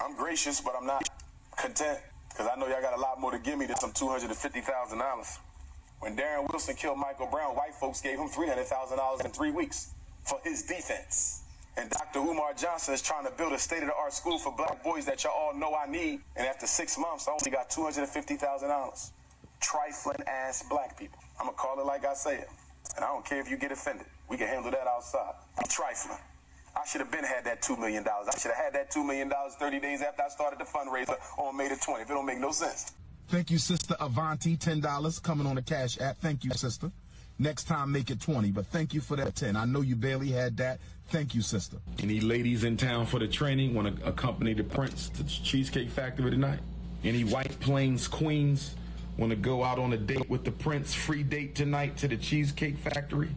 I'm gracious, but I'm not content because I know y'all got a lot more to give me than some two hundred and fifty thousand dollars. When Darren Wilson killed Michael Brown, white folks gave him three hundred thousand dollars in three weeks for his defense. And Dr. Umar Johnson is trying to build a state-of-the-art school for black boys that y'all all know I need. And after six months, I only got two hundred and fifty thousand dollars. Trifling ass black people. I'ma call it like I say it. And I don't care if you get offended. We can handle that outside. I'm trifling. I should have been had that two million dollars. I should have had that two million dollars thirty days after I started the fundraiser on May the twentieth. It don't make no sense. Thank you, Sister Avanti. Ten dollars coming on the Cash App. Thank you, Sister. Next time, make it twenty. But thank you for that ten. I know you barely had that. Thank you, Sister. Any ladies in town for the training want to accompany the Prince to Cheesecake Factory tonight? Any White Plains queens want to go out on a date with the Prince? Free date tonight to the Cheesecake Factory.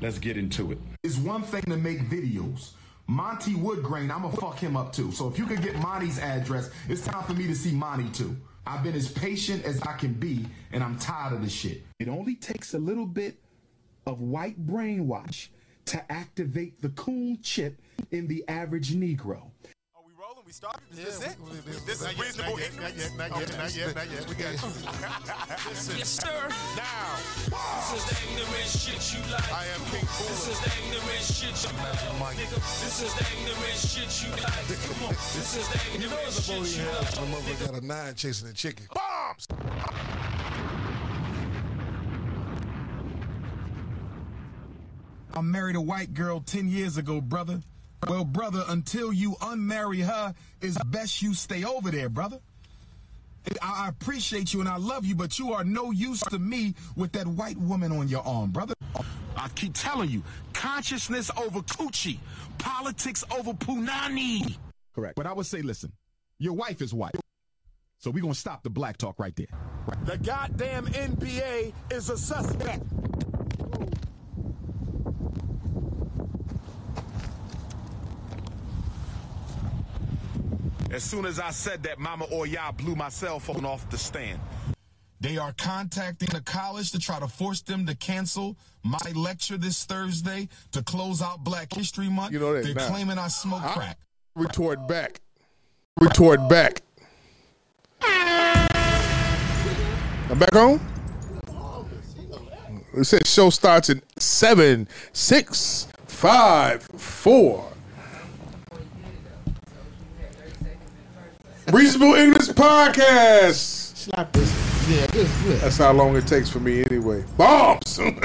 Let's get into it. It's one thing to make videos. Monty Woodgrain, I'ma fuck him up too. So if you could get Monty's address, it's time for me to see Monty too. I've been as patient as I can be, and I'm tired of this shit. It only takes a little bit of white brainwash to activate the coon chip in the average Negro. Are we rolling? We started? Is Yeah, this it? we- we- we- This not is yet, reasonable not yet, ignorance? Not yet, not yet, not yet, not yet. We got you. Listen. Yes, sir. Now, This is the ignorant shit you like. I am Pink This Bull. is the ignorant shit you like. Nigga, this is the ignorant shit you like. Come on. This is the You know ignorant it's a shit booty you hell. like. The mother got a nine chasing a chicken. Bombs! I married a white girl 10 years ago, brother. Well, brother, until you unmarry her, it's best you stay over there, brother. I I appreciate you and I love you, but you are no use to me with that white woman on your arm, brother. I keep telling you, consciousness over coochie, politics over punani. Correct. But I would say, listen, your wife is white. So we're going to stop the black talk right there. The goddamn NBA is a suspect. As soon as I said that, Mama Oya blew my cell phone off the stand. They are contacting the college to try to force them to cancel my lecture this Thursday to close out Black History Month. You know that They're now. claiming I smoke crack. Retort back. Retort back. I'm back on. It says show starts in seven, six, five, four. Reasonable English Podcast. Slap this. Yeah, this good. That's how long it takes for me anyway. Bombs. Ten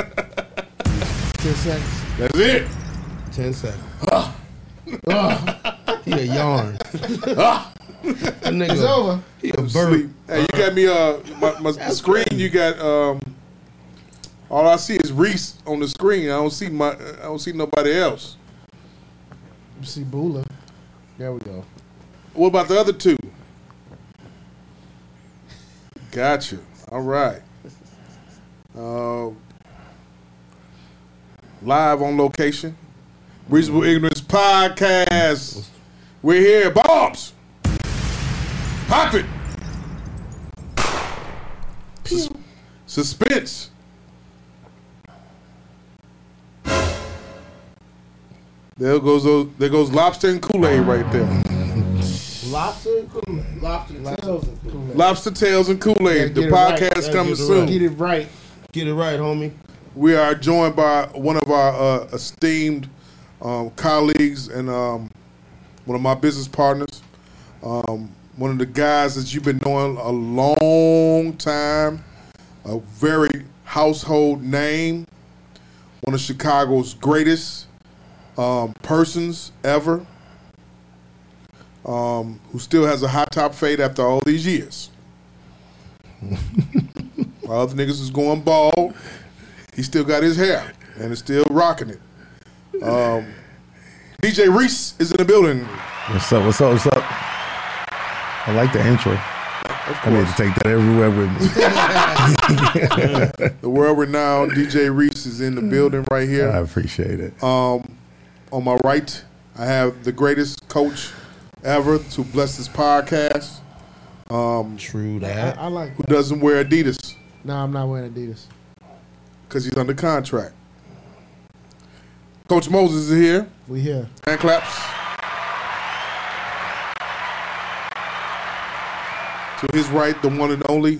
seconds. That's it. Ten seconds. Ugh. he a yarn. that nigga, it's over. He a bird. Sleep. Hey, you got me. Uh, my, my screen. You got. Um, all I see is Reese on the screen. I don't see my. I don't see nobody else. See Bula. There we go. What about the other two? Gotcha. All right. Uh, live on location. Reasonable Ignorance Podcast. We're here. Bombs. Pop it. Sus- suspense. There goes those, there goes lobster and Kool Aid right there. Lobster and Kool Aid. Lobster, tails and Kool Aid. Lobster Tails and Kool Aid. The Gotta get it right. podcast Gotta coming get it soon. Right. Get it right. Get it right, homie. We are joined by one of our uh, esteemed um, colleagues and um, one of my business partners. Um, one of the guys that you've been knowing a long time, a very household name, one of Chicago's greatest um, persons ever, um, who still has a hot top fade after all these years. While other niggas is going bald, he still got his hair and is still rocking it. Um, DJ Reese is in the building. What's up? What's up? What's up? I like the intro. I need to take that everywhere with me. The world renowned DJ Reese is in the building right here. I appreciate it. Uh, On my right, I have the greatest coach ever to bless this podcast True that. I, I like. who doesn't wear Adidas No, I'm not wearing Adidas. because he's under contract. Coach Moses is here. We here. Hand claps. To his right, the one and only,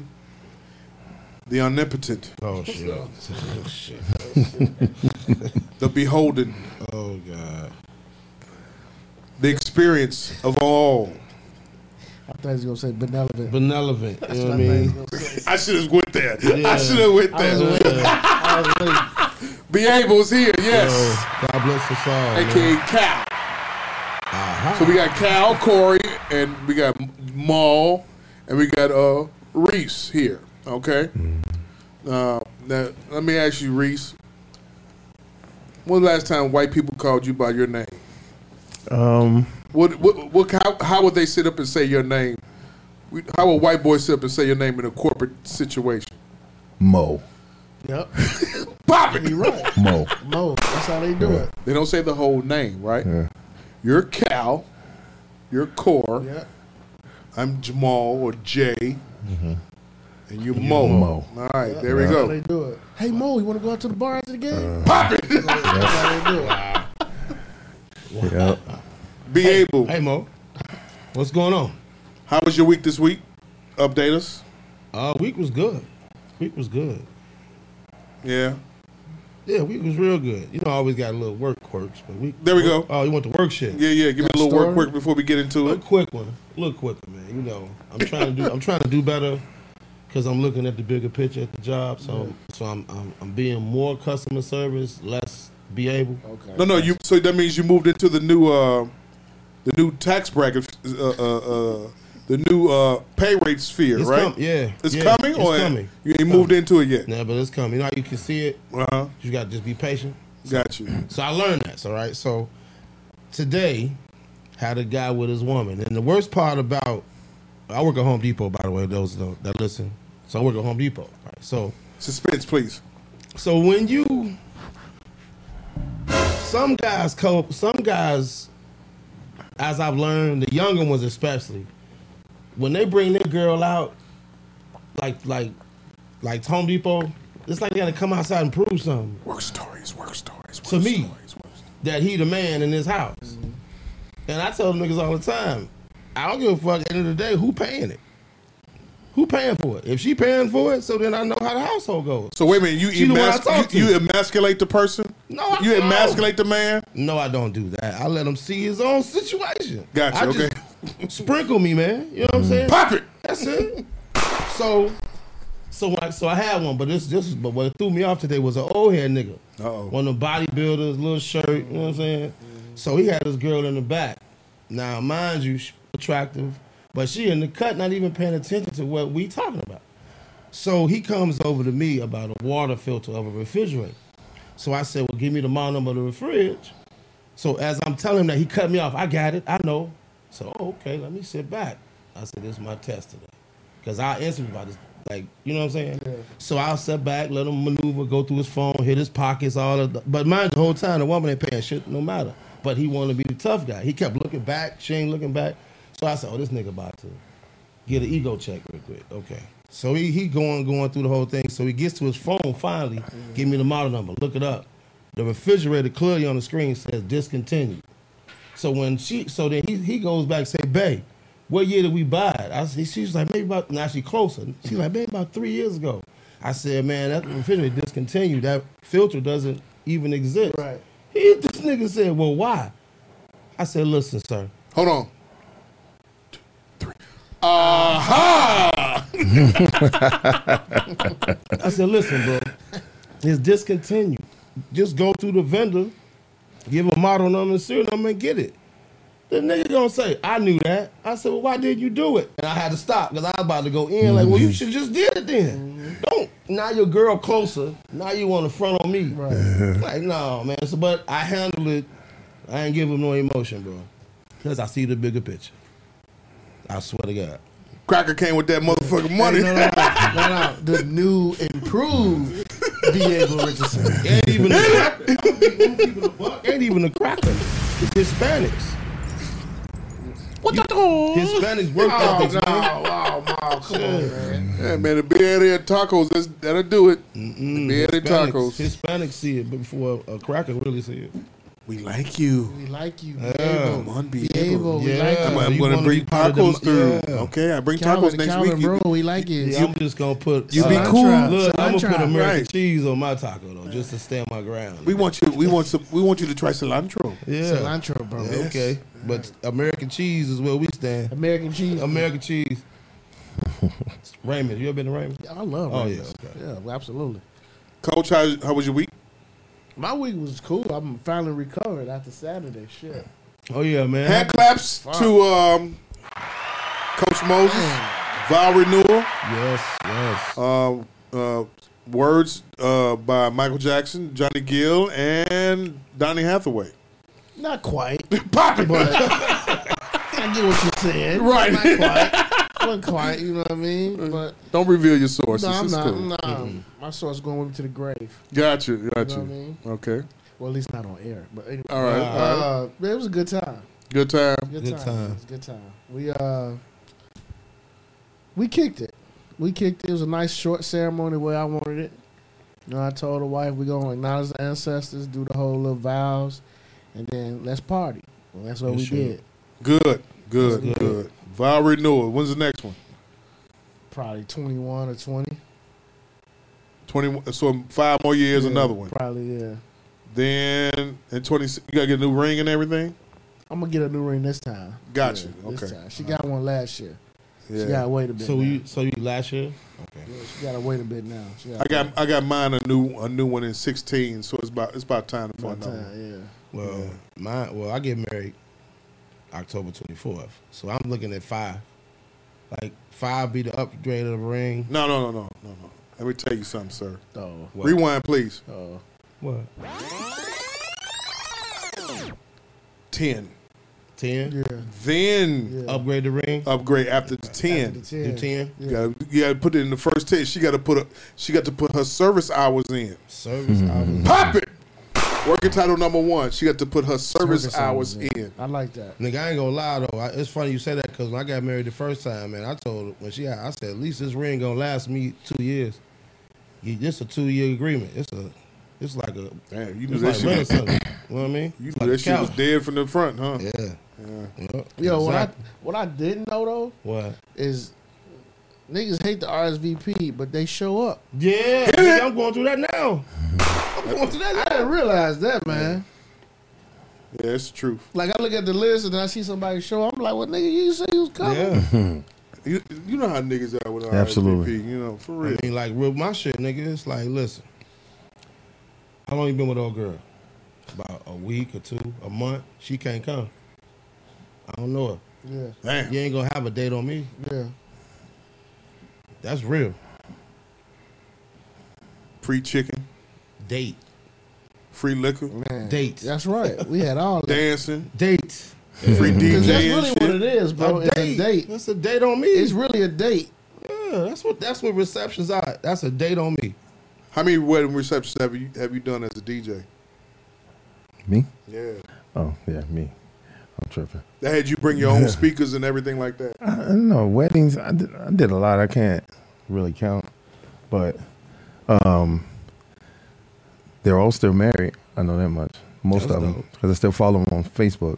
the omnipotent. Oh shit! Oh shit! the beholden. Oh god! The experience of all. I thought he was gonna say benevolent. Benevolent. You know what I mean? I should have went there. I Yeah. should have went I was there. waiting. Be able's here. Yes. Yo, God bless us all. AKA Cal. Uh-huh. So we got Cal, Corey, and we got Maul, and we got uh Reese here. Okay. Mm-hmm. Uh, now let me ask you, Reese. When the last time white people called you by your name? Um, What what, what how, how would they sit up and say your name? We- How would white boys sit up and say your name in a corporate situation? Mo. Yep. Pop it. You right. Mo. Mo. That's how they do it. They don't say the whole name, right? Yeah. You're Cal. You're Core. Yeah. I'm Jamal or Jay. Mm-hmm. And you're You're Mo. Mo. All right, Yep. there we That's go. Uh, How they do it. Hey Mo, you want to go out to the bar after the game? Pop it. That's how they do it. Yep. Be able. Hey Mo, what's going on? How was your week this week? Update us. Uh, week was good. Week was good. Yeah. Yeah, week was real good. You know, I always got a little work quirks, but we There we go. Oh, you want the work shit? Yeah, yeah. Give me Got a a little work story? quick before we get into it. Look quick one. Look quick, one, man. You know, I'm trying to do. I'm trying to do better because I'm looking at the bigger picture at the job. So, so I'm, I'm I'm being more customer service, less be able. Okay. No, no. You. So that means you moved into the new, uh, the new tax bracket, uh, uh, uh, the new uh, pay rate sphere, It's right? com- yeah, It's yeah, coming, it's or coming. you ain't moved into it yet? Nah, but it's coming. You know how you can see it. Uh huh. You got to just be patient. Got you. So I learned that. All right. So today, had a guy with his woman, and the worst part about I work at Home Depot, by the way. Those tho- that listen. So I work at Home Depot. All right. So Suspense, please. so when you some guys cope, some guys, as I've learned, the younger ones especially, when they bring their girl out, like like like Home Depot, it's like they gotta come outside and prove something Work stories. Work stories. to me that he the man in this house. And I tell niggas all the time, I don't give a fuck. At the end of the day, who paying it? Who paying for it? If she paying for it, so then I know how the household goes. So wait a minute. You She the one I emasculate. talk You, to. you emasculate the person. No, I You don't. emasculate the man. No, I don't do that. I let him see his own situation. Gotcha, Mm-hmm. I just sprinkle me, man. You know what I'm saying? Pop it. That's it. So, so I, so I had one, but this this but what threw me off today was an old head nigga. Uh-oh. One of the bodybuilders, little shirt. You know what I'm saying? So he had this girl in the back. Now, mind you, she attractive, but she in the cut, not even paying attention to what we talking about. So he comes over to me about a water filter of a refrigerator. So I said, "Well, give me the model number of the fridge." So as I'm telling him that, he cut me off. I got it. I know. So oh, okay, let me sit back. I said, "This is my test today," because I answered about this. Like you know what I'm saying? So I'll sit back, let him maneuver, go through his phone, hit his pockets, all of. The, but mind the whole time, the woman ain't paying shit, no matter. But he wanted to be the tough guy. He kept looking back. She ain't looking back. So I said, "Oh, this nigga about to." get an ego check real quick. Okay. So he, he going going through the whole thing. So he gets to his phone finally. Give me the model number. Look it up. The refrigerator clearly on the screen says discontinued. So when she so then he, he goes back and say, Babe, what year did we buy it? I see she's like maybe about now she closer. She's like maybe about three years ago. I said, man, that refrigerator discontinued. That filter doesn't even exist. Right. He this nigga said, well, why? I said, listen, sir. Hold on. Two, three. Aha! I said, listen, bro, it's discontinued. Just go through the vendor, give a model number and serial number and get it. The nigga gonna say, I knew that. I said, well, why did you do it? And I had to stop because I was about to go in. Like, well, you should just did it then. Don't. Now your girl closer. Now you want to front on me. like, no, man. So, but I handled it. I ain't give him no emotion, bro. Because I see the bigger picture. I swear to God. Cracker came with that motherfucking money. Hey, no, no, no, no, no. The new improved be able Richardson. Ain't even a cracker. Ain't even a cracker. It's Hispanics. What the dog? Hispanics work ethics, no. man. Wow, wow, come on, man. Yeah, man, the Beardia tacos, that's, that'll do it. The Beardia Hispanics, tacos. Hispanics see it before a cracker really see it. We like you. We like you. Yeah. Be able. Come on, be, Be able. able. We like I'm, you. I'm We going to wanna bring be part of the tacos mo- through. yeah. Okay, I bring Calvin, tacos next Calvin, week. You- bro, we like it. Yeah, I'm just gonna put. You be cilantro. cool. Look, I'm gonna Cilantro. put American Right. cheese on my taco though, just to stand my ground. We want you. We want some. We want you to try cilantro. Yeah, Cilantro, bro. Yeah, Yes. Okay, but American cheese is where we stand. American cheese. American cheese. Raymond, you ever been to Raymond? I love. Oh Raisins. yeah. Okay. Yeah, well, absolutely. Coach, how, how was your week? My week was cool. I'm finally recovered after Saturday. Shit. Oh yeah, man. Hand claps Fuck. to um, Coach Moses, Vow Renewal. Yes, yes. Uh, uh, words uh, by Michael Jackson, Johnny Gill, and Donny Hathaway. Not quite. Pop it, but I get what you're saying. Right. Mm-hmm. Not quite. Wasn't quite. You know what I mean? But Don't reveal your sources. no, I'm It's not. cool. Nah, Mm-hmm. my source going with me to the grave. Got you. Got you. You know what I mean? Okay. Well, at least not on air. But anyway. All right, all Uh, man, it was a good time. Good time. Good, Good time. time. It was a good time. We uh, we kicked it. We kicked it. It was a nice short ceremony the way I wanted it. You know, I told the wife we're gonna acknowledge the ancestors, do the whole little vows, and then let's party. Well, that's what Good we shit. did. Good. Good. Good. Good. Vow Renewal. When's the next one? Probably twenty one or twenty. Twenty. So five more years. Yeah, Another one. Probably yeah. Then in twenty, you gotta get a new ring and everything. I'm gonna get a new ring this time. Gotcha. Yeah, this Okay. time. She got one last year. Yeah. She gotta wait a bit. So now. you, so you last year? Okay. Yeah, she gotta wait a bit now. She I gotta got I got mine a new a new one in sixteen, so it's about it's about time for wait another. one. time, yeah. Well, my well, I get married October 24th, so I'm looking at five. Like five be the upgrade of the ring. No, no, no, no, no, no. Let me tell you something, sir. Oh, What? Rewind, please. oh. What? Ten. Ten. Yeah. Then Yeah. Upgrade the ring. upgrade after the ten. After the Do 10. ten. You gotta, you gotta put it in the first ten. She gotta put a, she got to put her service hours in. Service hours. Pop it. Working title number one. She got to put her service, Service hours in. I like that. Nigga, I ain't gonna lie though. I, it's funny you say that because when I got married the first time, man, I told her when she, I said, at least this ring gonna last me two years. You, this a two year agreement. It's a, it's like a, Damn, you knew it's that like shit. Was, Renaissance. you know what I mean? you It's knew that like a shit was couch. dead from the front, huh? Yeah. yeah. Yo, Exactly. what I what I didn't know though What? is niggas hate the RSVP, but they show up. Yeah, nigga, I'm going through that now. I'm going through I that now. didn't realize that, man. Yeah, it's the truth. Like I look at the list and I see somebody show up. I'm like, "What nigga? You say you was coming?" Yeah. You, you know how niggas are with RSVP. Absolutely. You know, for I real. mean, like with my shit, nigga, it's like, listen, how long you been with old girl? About a week or two, a month. She can't come. I don't know her. Yeah, Damn. You ain't gonna have a date on me. yeah. That's real. Free chicken, Date. free liquor, Man, Date. That's right. We had all that. dancing, Date. free DJ. Because that's and really shit. what it is, bro. a it's date. a date. That's a date on me. It's really a date. yeah, that's what that's what receptions are. That's a date on me. How many wedding receptions have you have you done as a DJ? Me? Yeah, Oh yeah, me. I'm tripping. they had you bring your own speakers and everything like that. I, I don't know weddings. I did, I did a lot. I can't really count, but um, they're all still married. I know that much. Most That's of them dope. Mm-hmm. because I still follow them on Facebook.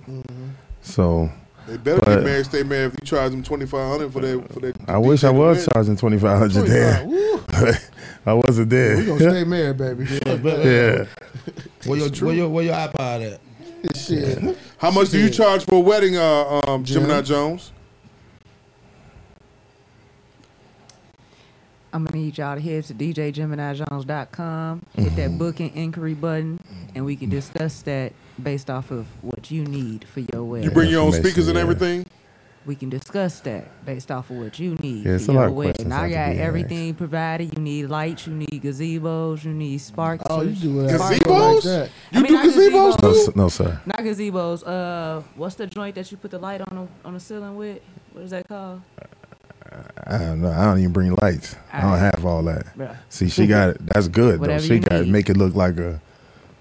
So They better But- be married, stay married. If you charge them twenty five hundred for their for their, I wish I was charging twenty five hundred there. Woo. I wasn't We there. gonna stay married, baby. yeah, Where your, where your where your iPod at? Shit. How much do you charge for a wedding, uh, um, Gemini Jones? I'm gonna need y'all to head to djgeminijones.com, hit that Mm-hmm. booking inquiry button, and we can discuss that based off of what you need for your wedding. You bring your own Information, speakers and yeah. everything. we can discuss that based off of what you need. Yeah, for it's a lot your of wedding. questions I have to got be everything provided. You need lights, you need gazebos, you need sparks. Oh, you do it. Gazebos? Like You I mean, do I just gazebos evolved- no, too? s- no, sir. Not gazebos. Uh, what's the joint that you put the light on the, on the ceiling with? What is that called? I don't know. I don't even bring lights. I don't Alright. have all that. Bruh. See, she got it. That's good though. Whatever She you got need. make it look like a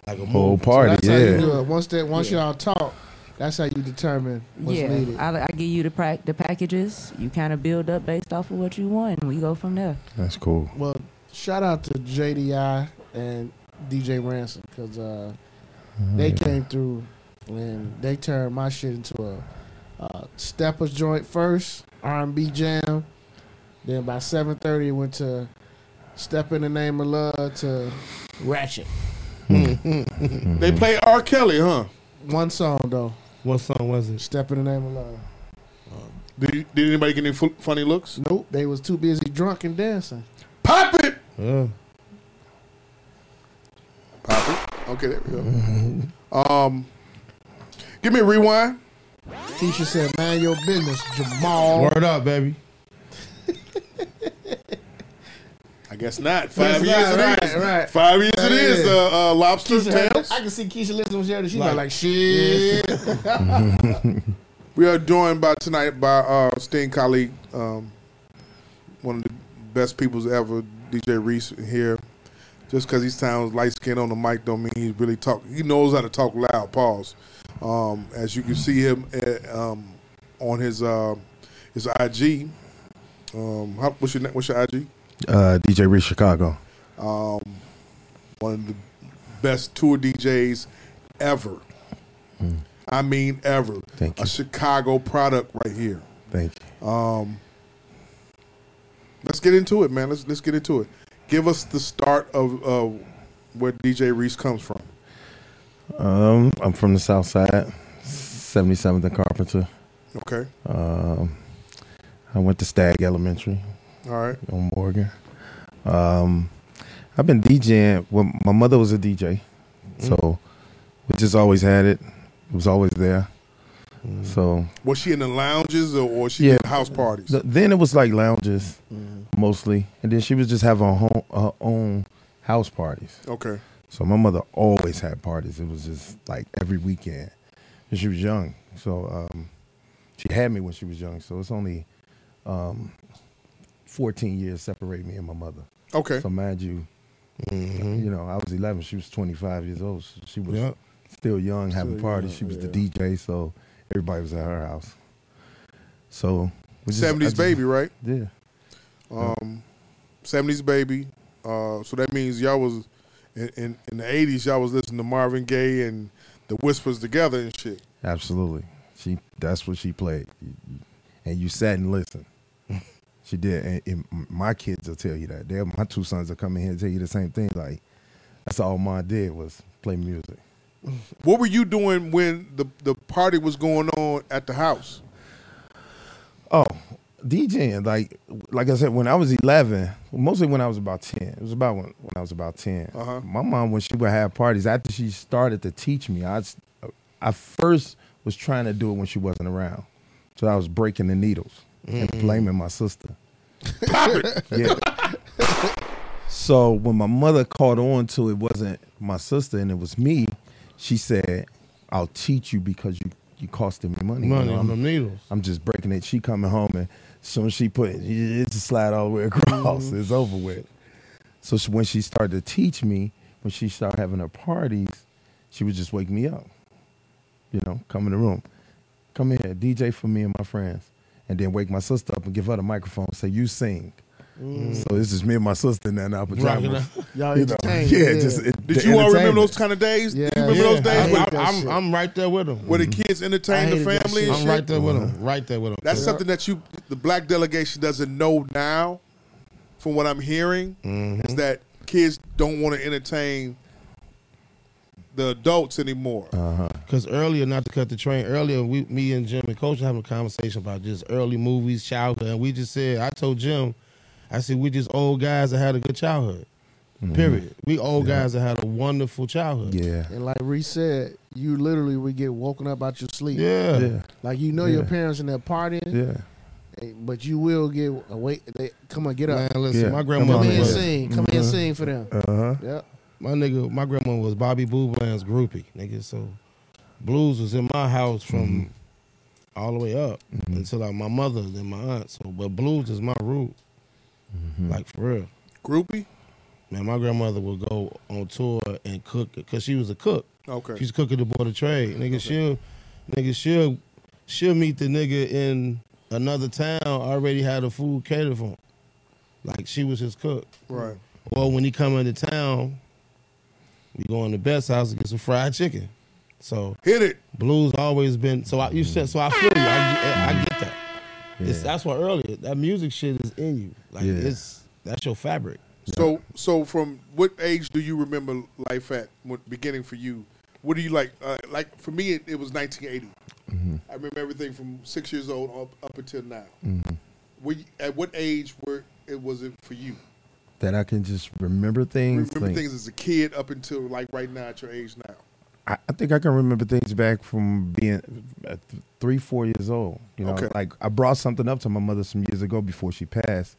Like a whole move. party. That's how you yeah. do it. Once that, once y'all talk, that's how you determine what's yeah, needed. I, I give you the pra- the packages. You kind of build up based off of what you want, and we go from there. That's cool. Well, shout out to JDI and DJ Ransom because uh, They came through and they turned my shit into a, a stepper joint first, R and B jam. Then by seven thirty, it went to "Step in the Name of Love" to Ratchet. They play R. Kelly, huh? One song though. What song was it? "Step in the Name of Love." Did, you- did anybody get any fu- funny looks? Nope, they was too busy drunk and dancing. Pop it. Yeah. Pop it. Okay, there we go. Um, give me a rewind. Keisha said, "Man, your business, Jamal." Word up, baby. I guess not. Five That's years right, it is. right, right. Five years That it is. is. Uh, uh, lobster Keisha heard- tails. I can see Keisha listening to her. She's Like- like, like shit. we are joined by tonight by our esteemed colleague, um, one of the best people's ever, DJ Reese here. Just because he sounds light skinned on the mic don't mean he's really talk. He knows how to talk loud. Pause. Um, as you can see him at, um, on his uh, his IG. Um, how, what's your na- what's your IG? Uh, DJ Reese Chicago. um, one of the best tour DJs ever. I mean, ever. Hmm. Thank A Chicago product right here. Thank Um, let's get into it, man. Let's let's get into it. Give us the start of uh, where DJ Reese comes from. you. Um, I'm from the South Side, 77th and Carpenter. Okay. Um, I went to Stagg Elementary. All right. On Morgan. Um, I've been DJing. Well, my mother was a DJ, so we just always had it. It was always there. So Was she in the lounges or was she in house parties? Th- then it was like lounges mostly, and then she was just having her, home, her own house parties. Okay. So my mother always had parties. It was just like every weekend, and she was young. So um, she had me when she was young. So it's only um, 14 years separate me and my mother. Okay. So mind you, Mm-hmm. you know, I was 11. She was 25 years old. So she was Yep. still young, having Still parties. young, she was the yeah. DJ, so everybody was at her house. So we just- I 70s just- baby, right? Yeah. Um, 70s baby. Uh, so that means y'all was in, in, in the 80s. Y'all was listening to Marvin Gaye and the Whispers together and shit. Absolutely. She that's what she played. And you sat and listened. She did. And, and my kids will tell you that. They're, my two sons will come in here and tell you the same thing. Like, that's all mine did was play music. What were you doing when the the party was going on at the house? Oh, DJing. Like, like I said, when I was 11, mostly when I was about 10. It was about when, when I was about 10. Uh-huh. My mom, when she would have parties, after she started to teach me, I, s- I first was trying to do it when she wasn't around. So I was breaking the needles and Mm. blaming my sister. yeah. So when my mother caught on to it wasn't my sister and it was me, she said, "I'll teach you because you you costing me money." You Money know, on them needles. I'm just breaking it. She coming home and soon as she put it, it's a slide all the way across. It's over with. So she, when she started to teach me, when she started having her parties, she would just wake me up. You know, come in the room, come in here, DJ for me and my friends, and then wake my sister up and give her the microphone. and Say you sing. Mm. So it's just me and my sister now in our Rocking pajamas. out. Y'all You know, entertained, Yeah, yeah. just it, Did the you all entertainment. remember those kind of days? Do you remember those days? I, am right there with them. Where the kids entertained the family and I'm shit? right there with them. Right there with them. That's something that you, the black delegation doesn't know now, from what I'm hearing, Mm-hmm. is that kids don't want to entertain the adults anymore. Uh-huh. Because earlier, not to cut the train, earlier, we, me and Jim and Coach having a conversation about just early movies, childhood. And we just said, I told Jim, I said, we just old guys that had a good childhood. Period. We old Yeah. guys that had a wonderful childhood. Yeah. And like Reese said, you literally would get woken up out your sleep. Uh-huh. Yeah. Yeah. Like you know your Yeah. parents and they're partying. Yeah. eh, But you will get awake. They come on, get up. Man, listen, my grandma Come here and was- sing. Come here and sing for them. Uh-huh. Yep. My nigga, my grandma was Bobby Boo Bland's groupie, nigga. So blues was in my house from all the way up until like my mother and my aunt. So but blues is my root. Like for real. Groupie? Man, my grandmother would go on tour and cook because she was a cook. Okay. She's cooking the board of trade. Nigga, she'll nigga, she'll she'll meet the nigga in another town already had a food catered for him. Like she was his cook. Right. Or when he come into town, You go in the best house and get some fried chicken. So hit it. Blues always been so. I, you said so. I feel you. I, I get that. It's, that's why earlier that music shit is in you. Like Yeah. it's that's your fabric. So so from what age do you remember life at when, beginning for you? What do you like? Uh, like for me, it, it was 1980. I remember everything from six years old up, up until now. Mhm. Were you, at what age were it was it for you? That I can just remember things. Remember like- things as a kid up until like right now at your age now. I, I think I can remember things back from being uh, th- three, four years old. You know, Okay. like I brought something up to my mother some years ago before she passed.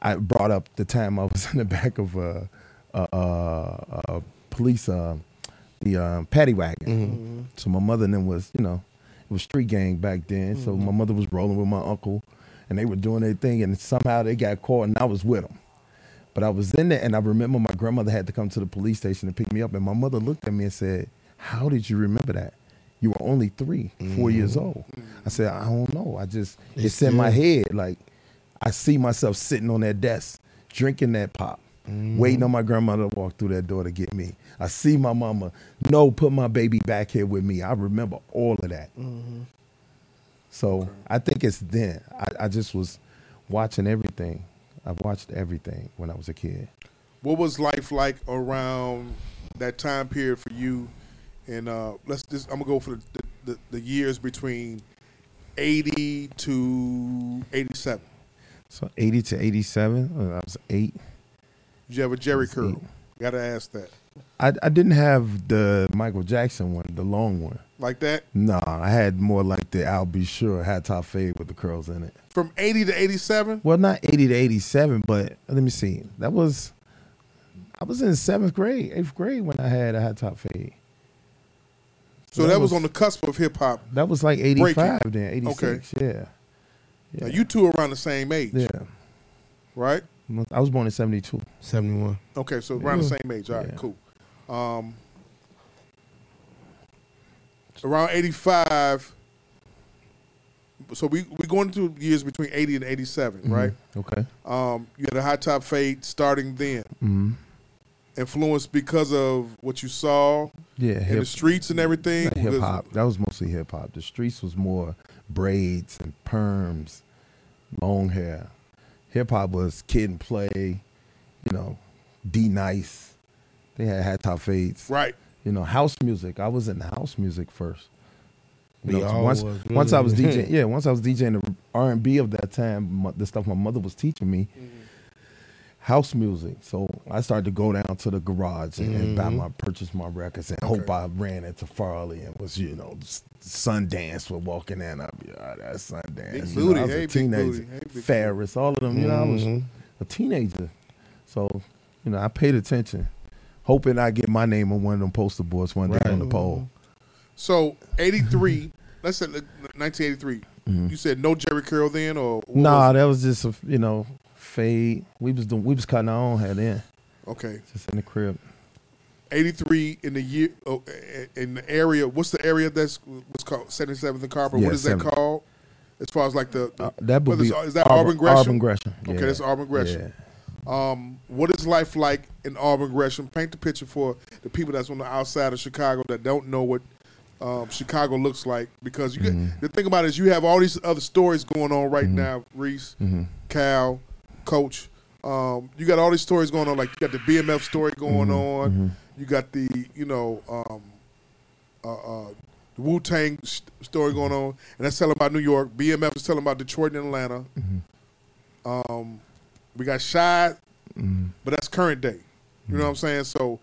I brought up the time I was in the back of a, a, a, a police, uh, the uh, paddy wagon. So my mother then was, you know, it was street gang back then. So my mother was rolling with my uncle, and they were doing their thing, and somehow they got caught, and I was with them. But I was in there, and I remember my grandmother had to come to the police station to pick me up. And my mother looked at me and said, How did you remember that? You were only three, four years old. I said, I don't know. I just, it's, in my head. Like, I see myself sitting on that desk, drinking that pop, waiting on my grandmother to walk through that door to get me. I see my mama, no, put my baby back here with me. I remember all of that. So I think it's then. I, I just was watching everything. I watched everything when I was a kid. What was life like around that time period for you? And uh, let's just I'm gonna go for the, the, the, the years between 80 to 87. So 80 to 87, when I was eight. Did you have a Jerry curl? Gotta ask that. I, I didn't have the Michael Jackson one, the long one. Like that? Nah, I had more like the I'll Be Sure hat top fade with the curls in it. From 80 to 87? Well, not 80 to 87, but let me see. That was, I was in seventh grade, eighth grade when I had a hot top fade. So that, was, on the cusp of hip hop. That was like 85 then, 86. Yeah. Now you two around the same age. Yeah. Right? I was born in 72. 71. Okay, so around the Yeah. same age. All right, cool. Um, around 85. So we we going through years between 80 and 87, Mhm. right? Okay. Um, you had a high top fade starting then. Mhm. Influenced because of what you saw Yeah, in the hip- streets and everything. Like Because- hip hop. That was mostly hip hop. The streets was more braids and perms, long hair. Hip hop was kid and play, you know, D nice. They had hat top fades. Right. You know, house music. I was in house music first. You We know, all once, was. once I was Mhm. DJing, yeah, once I was DJing the R and B of that time, my, the stuff my mother was teaching me, Mm-hmm. house music. So I started to go down to the garage and, and buy Mm-hmm. Mhm. my purchase my records and hope I ran into Farley and was you know s- Sundance was walking in. I'd be all right, that's Sundance. Big You know, booty. I was Hey, a big teenager. booty. Mm-hmm. Hey, big Ferris, all of them. You know, I was Mhm. a teenager. So you know, I paid attention, hoping I get my name on one of them poster boards one day on the pole. So 83, let's say 1983. Mhm. You said no Jerry Curl then, or what nah, was that was just a you know fade. We was doing, we was cutting our own hair then. it? okay. Just in the crib. 83 in the year oh, eh, in the area. What's the area that's what's called 77th and Carver? Yeah, Uh, what is that 70. called? As far as like the, the that would whether be it's- is that Auburn- Auburn Gresham? Auburn Gresham, Okay, yeah, that's Auburn Gresham. Um, what is life like in Auburn Gresham? Paint the picture for the people that's on the outside of Chicago that don't know what um, Chicago looks like. Because you get- Mm-hmm. the thing about it is you have all these other stories going on right now, Reese, Mhm. Cal, Coach. Um, you got all these stories going on. Like you got the BMF story going on. mhm. You got the you know um, uh, uh, the Wu Tang st- story going on, and that's telling about New York. BMF is telling about Detroit and Atlanta. Mm-hmm. Um, we got Shy, but that's current day. You know what Mm-hmm. I'm saying? So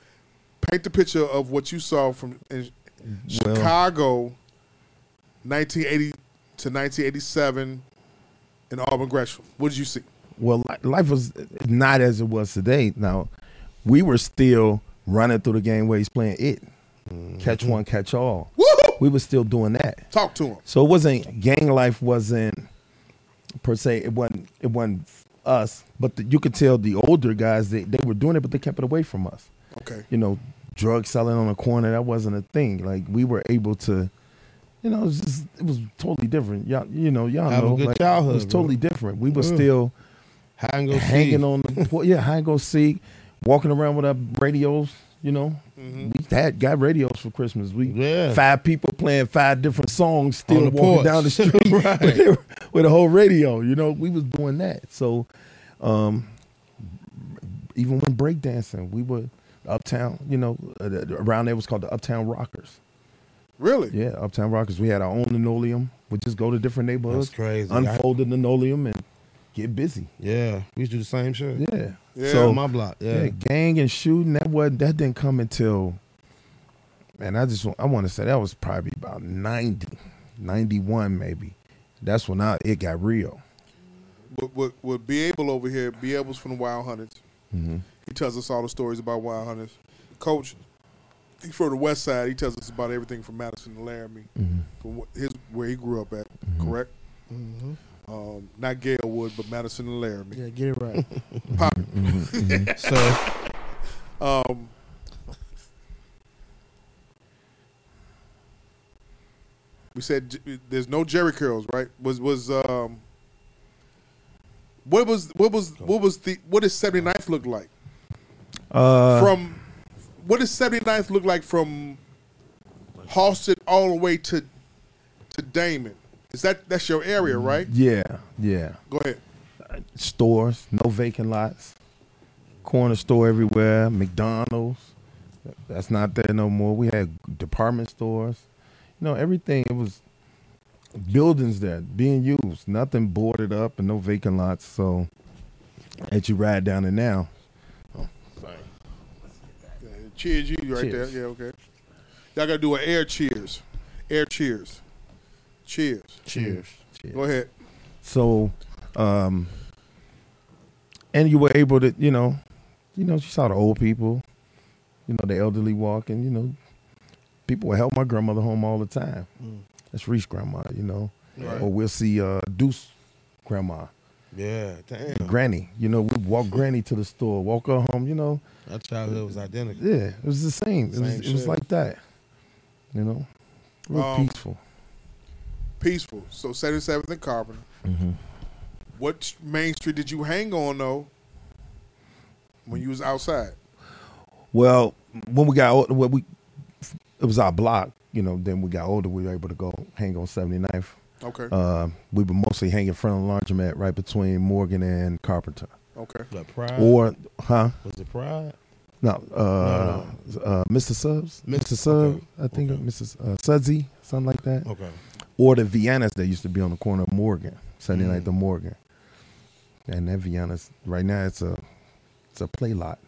paint the picture of what you saw from in Mm-hmm. Well- Chicago, 1980 to 1987, in Auburn Gresham. What did you see? Well, li- life was not as it was today. Now, we were still running through the gameways playing it, Mm-hmm. catch one, catch all. We were still doing that. Talk to him. So it wasn't gang life wasn't per se. It wasn't. It wasn't us. But the, you could tell the older guys they, they were doing it, but they kept it away from us. Okay. You know, drug selling on the corner that wasn't a thing. Like we were able to. You know, it was, just, it was totally different. Y'all, you know, y'all Have a know, good like, childhood, It was totally bro. Mm. different. We were Yeah. still High and go hanging seek. on the po- yeah, high and go seek, walking around with our radios, You know, we had got radios for Christmas. We Mm-hmm. Yeah. five people playing five different songs, still On the walking porch. down the street Right. with, their- with a whole radio. You know, we was doing that. So, um, even when breakdancing, we were uptown. You know, uh, around there was called the Uptown Rockers. Really? Yeah, Uptown Rockers. We had our own linoleum. We'd just go to different neighborhoods, That's crazy. unfold the linoleum, and get busy. Yeah, we used to do the same shit. Yeah. So my block. Yeah. gang and shooting that was that didn't come until man, I just wa- I want to say that was probably about 90, 91 maybe. That's when I it got real. Would, would, would be able over here. Be able's from the Wild Hunters. He tells us all the stories about Wild Hunters. Coach, he's from the West Side. He tells us about everything from Madison to Laramie, from wh- his where he grew up at. Correct. Mhm. Um, not Galewood, but Madison and Laramie. Yeah, get it right. Pop. Mhm, mhm. so, um, we said j- there's no Jerry curls, right? Was was um, what was what was what was the what does 79th look like? Uh from what does 79th look like from Halsted all the way to to Damon? Is that that's your area, Mm. right? yeah, yeah. Go ahead. Stores, no vacant lots. Corner store everywhere, McDonald's. That's not there no more. We had department stores. You know, everything it was buildings there being used, nothing boarded up and no vacant lots. So as you ride down it now, Yeah, cheers you right Cheers. there. Yeah, okay. Y'all gotta do an air cheers. Air cheers. Cheers. Cheers. Go ahead. So, um, and you were able to, you know, you know, you saw the old people, you know, the elderly walking, you know, people would help my grandmother home all the time. Mm. That's Reese grandma, you know, Right. or we'll see uh, Deuce grandma, Yeah. Damn. granny, you know, we walk granny to the store, walk her home, you know. Our childhood was identical. Yeah, it was the same. It, Same was, it was shit. like that, you know, real Um, peaceful. Peaceful. So 77th and Carpenter. Mm-hmm. What main street did you hang on though when you was outside? Well, when we got older, well, we it was our block, you know. Then we got older, we were able to go hang on 79th. Okay. Uh, we were mostly hanging in front of the laundromat, right between Morgan and Carpenter. Okay. The pride. Or huh? was it pride? No, uh, uh, Mr. Subs, Mr. Sub, I think Mrs. Uh, Sudsy, something like that. Okay. Or the Viennas that used to be on the corner of Morgan, Sunday night the Morgan, and that Viennas right now it's a it's a play lot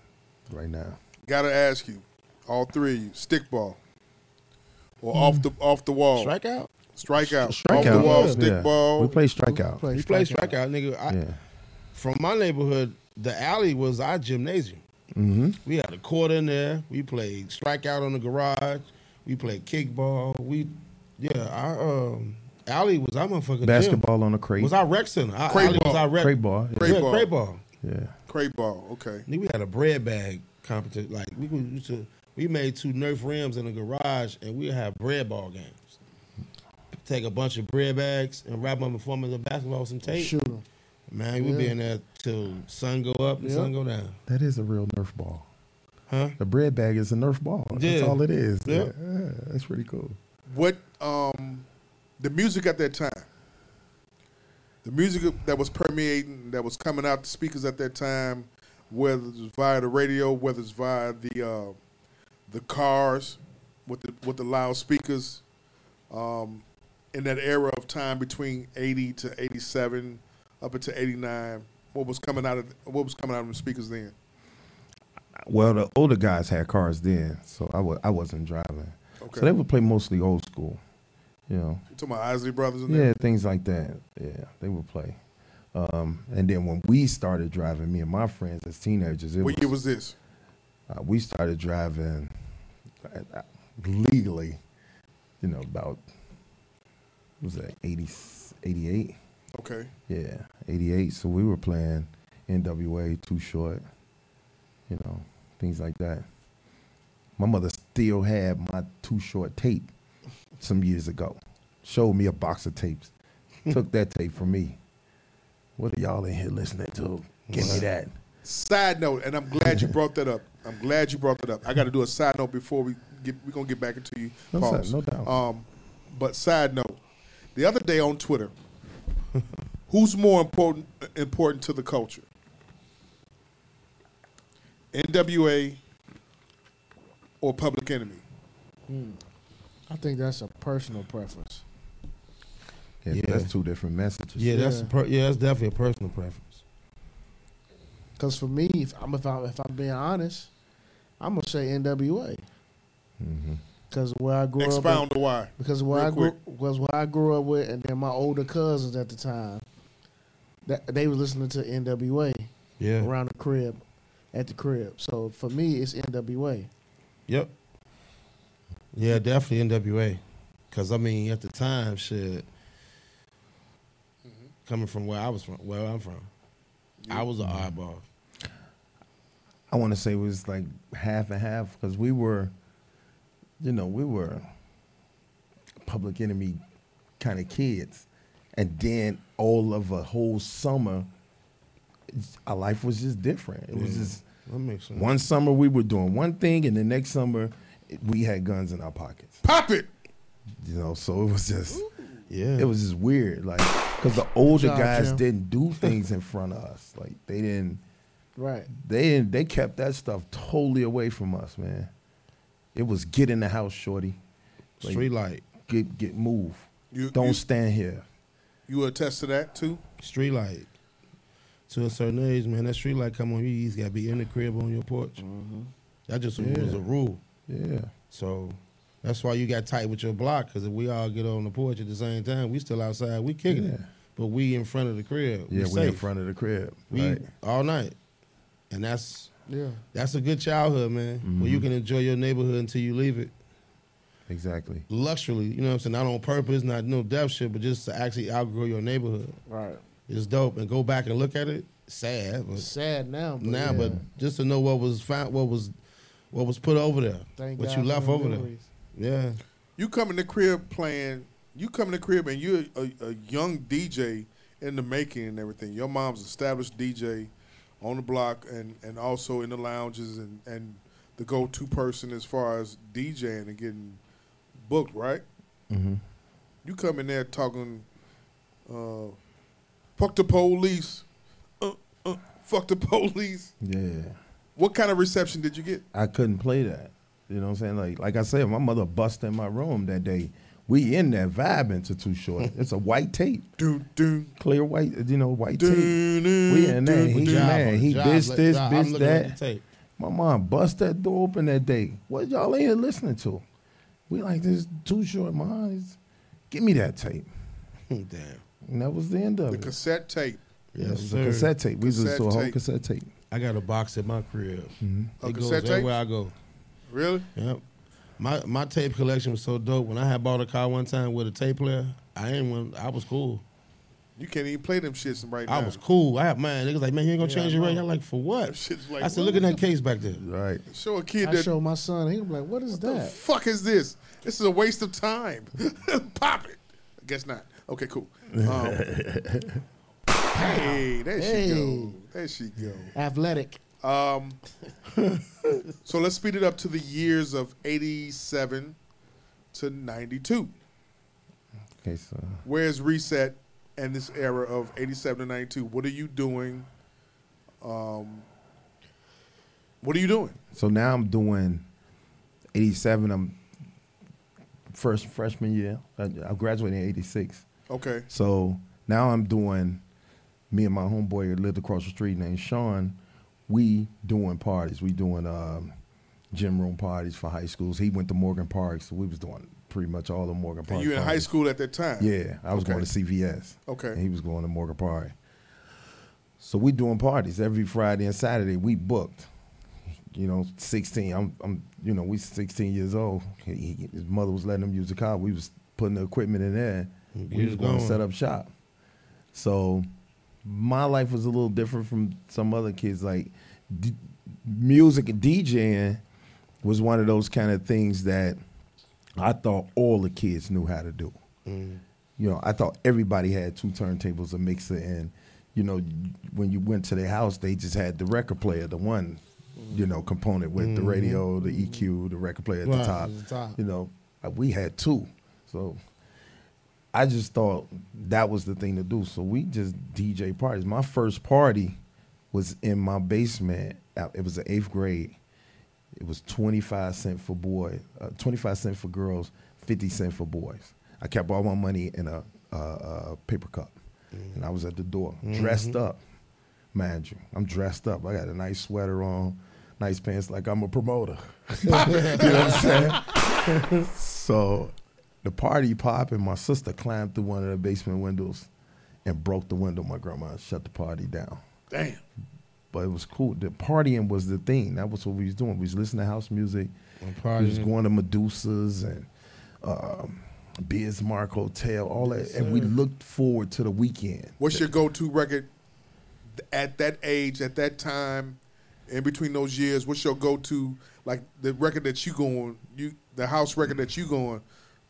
right now. Gotta ask you, all three of you, stickball or Hmm. off the off the Oh. wall, Strikeout? strikeout, off Strikeout. the wall, Yeah. stickball. We play strikeout. You play strikeout, nigga. I, Yeah. From my neighborhood, the alley was our gymnasium. Mm-hmm. We had a court in there. We played strikeout on the garage. We played kickball. We, yeah, our um, alley was our motherfucking gym. Basketball on the crate. Was our rec center. Our Crate alley ball. was our rec. Crate ball, yeah. Yeah, Crate ball. crate ball. Yeah. Crate ball. Okay. Nigga, We had a bread bag competition. Like we could- used to, we made two Nerf rims in the garage, and we had bread ball games. Take a bunch of bread bags and wrap them in form of the basketball with some tape. Shoot 'em. Man, we Yeah. be in there till sun go up and Yeah. sun go down. That is a real Nerf ball. Huh? The bread bag is a Nerf ball. That's Yeah. all it is. Yeah. that's pretty cool. What um the music at that time? The music that was permeating, that was coming out the speakers at that time, whether it's via the radio, whether it's via the uh, the cars with the with the loudspeakers, um, in that era of time between eighty to eighty seven, up into eighty nine, what was coming out of what was coming out of the speakers then? Well, the older guys had cars then, so I wa- I wasn't driving. Okay. So they would play mostly old school, you know. You talking about Isley Brothers and Yeah, things like that. Yeah, they would play. Um, and then when we started driving, me and my friends as teenagers, it What year was this? Uh, we started driving uh, uh, legally, you know, about what was that 80, 88? Okay. Yeah, 88. So we were playing NWA, Too Short, you know, things like that. My mother still had my Too Short tape some years ago. Showed me a box of tapes. Took that tape from me. What are y'all in here listening to? Give me that. Side note, and I'm glad you brought that up. I'm glad you brought that up. I got to do a side note before we get. We're gonna get back into you. No side- Pause. no doubt. Um, but side note, the other day on Twitter, who's more important important to the culture? NWA or Public Enemy? Hmm. I think that's a personal preference. Yeah, that's two different messages. Yeah, that's Yeah. per- yeah, that's definitely a personal preference. Because for me, if I'm if I'm if I'm being honest, I'm gonna say NWA. Mm-hmm. Because where I grew up, Expound the why. Because Real where I grew, was where I grew up with, and then my older cousins at the time, that they was listening to NWA. Yeah. Around the crib, at the crib. So for me, it's NWA. Yep. Yeah, definitely NWA. Cause I mean, at the time, shit. Mm-hmm. Coming from where I was from, where I'm from, I was an Mm-hmm. oddball. I want to say it was like half and half because we were, you know, we were public enemy kind of kids. And then all of a whole summer, it's- our life was just different. It was Yeah, just that makes sense. one summer we were doing one thing, and the next summer it- we had guns in our pockets. Pop it! You know, so it was just, yeah, it was just weird. Like, because the older Good job, guys Jim. didn't do things in front of us. Like, they didn't Right. they they kept that stuff totally away from us, man. It was get in the house, shorty. Street light. Get get move. You- Don't you- stand here. You attest to that too? Street light. To a certain age, man, that street light come on, you just gotta be in the crib on your porch. That just was Mm-hmm. Yeah. a rule. Yeah. So that's why you got tight with your block, because if we all get on the porch at the same time, we still outside, we kicking it. Yeah. But we in front of the crib. Yeah, we in safe. front of the crib. We right. all night. And that's Yeah. that's a good childhood, man. Where you can enjoy your neighborhood until you leave it. Exactly. Luxury, you know what I'm saying? Not on purpose, not no depth shit, but just to actually outgrow your neighborhood. Right. It's dope. And go back and look at it. Sad. But Sad now. But now, yeah. but just to know what was found, what was what was put over there, Thank what God you for left the over memories. there. Yeah, You come in the crib playing. You come in the crib and you're a, a young DJ in the making and everything. Your mom's established DJ on the block and, and also in the lounges and, and the go to person as far as DJing and getting booked, right? Mm-hmm. Mhm. You come in there talking, uh, fuck the police, uh, uh, fuck the police. Yeah. What kind of reception did you get? I couldn't play that. You know what I'm saying? Like like I said, my mother bust in my room that day. We in there vibing to too short. It's a white tape. Do do clear white, you know, white Do, tape. do, we in there. do, He do. mad. He Job, this, like, this, job. I'm this, looking at that. the tape. My mom bust that door open that day. What y'all in here listening to? We like this too short, mom. It's- Give me that tape. Damn. And that was the end of The it. cassette tape. Yeah, it was a cassette tape. We just Cassette do a whole tape. cassette tape. I got a box at my crib. Mm-hmm. Oh, It goes cassette tapes? everywhere I go. Really? Yep. My my tape collection was so dope. When I had bought a car one time with a tape player, I ain't one. I was cool. You can't even play them shits right now. I was cool. I had mine. Niggas like, man, you ain't gonna Yeah, change I your rate. know. I'm like, for That what? shit's like, I said, what look at the that case back there. Right. Show a kid I that. show my son, he was like, "What is the that?" fuck is this? This is a waste of time. Pop it. I guess not. Okay, cool. Um, hey, there Hey. she go. There she go. Athletic. Um, so let's speed it up to the years of 87 to 92. Okay, so Where's Reset and this era of 87 to 92? What are you doing? Um, what are you doing? so now I'm doing 87. I'm first freshman year. I, I graduated in 86. Okay. So now I'm doing. Me and my homeboy who lived across the street named Sean. We doing parties. We doing um, gym room parties for high schools. He went to Morgan Park, so we was doing pretty much all the Morgan Park. And you in high parties. school at that time? Yeah, I was going to CVS. Okay. And he was going to Morgan Park. So we doing parties every Friday and Saturday. We booked. You know, sixteen. I'm, I'm. You know, we sixteen years old. He- he- his mother was letting him use the car. We was putting the equipment in there. We You was was going to going. set up shop. So my life was a little different from some other kids. Like d- music and DJing was one of those kind of things that I thought all the kids knew how to do. Mm. You know, I thought everybody had two turntables, a mixer, and you know, when you went to their house, they just had the record player, the one you know, component with the radio, the E EQ, the record player at Mm-hmm. Right, the, top. at the top. You know, uh, we had two. So I just thought that was the thing to do. So we just DJ parties. My first party was in my basement. Uh, It was the eighth grade. It was 25 cent for boy, uh, 25 cent for girls, 50 cent for boys. I kept all my money in a, a, a paper cup. And I was at the door, dressed Mhm. up, mind you. I'm dressed up. I got a nice sweater on, nice pants, like I'm a promoter. you know what I'm saying? so the party popping, my sister climbed through one of the basement windows and broke the window. My grandma shut the party down. Damn. But it was cool. The partying was the thing. That was what we was doing. We was listening to house music. We was partying. going to Medusa's and um, Bismarck Hotel, all that. and we sir. looked forward to the weekend. What's your go-to record at that age, at that time, in between those years? What's your go-to like the record that you going you the house record that you going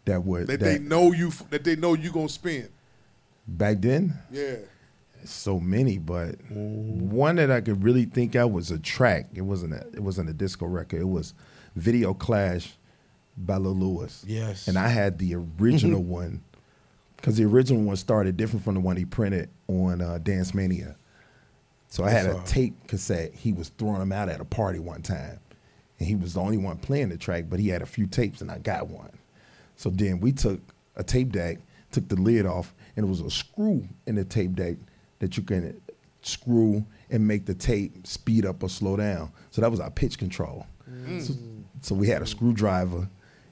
that would that, that, they know you f- that they know you gonna spin? back then? Yeah, so many, but one that I could really think of was a track. It wasn't a, it wasn't a disco record. It was Video Clash by Lil Lewis. Yes. and I had the original one because the original one started different from the one he printed on uh, Dance Mania. So I had a That's all. tape cassette. He was throwing them out at a party one time, and he was the only one playing the track. But he had a few tapes, and I got one. So then we took a tape deck, took the lid off, and it was a screw in the tape deck that you can screw and make the tape speed up or slow down. So that was our pitch control. So, so we had a screwdriver,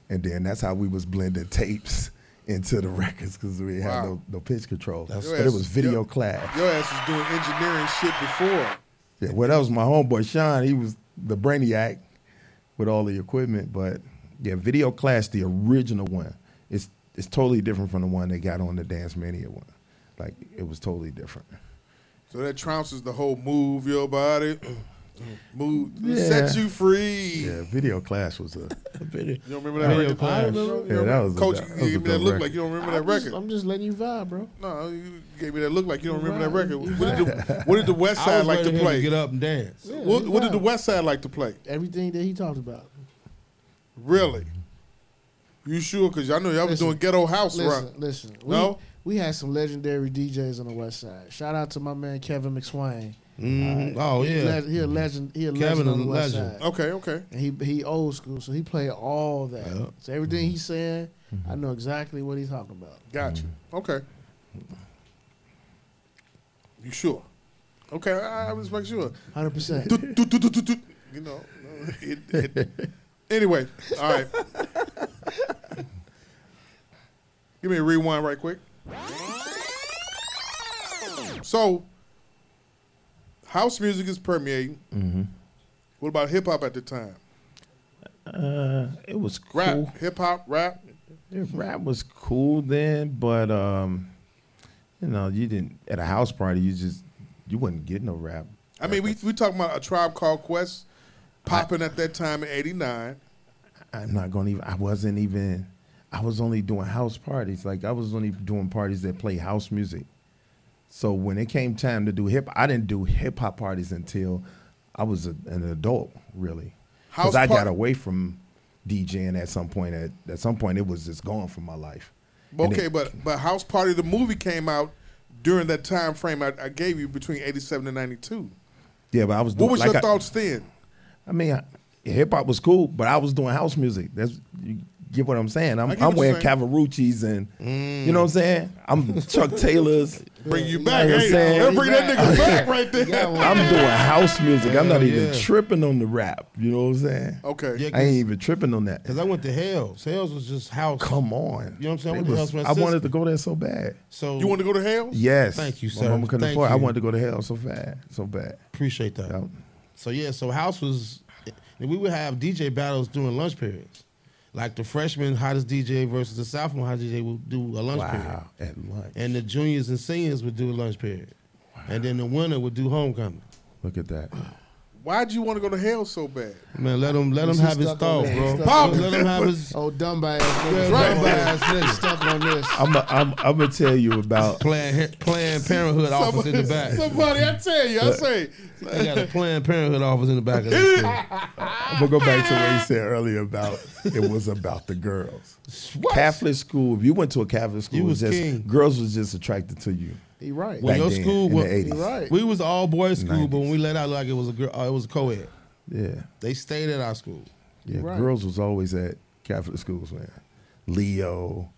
and then that's how we was blending tapes into the records because we had no, no pitch control. Your but it ass- was video your- class. Your ass was doing engineering shit before. Yeah, well, that was my homeboy Sean. He was the brainiac with all the equipment. But yeah, Video Clash, the original one, it's it's totally different from the one they got on the Dance Mania one. Like it was totally different. So that trounces the whole move your body, move set you free. Yeah, Video Clash was a. You don't remember that record? I remember. Yeah, that was a- Coach, that you was a gave me that dope look record. like you don't remember I'm that just- record. I'm just letting you vibe, bro. No, you gave me that look like you don't remember that right. record. You What did, right. the, what did the West I Side was like to ready to play? get up and dance. Yeah, what you what did the vibe. West Side like to play? Everything that he talked about. Really? You sure? Because I know y'all was Listen, doing ghetto house listen, rock. Listen, we, No? we had some legendary DJs on the West Side. Shout out to my man Kevin McSwain. Mm, oh, He yeah. le- he a legend. He a Kevin legend on the is a West legend. Side. Okay, okay. And he he old school, so he played all that. Yeah. So everything Mm-hmm. he's saying, I know exactly what he's talking about. Gotcha. Okay. You sure? Okay, I, I was making sure. Hundred percent. Doot, doot, doot, doot, doot, doot. You know. no, it- it- Anyway, all right. Give me a rewind right quick. So, house music is permeating. Mhm. What about hip hop at the time? Uh, it was cool. Rap, hip hop, rap. Yeah, rap was cool then, but um, you know, you didn't at a house party. You just you wouldn't get no rap. I mean, we we talking about a tribe called Quest popping at that time in '89. I'm not gonna even. I wasn't even. I was only doing house parties. Like I was only doing parties that play house music. So when it came time to do hip, I didn't do hip hop parties until I was a, an adult, really. House Because I par- got away from DJing at some point. At at some point, it was just gone from my life. And Okay, it- but but House Party the movie came out during that time frame I, I gave you between '87 and '92. yeah, but I was. Doing, What was like your I- thoughts then? I mean, hip hop was cool, but I was doing house music. That's you get what I'm saying. I'm, I get I'm what you're wearing Cavarucci's and you know Mm. what I'm saying. I'm Chuck Taylors. Bring you know back, what I'm hey, saying? let's bring that nigga back right I'm there. doing house music. I'm not Hell even yeah. tripping on the rap. You know what I'm saying? Okay. I Yeah, ain't because even tripping on that. I went to Hell's. Hell's was just house. Come on. You know what I'm saying? I It went to was- Hell's with my I wanted sister. to go there so bad. So You want to go to hell? Yes. Thank you, My sir. mama couldn't Thank afford. I you. wanted to go to hell so bad, so bad. Appreciate that. So yeah, so house was, and we would have DJ battles during lunch periods, like the freshman hottest DJ versus the sophomore hottest DJ would do a lunch period, Wow. At lunch. and the juniors and seniors would do a lunch period, and then the winner would do homecoming. Look at that. Why'd you want to go to hell so bad? Man, let him let him have his thought, bro. Pop Let him have his. Oh, dumb by ass. Yeah, nigga. dumb ass nigga. Stuck on this. I'm i I'm I'm gonna tell you about Planned Planned Parenthood office in the back. Somebody, I tell you, I Look. say. They got a Planned Parenthood office in the back of this thing. I'm gonna go back to what he said earlier about it was about the girls. Catholic school. If you went to a Catholic school, You it was was just king. girls was just attracted to you. He right. When Back your then, school in was, the 80s. Right. we was all boys school, but when we let out like it was a girl, uh, it was a co-ed. Yeah, They stayed at our school. yeah. Right. Girls was always at Catholic schools, man. Leo,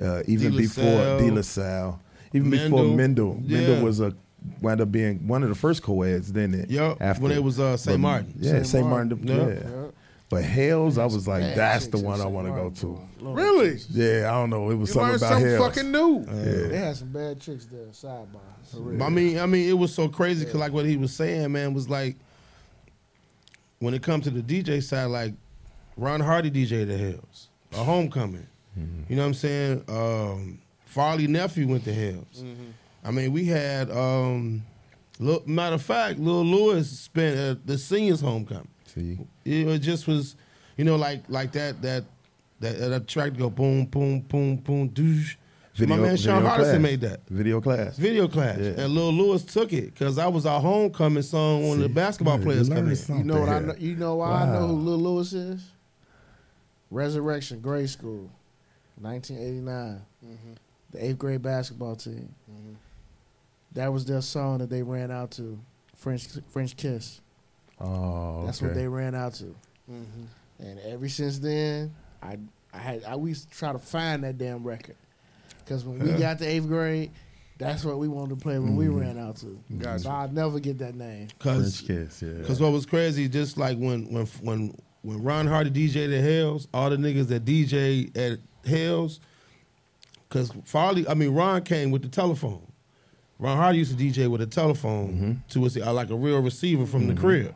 uh, even De La before Salle. De La Salle, even before Mendel. Mendel. Yeah. Mendel was a wound up being one of the first co-eds. Then it Yup, after when it was, uh, St. But- Martin. Yeah, St. Saint Martin. Martin. Yup. Yeah. But Hales, I was like, Bad that's the chicks in one I St. want to go Martin, to. Really? Yeah, I don't know. It was You something learned about Uh, something Hales. fucking new. Yeah. They had some bad chicks there. Sidebar. For real. But I mean, I mean, it was so crazy because like what he was saying, man, was like when it comes to the DJ side, like Ron Hardy DJ the Hells, a homecoming. Mm-hmm. You know what I'm saying? Um, Farley nephew went to Hells. Mm-hmm. I mean, we had um, Lil- matter of fact, Lil Lewis spent uh, the seniors homecoming. See, It was- just was, you know, like like that that that, that track go boom boom boom boom douche. My man Sean video Hardison class. made that. video class. Video class. Yeah. And Lil Lewis took it because I was our homecoming song when the See, basketball you players learned come in. something You know what I here. know? You know why I know who Lil Lewis is? Resurrection Grade School, 1989, the eighth grade basketball team. That was their song that they ran out to, French French Kiss. Oh, That's okay. what they ran out to. And ever since then, I I had I we used to try to find that damn record because when we Yeah. Mm-hmm. got to eighth grade, that's what we wanted to play when we ran out to. Gotcha. So I'll never get that name. Because French Kiss. Yeah. Because what was crazy, just like when when when when Ron Hardy DJ the Hells, all the niggas that DJ at Hells, because Farley, I mean Ron came with the telephone. Ron Hardy used to DJ with a telephone to Mm-hmm. us, uh, like a real receiver from the crib,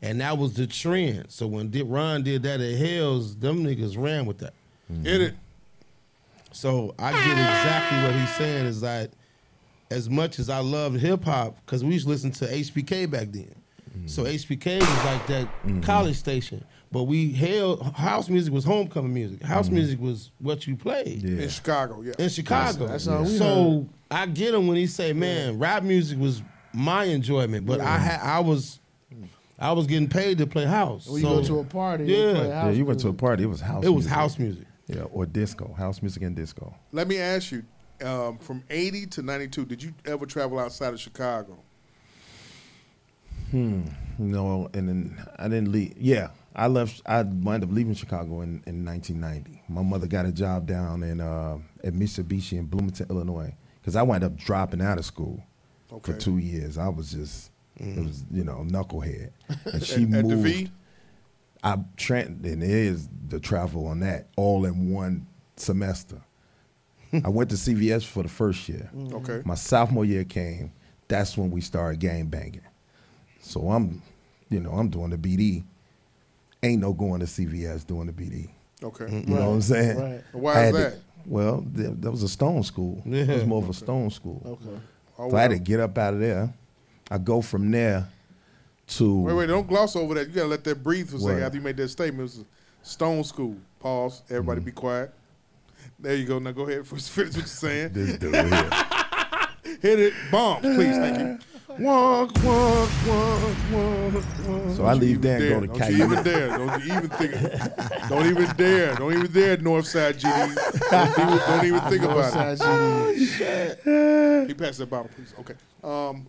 and that was the trend. So when did Ron did that at Hells, them niggas ran with that. mm-hmm. Hit it. So I get exactly what he's saying is that as much as I loved hip hop, because we used to listen to HBK back then. So Mm-hmm. HBK was like that college station. But we held house music was homecoming music. House music was what you played Mm-hmm. Yeah. In Chicago, yeah. in Chicago. That's all we so I get him when he say, "Man, rap music was my enjoyment, but I had I was I was getting paid to play house. We so go to a party. Yeah. Yeah, play Yeah, house you went to a music. party. It was house. it was music. house music. Yeah, or disco, house music and disco. Let me ask you, um, from 80 to 92, did you ever travel outside of Chicago? No, and then I didn't leave. Yeah, I left. I wound up leaving Chicago in, in 1990. My mother got a job down in uh, at Mitsubishi in Bloomington, Illinois, because I wound up dropping out of school Okay. for two years. I was just, Mm. it was you know, knucklehead. And she At, at the moved. V? I Trent and is the travel on that all in one semester. I went to CVS for the first year. Okay. My sophomore year came. That's when we started gang banging. So I'm, you know, I'm doing the BD. Ain't no going to CVS doing the BD. Okay. You know what I'm saying? right. Why I is had to- that? well, th- that was a stone school. It was Yeah. more of a stone school. Okay. Oh, So I had wow. to get up out of there. I go from there to Wait, wait, don't gloss over that. You gotta let that breathe for a second What? after you made that statement. It was Stone School. Pause. Everybody Mm-hmm. be quiet. There you go. Now go ahead. First, finish what you're saying. this dude here. Hit it. Bomb, please. Thank you. Walk, walk, walk, walk, walk. So I Don't you leave even there and go dare. to Don't Cayuga. you even dare. Don't you even think. Don't even dare. Don't even dare, Northside GD. Don't even, don't even think about Outside GD. it. He passed that bottle, please. Okay. Um,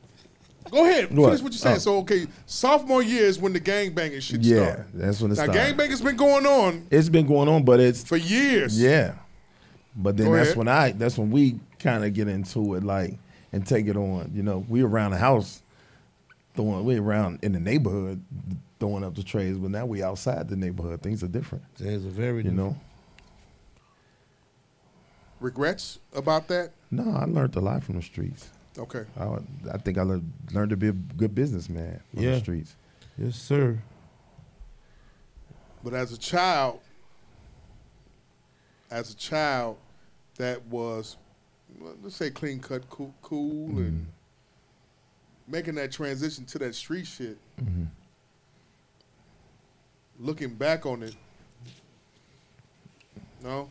go ahead. What? Finish what you're saying. Oh. So, okay, sophomore year is when the gangbanging shit Yeah, started. that's when it Now, started. gangbanging's been going on it's been going on, but it's for years. yeah. But then Go that's ahead. when I that's when we kind of get into it like and take it on. You know, we around the house throwing we around in the neighborhood throwing up the trays, but now we outside the neighborhood. Things are different. There's a very You know. Regrets about that? No, I learned a lot from the streets. Okay. I, would- I think I learned, learned to be a good businessman on Yeah. the streets. yes sir. But as a child, as a child, that was well, let's say clean cut, cool, Mm-hmm. Mm-hmm. cool and making that transition to that street shit. looking back on it. No,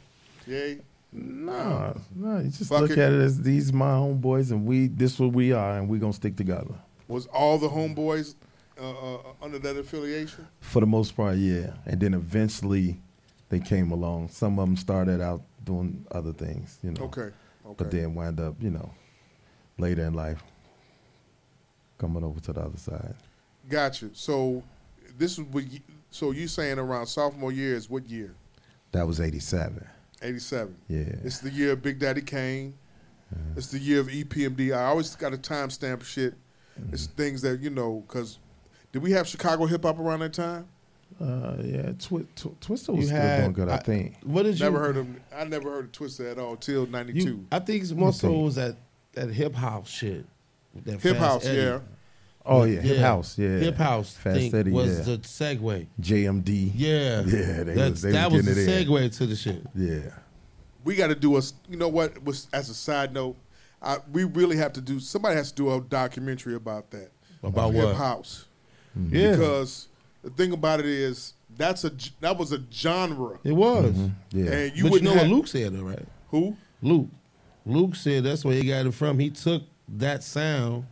yay. No, no, you just Fuck look at it as these my homeboys and we this what we are and we gonna stick together. Was all the homeboys uh, uh, under that affiliation? For the most part, yeah. And then eventually they came along. Some of them started out doing other things, you know. Okay, okay. But then wind up, you know, later in life coming over to the other side. Got you. So this is what. You, so you saying around sophomore year is what year? That was eighty seven. Eighty-seven. Yeah. It's the year of Big Daddy Kane. Uh-huh. It's the year of E EPMD. I always got a timestamp shit. It's Mm-hmm. things that you know because did we have Chicago hip hop around that time? Uh yeah, twi- tw- Twister You was still had- doing good, I, think. What did never you- heard of? I never heard of Twister at all till '92. You, I think it's more so was that that hip hop shit. that Hip Fast house, Eddie. yeah. Oh yeah, hip house, yeah. Hip house Fast thing Eddie, was yeah. the segue. JMD. Yeah. Yeah, they That's- was, they that was getting the it in. segue to the shit. Yeah. we got to do a. You know what? Was as a side note, I, we really have to do. Somebody has to do a documentary about that. About Hip what? house. Mhm. Yeah. Because the thing about it is that's a g- that was a genre. It was. Mm-hmm, Yeah. And you but you wouldn't know have- what Luke said, though, right? Who? Luke. Luke said that's where he got it from. He took that sound,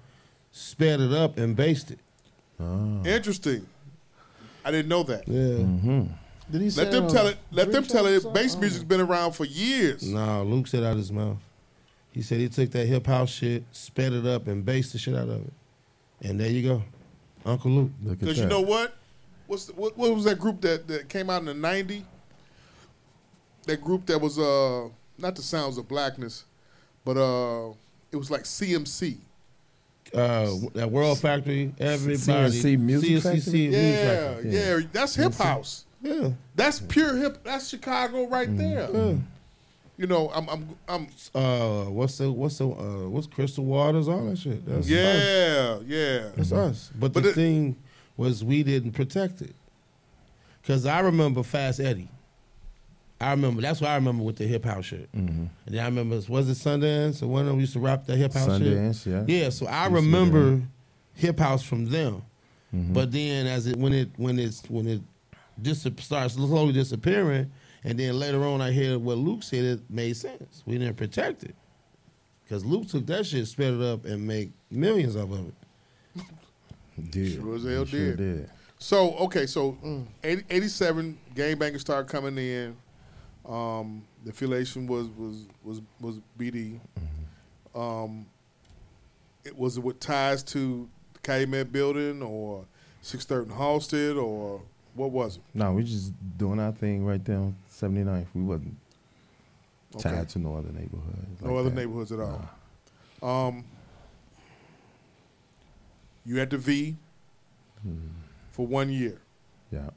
sped it up, and based it. Interesting. I didn't know that. Uh-huh. Yeah. Mm-hmm. Did he Let them tell it. Let them tell it. Bass music's been around for years. No, Luke said out his mouth. He said he took that hip house shit, sped it up, and based the shit out of it. And there you go, Uncle Luke. Because you know what? What's the, what, what was that group that, that came out in the ninety? That group that was uh not the Sounds of Blackness, but uh it was like CMC. uh, that World Factory, everybody. CNC Music Factory? CNC Music Yeah, Factory. yeah, that's hip house. Yeah, Mm-hmm. that's pure hip. That's Chicago right there. You know, I'm, I'm, I'm. Uh, what's the what's the uh, what's Crystal Waters? All that shit. That's us. yeah, yeah. That's Mm-hmm. us. But, the thing was, we didn't protect it. Cause I remember Fast Eddie. I remember. That's what I remember with the hip house shit. Mhm. And then I remember, was it Sundance? Or one of them used to rap that hip house shit. Sundance, yeah. Yeah. So I Used to remember do hip house from them. Mhm. But then as it when it when it's when it just starts slowly disappearing, and then later on I hear what Luke said. It made sense. We didn't protect it because Luke took that shit, sped it up, and make millions off of it. Did. Sure as hell They sure did. So okay, so 80, 87 gangbangers started coming in. Um, the affiliation was was was was BD. Mm-hmm. Um, it was it with ties to the Calumet Building or Sixth Third and Halsted or what was it? No, we just doing our thing right there on 79th. We wasn't Okay. tied to no other neighborhood. No like other that. neighborhoods at all. Um, you had the V Hmm. for one year. Yeah.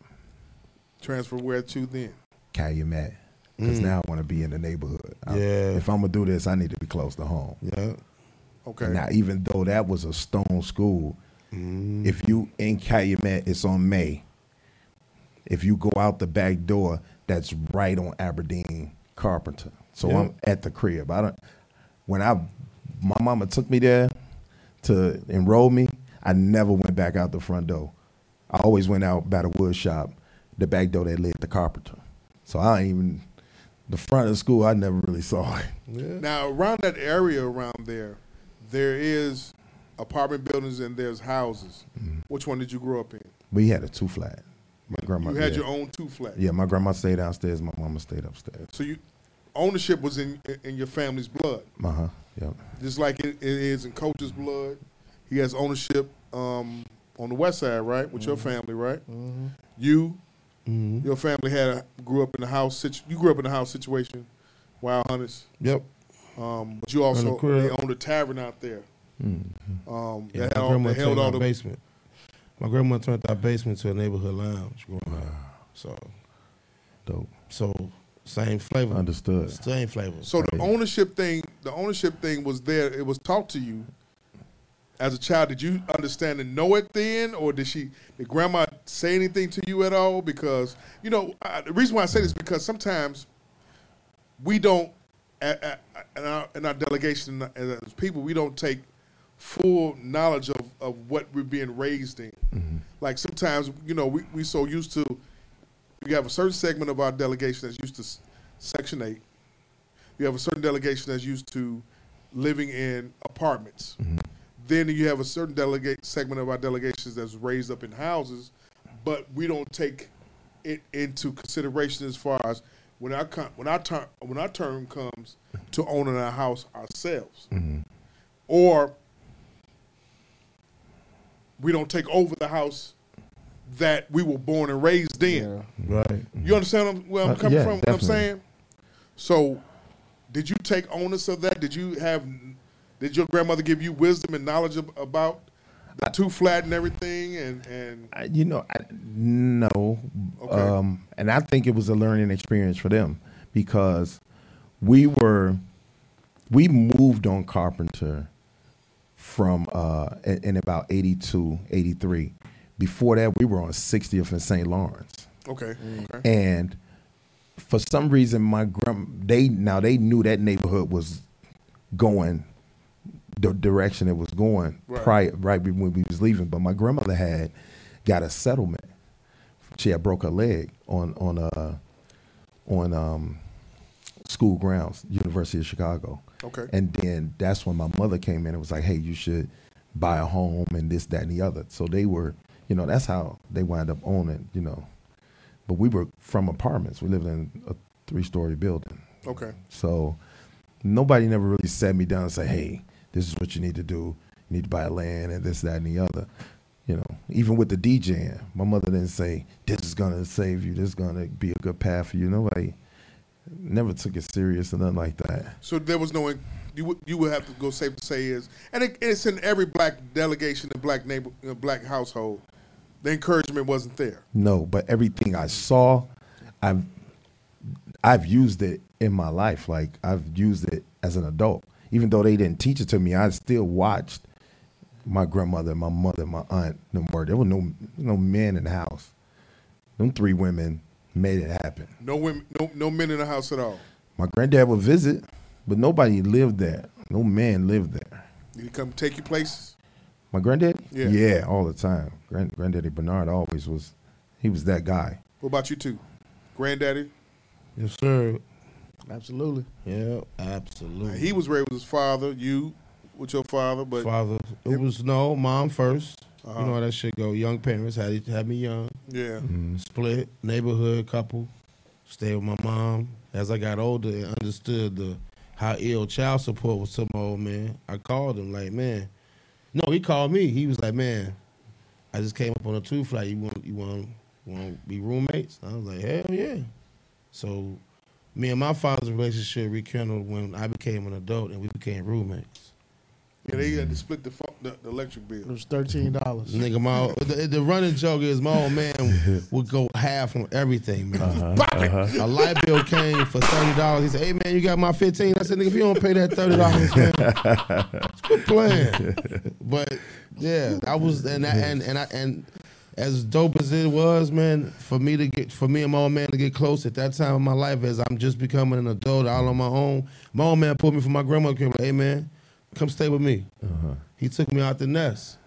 Transfer where to then? Calumet. Because Mm. now I want to be in the neighborhood. Oh. I- Yeah. if I'm going to do this, I need to be close to home. Yeah. Okay. Now, even though that was a stone school, Mm. if you in Calumet, it's on May. If you go out the back door, that's right on Aberdeen Carpenter. So Yeah. I'm at the crib. I don't. When I, my mama took me there to enroll me. I never went back out the front door. I always went out by the wood shop, the back door that led to Carpenter. So I ain't even the front of the school. I never really saw it. Now around that area around there, there is apartment buildings and there's houses. Which one did you grow up in? Mm-hmm. We had a two flat. My grandma. you had yeah. your own two flat. Yeah, my grandma stayed downstairs. My mama stayed upstairs. So you ownership was in in your family's blood, Uh huh. Yep. just like it, it is in Coach's blood. He has ownership um, on the west side, right, with Mm-hmm. your family, right? You, your family had a, grew up in the house. Situ- you grew up in the house situation, wild hunters. Yep. Um, but you In also the crib. Mm-hmm. they owned a tavern out there. Um, Yeah, that my held, grandma that held turned all our the basement. My grandma turned our basement to a neighborhood lounge. Growing up. So dope. So same flavor. Understood. Same flavor. So the ownership thing, the ownership thing was there. It was taught to you as a child. Did you understand and know it then, or did she, did grandma say anything to you at all? Because you know, I, the reason why I say this is because sometimes we don't, a- a- a- in our, in our delegation as as people, we don't take full knowledge of, of what we're being raised in. Like sometimes, you know, we we so used to you have a certain segment of our delegation that's used to s- Section 8. You have a certain delegation that's used to living in apartments. Then you have a certain delegate segment of our delegations that's raised up in houses, but we don't take it into consideration as far as when our con- when our term when our term comes to owning our house ourselves, or we don't take over the house that we were born and raised in. Right. You understand where I'm Uh, coming yeah, from? What I'm definitely. saying. So, did you take onus of that? Did you have? Did your grandmother give you wisdom and knowledge ab- about the two flat and everything? And and I- you know, I, no. Okay. Um, and I think it was a learning experience for them because we were, we moved on Carpenter from uh, in, in about 82, 83. Before that, we were on 60th and St. Lawrence. okay, mm. okay. And for some reason, my grand they now they knew that neighborhood was going the direction it was going Right. prior right be- when we was leaving. But my grandmother had got a settlement. She had broke her leg on on uh on um school grounds, University of Chicago. Okay. And then that's when my mother came in and was like, "Hey, you should buy a home and this, that, and the other." So they were, you know, that's how they wind up owning, you know. But we were from apartments. We lived in a three-story building. Okay. So nobody never really sat me down and said, "Hey, this is what you need to do. You need to buy land and this, that, and the other." You know, even with the DJing, my mother didn't say, "This is gonna save you. This is gonna be a good path for you." Nobody never took it serious or nothing like that. So there was no. You would you would have to go safe to say is, and it, it's in every black delegation and black neighbor, uh, black household. The encouragement wasn't there. No, but everything I saw, I've I've used it in my life. Like I've used it as an adult. Even though they didn't teach it to me, I still watched my grandmother, my mother, my aunt, no more. There were no no men in the house. Them three women made it happen. No women, no no men in the house at all. My granddad would visit, but nobody lived there. No man lived there. Did he come take you places? My granddaddy? Yeah. Yeah, all the time. Grand, granddaddy Bernard always was he was that guy. What about you two, granddaddy? Yes, sir. Absolutely. Yeah, absolutely. He was raised with his father. You with your father, but father. It was no mom 1st Uh-huh. You know how that shit go. Young parents had had me young. Yeah. Mm-hmm. Split neighborhood couple. Stay with my mom. As I got older and understood the how ill child support was to my old man, I called him like, man. No, he called me. He was like, man, I just came up on a two flight. You want you want want to be roommates? I was like, hell yeah. So me and my father's relationship rekindled when I became an adult and we became roommates. yeah, they had to split the, phone, the the electric bill. It was thirteen dollars. Nigga, my old- the, the running joke is my old man would go half on everything, man. Bop it. uh-huh. A light bill came for thirty dollars. He said, "Hey man, you got my 15 I said, "Nigga, if you don't pay that thirty dollars, man, quit playing." But yeah, I was and I, and and I, and as dope as it was, man, for me to get for me and my old man to get close at that time in my life, as I'm just becoming an adult, all on my own. My old man pulled me from my grandmother. Came like, "Hey man, come stay with me." He took me out the nest.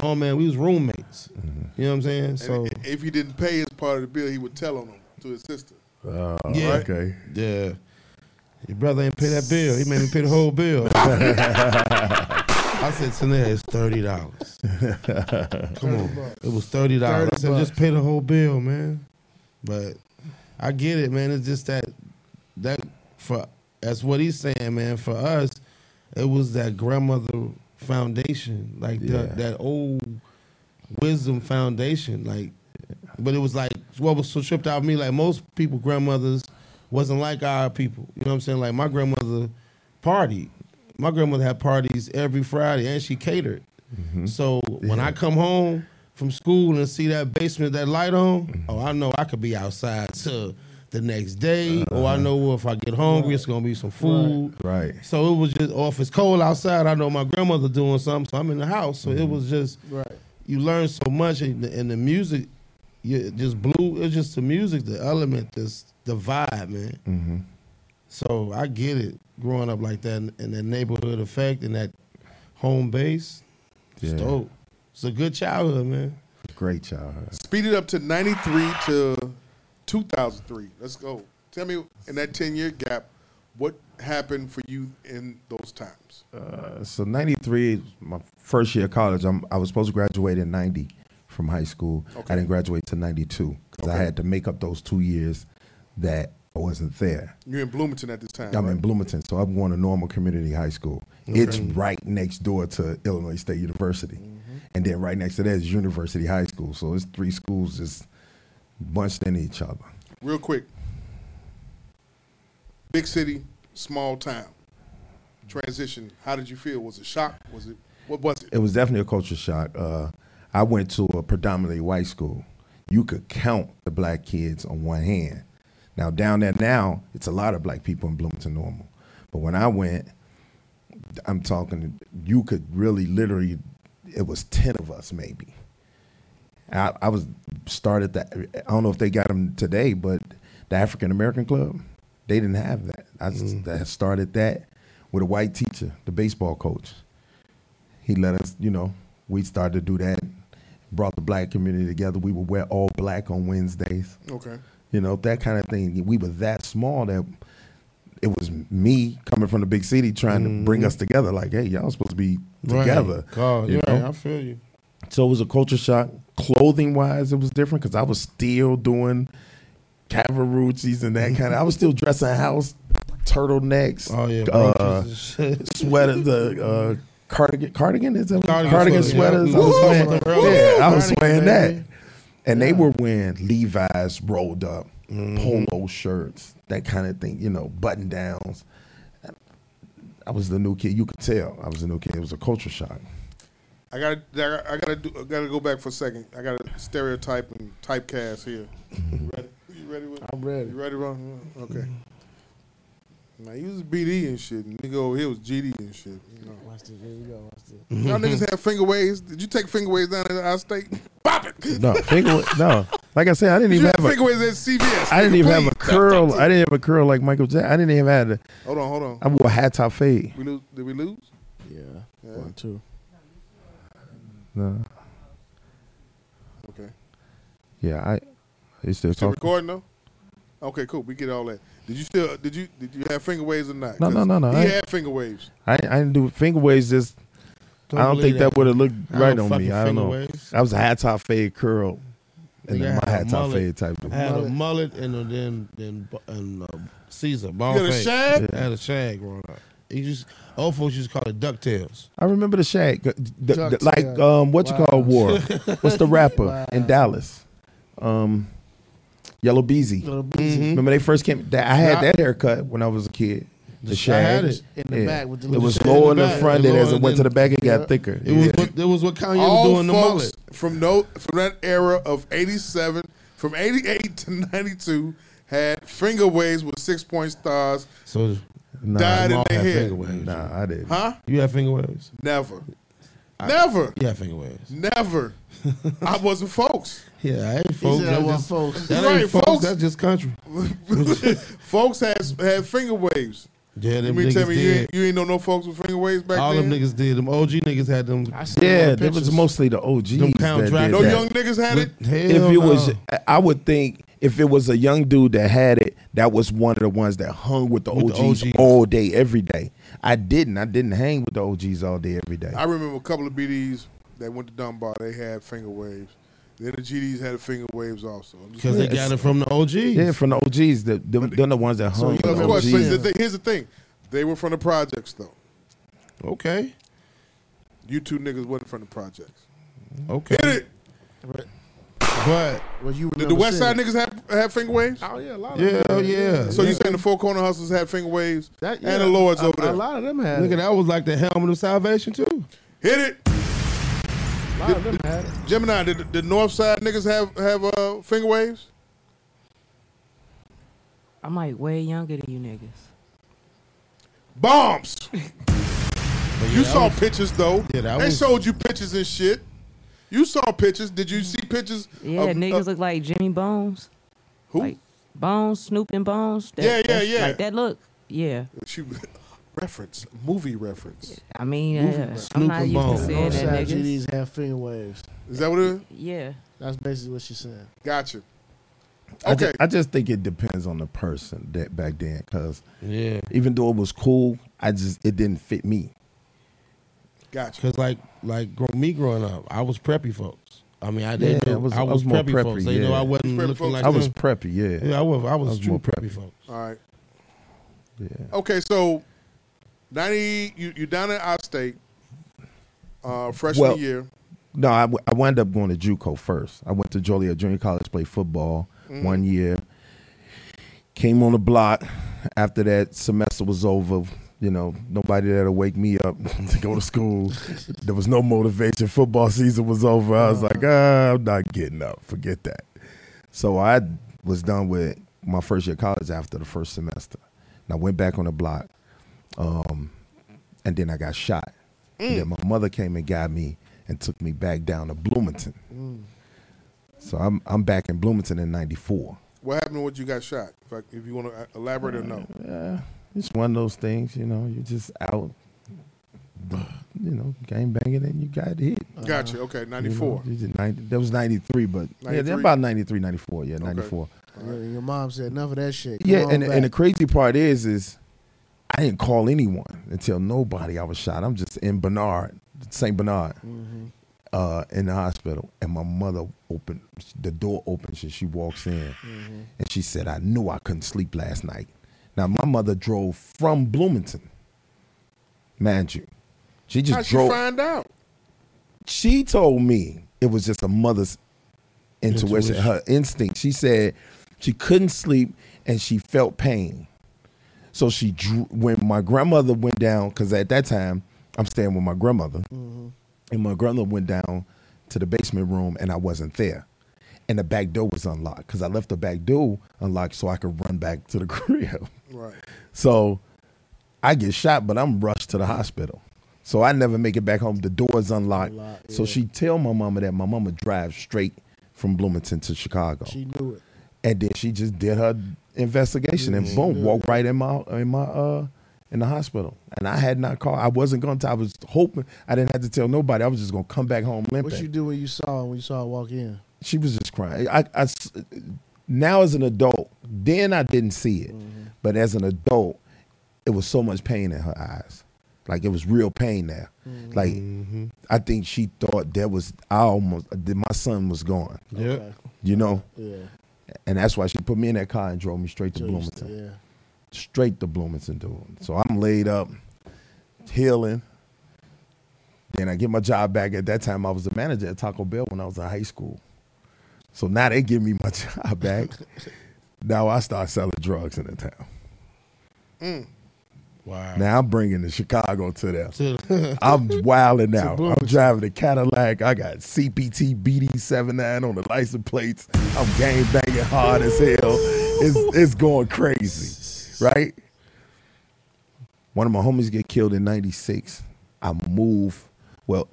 My old man, we was roommates. You know what I'm saying? So. And if he didn't pay his part of the bill, he would tell on him to his sister. Oh, Yeah. okay. Yeah. Your brother ain't pay that bill. He made me pay the whole bill. I said, Tanea, it's thirty dollars. Come on. It was thirty dollars. I 30 said, just pay the whole bill, man. But I get it, man. It's just that that for that's what he's saying, man. For us, it was that grandmother foundation, like Yeah. that that old wisdom foundation, like. But it was like what was so tripped out of me, like most people, grandmothers wasn't like our people. You know what I'm saying? Like my grandmother partied. My grandmother had parties every Friday, and she catered. So when I come home from school and see that basement, that light on, oh, I know I could be outside till the next day. Or I know if I get hungry, it's gonna be some food. Right. So it was just, or if it's cold outside, I know my grandmother doing something, so I'm in the house. So Mm-hmm. it was just, Right. you learn so much, and the, and the music, you it just blew. It's just the music, the element, this the vibe, man. Mm-hmm. So I get it. Growing up like that in that neighborhood effect and that home base, it's Yeah. dope. It's a good childhood, man. Great childhood. Speed it up to 93 to 2003. Let's go. Tell me in that 10 year gap, what happened for you in those times? Uh, so 93 is my first year of college I'm, i was supposed to graduate in 90 from high school i didn't graduate till 92 because i Okay. had to make up those two years that i wasn't there You're in Bloomington at this time. i'm right? in bloomington so i'm going to normal community high school Okay. Mm-hmm. it's right next door to illinois state university and then right next to that is university high school so it's three schools just bunched in each other Real quick. Big city, small town. Transition. How did you feel? Was it shock? Was it what was it? It was definitely a culture shock. Uh, I went to a predominantly white school. You could count the black kids on one hand. Now down there now, it's a lot of black people in Bloomington Normal. But when I went, I'm talking you could really literally it was ten of us maybe. I, I was started that I don't know if they got them today, but the African American Club, they didn't have that. I s- I started that with a white teacher, the baseball coach he let us, you know, we started to do that, brought the black community together. We would wear all black on Wednesdays. Okay. You know, that kind of thing. We were that small that it was me coming from the big city trying to bring Mhm. us together. Like, hey, y'all supposed to be Right. together. God, you yeah, know? I feel you. So it was a culture shock. Clothing wise, it was different because I was still doing Cavarucci's and that kind of. I was still dressing house turtlenecks, oh yeah, uh, brooches and shit. sweater, the uh, cardigan, cardigan is that what- Cardigan cardigan, sweaters, sweaters. yeah. I was Woo! wearing, Woo! yeah, I was Cardigan, wearing baby. that, and they were wearing Levi's rolled up polo shirts, that kind of thing. You know, button downs. I was the new kid. You could tell I was the new kid. It was a culture shock. I gotta, I gotta do, I gotta go back for a second. I gotta stereotype and typecast here. You ready? You ready? With, I'm ready. You ready, Ron? Okay. Now you was BD and shit. and Nigga over here was GD and shit. You know. Watch this. Here we go. Watch this. Y'all niggas had finger waves. Did you take finger waves down at our state? Pop it. No, finger, no. Like I said, I didn't Did even you have have a finger waves at CVS? I didn't nigga, even have a please? curl. I didn't have a curl like Michael Jackson. I didn't even have a. Hold on, hold on. I wore a hat top fade. We lose. Did we lose? Yeah. One, two. No. Okay. Yeah, I. It's still Still talking. recording though. Okay, cool. We get all that. Did you still? Did you? Did you have finger waves or not? No, no, 'Cause no, no. He I- had finger waves. I, I didn't do finger waves. Just Don't I don't believe think that, that. would have looked I right don't on me. fucking I don't finger know. waves. I was a hat top fade curl, and Nigga, then I my had hat a top mullet. fade type. dude. I had a mullet and a- then then bu- and uh, Caesar. Ball had a fade. shag? I had a shag growing up. He used old folks used to call it ducktails. I remember the shag, the- the- Duck like tail. um, what you call Wow. war? What's the rapper in Wow. Dallas? Um, Yellow Beezy. Yellow Beezy. Mhm. Remember they first came. that- I Yeah. had that haircut when I was a kid. The I shag had it In the back with the it little was shag lower in in the the back. front, and as it went to the back, it Yeah. got thicker. It was what it was what Kanye was all doing the folks mullet. from no from that era of '87, from '88 to '92, had finger waves with six point stars. So Nah, died in Jamal their had head. finger waves. Nah, I didn't. Huh? You had finger waves? Never, I- never, You had finger waves. never. I wasn't folks. Yeah, I ain't folks. said I That's want just- folks. That Right, ain't folks. folks. That's just country. folks has had finger waves. Yeah, you them mean niggas tell me you did. ain't, you ain't know no folks with finger waves back All then? them niggas did. Them OG niggas had them. Yeah, that was mostly the OGs. Them pound that drivers. did No Oh, that. young niggas had it? With- if Hell it was, no. I- I would think if it was a young dude that had it, that was one of the ones that hung with the, With OGs, the OGs. all day, every day. I didn't. I didn't hang with the OGs all day, every day. I remember a couple of BDs that went to Dunbar. They had finger waves. Then the GDs had finger waves also. I'm just- Yeah, it's- Yeah, from the OGs. The, them, them the ones that So, hung. you know, with of the course, but OGs. the thing- here's the thing. They were from the projects, though. Okay. You two niggas wasn't from the projects. Okay. Hit it. But Did the West Side niggas have, have finger waves? Oh yeah, a lot Yeah, of them. yeah. So you saying the Four Corner Hustlers had finger waves That- and the yeah, Lords a- over there? a lot of them had Nigga, it. that was like the helmet of salvation too. Hit it. A lot of them had it. Gemini, did the- the North Side niggas have, have uh, finger waves? I'm like way younger than you niggas. Bombs. you that saw was- pictures, though. Yeah, that they was- showed you pictures and shit. You saw pictures. Did you see pictures? Yeah, of- niggas of- look like Jimmy Um, Bones. uh, Who? Like Bones, Snoop and Bones. That, Yeah, yeah, that's- yeah. Like that look. Yeah. She reference movie reference. I mean, Movie uh, reference. I'm not used to seeing Northside that niggas. GDs have finger waves. Is that what it is? Yeah. That's basically what she said. Gotcha. I ju- I just, think it depends on the person that back then, because Yeah. even though it was cool, I just it didn't fit me. Gotcha. Cause like like grow me growing up, I was preppy folks. I mean, I didn't. Yeah, know, I, was, preppy, folks. They know yeah. I wasn't looking like I was Mm. them. preppy. Yeah, Yeah, I was. I was, true more preppy, folks. All right. Yeah. Okay, so ninety, you you down in our state, uh, freshman Well, year. No, I, w- I wound up going to JUCO first. I went to Joliet Junior College, played football Mm. one year. Came on the block after that semester was over. You know, nobody there to wake me up to go to school. there was no motivation. Football season was over. I was like, ah, I'm not getting up. Forget that. So I was done with my first year of college after the first semester. And I went back on the block. Um, and then I got shot. And then my mother came and got me and took me back down to Bloomington. So I'm I'm back in Bloomington in '94. What happened when you got shot? If, I, if you want to elaborate or no? Yeah. It's one of those things, you know. You're just out, you know, game banging, and you got hit. Gotcha. Uh, Okay, You know, 94. you did 90 that was '93, but yeah, they're 93. about '93, '94. Yeah, '94. Yeah, your mom said enough of that shit. Come Yeah, on and back. and the crazy part is is I didn't call anyone and tell nobody I was shot. I'm just in Bernard, St. Bernard, Mm-hmm. uh, in the hospital, and my mother opened the door opens and she walks in, Mm-hmm. Mhm. and she said, "I knew I couldn't sleep last night." Now my mother drove from Bloomington, mind you, she just How'd drove you find out? she told me it was just a mother's intuition, Intuition. her instinct. She said she couldn't sleep and she felt pain. So she drew, when my grandmother went down, because at that time I'm staying with my grandmother, and my grandmother went down to the basement room and I wasn't there. And the back door was unlocked because I left the back door unlocked so I could run back to the crib. Right. So I get shot, but I'm rushed to the hospital. So I never make it back home. The door's unlocked. Unlocked, So yeah. she tell my mama that my mama drives straight from Bloomington to Chicago. She knew it. And then she just did her investigation and Yeah. boom, walked right in my in my uh in the hospital. And I had not called. I wasn't going to. I was hoping I didn't have to tell nobody. I was just going to come back home limping. What you do when you saw her, when you saw her walk in? She was just crying. I, I s- now as an adult, then I didn't see it, Mm-hmm. but as an adult, it was so much pain in her eyes. Like it was real pain there. Mm-hmm. Like I think she thought that was I almost that my son was gone. Yeah. Okay. You know. Yeah. And that's why she put me in that car and drove me straight to Drove you st- Bloomington. Straight to Bloomington, dude. So I'm laid up, healing. Then I get my job back. At that time, I was the manager at Taco Bell when I was in high school. So now they give me my job back. now I start selling drugs in the town. Mm. Wow. Now I'm bringing the Chicago to them. I'm wilding out. I'm driving a Cadillac. I got CPT BD79 on the license plates. I'm game banging hard as hell. It's, it's going crazy, right? One of my homies get killed in 96. I move. Well,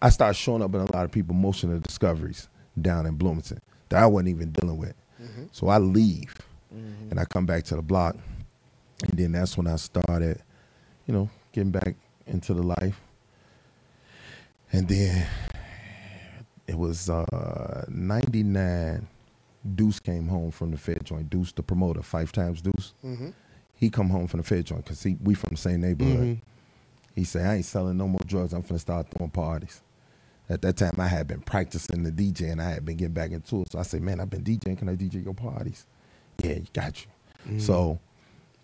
I start showing up in a lot of people motion discoveries down in Bloomington that I wasn't even dealing with. Mhm. So I leave and I come back to the block. And then that's when I started, you know, getting back into the life. And then it was uh 99. Deuce came home from the Fed joint. Deuce, the promoter, five times Deuce. Mhm. He come home from the Fed joint because we from the same neighborhood. Mhm. He said, I ain't selling no more drugs. I'm finna start throwing parties. At that time, I had been practicing the DJ and I had been getting back into it. So I said, man, I've been DJing. Can I DJ your parties? Yeah, you got you. Mhm. So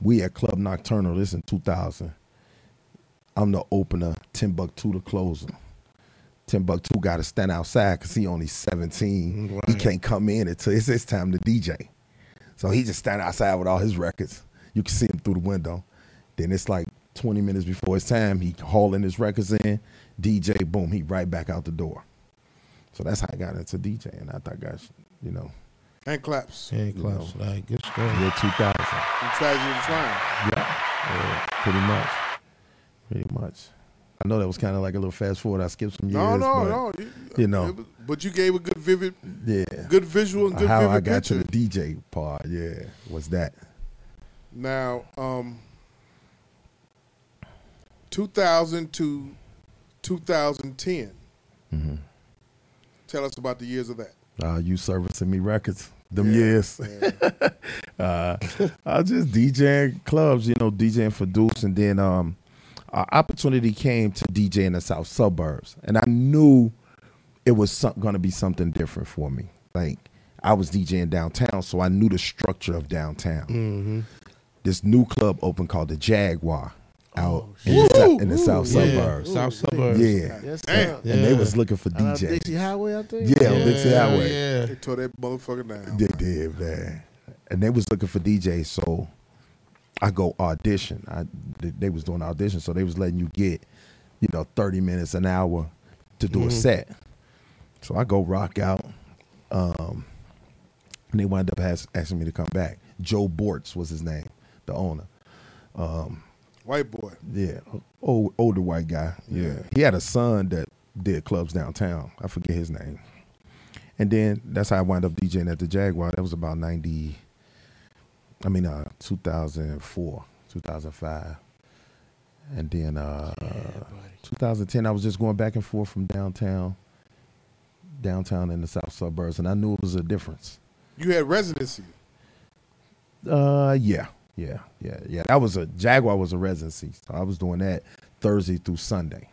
we at Club Nocturnal. This in 2000. I'm the opener, Timbuktu the closer. Timbuktu got to stand outside because he only 17. He can't come in until it's his time to DJ. So he just stand outside with all his records. You can see him through the window. Then it's like 20 minutes before his time. He hauling his records in. DJ, boom, he right back out the door. So that's how I got into DJing. I thought, gosh, you know, Hand claps. Hand You claps. know. Like good story. year 2000. You tried you to find. Yeah. yeah, pretty much. Pretty much. I know that was kind of like a little fast forward. I skipped some years. No, no, but, no. You, You know, it was- but you gave a good vivid, yeah. good visual and good How vivid I got picture. to the DJ part, yeah, was that. Now, um, 2000 to 2010. Tell us about the years of that. Uh, you servicing me records them years. uh, I was just DJing clubs, you know, DJing for Deuce, and then um, a opportunity came to DJ in the South Suburbs, and I knew it was some, gonna be something different for me. Like I was DJing downtown, so I knew the structure of downtown. Mm-hmm. This new club opened called the Jaguar. Out in, the, sou- in the south Oh, Ooh, ooh, suburbs, yeah, south suburbs. yeah, sir. Yes, and they Yeah. Uh, was looking for Out of DJs. Dixie Highway, I think? Yeah, on Dixie Yeah, Highway. They tore that motherfucker down. They did, man. And they was looking for DJs, so I go audition. I they, they was doing audition, so they was letting you get, you know, thirty minutes an hour to do Mhm. a set. So I go rock out, um, and they wind up ask, asking me to come back. Joe Bortz was his name, the owner. Um, White boy. yeah, old, older white guy. Yeah. he had a son that did clubs downtown. I forget his name. And then that's how I wound up DJing at the Jaguar. That was about ninety. I mean, uh, two thousand four, two thousand five, and then uh, two thousand ten. I was just going back and forth from downtown, downtown in the south suburbs, and I knew it was a difference. You had residency. Uh, yeah, yeah, yeah, yeah. That was a Jaguar was a residency, so I was doing that Thursday through Sunday,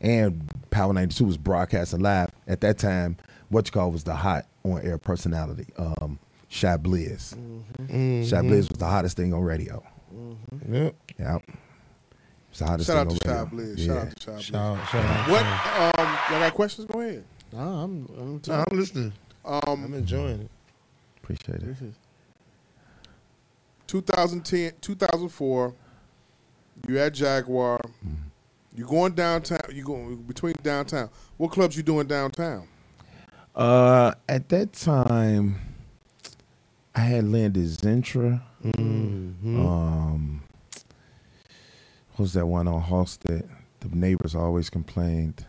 and Power ninety two was broadcasting live at that time. What you call was the hot on air personality, um, Shy Blizz. Mm-hmm. Shy Mhm. Blizz was the hottest thing on radio. Mm-hmm. Yep. Yep. It's the hottest Shout out thing to on Child radio. Blizz. Shout out to Child Blizz. What? What? Um, y'all got questions? Go ahead. Nah, I'm, I'm, Nah, I'm listening. Um, I'm enjoying it. Appreciate it. 2010, 2004. You at Jaguar. You going downtown. You going between downtown. What clubs you doing downtown? Uh, at that time, I had landed Zentra. Um, what was that one on Halstead? The neighbors always complained.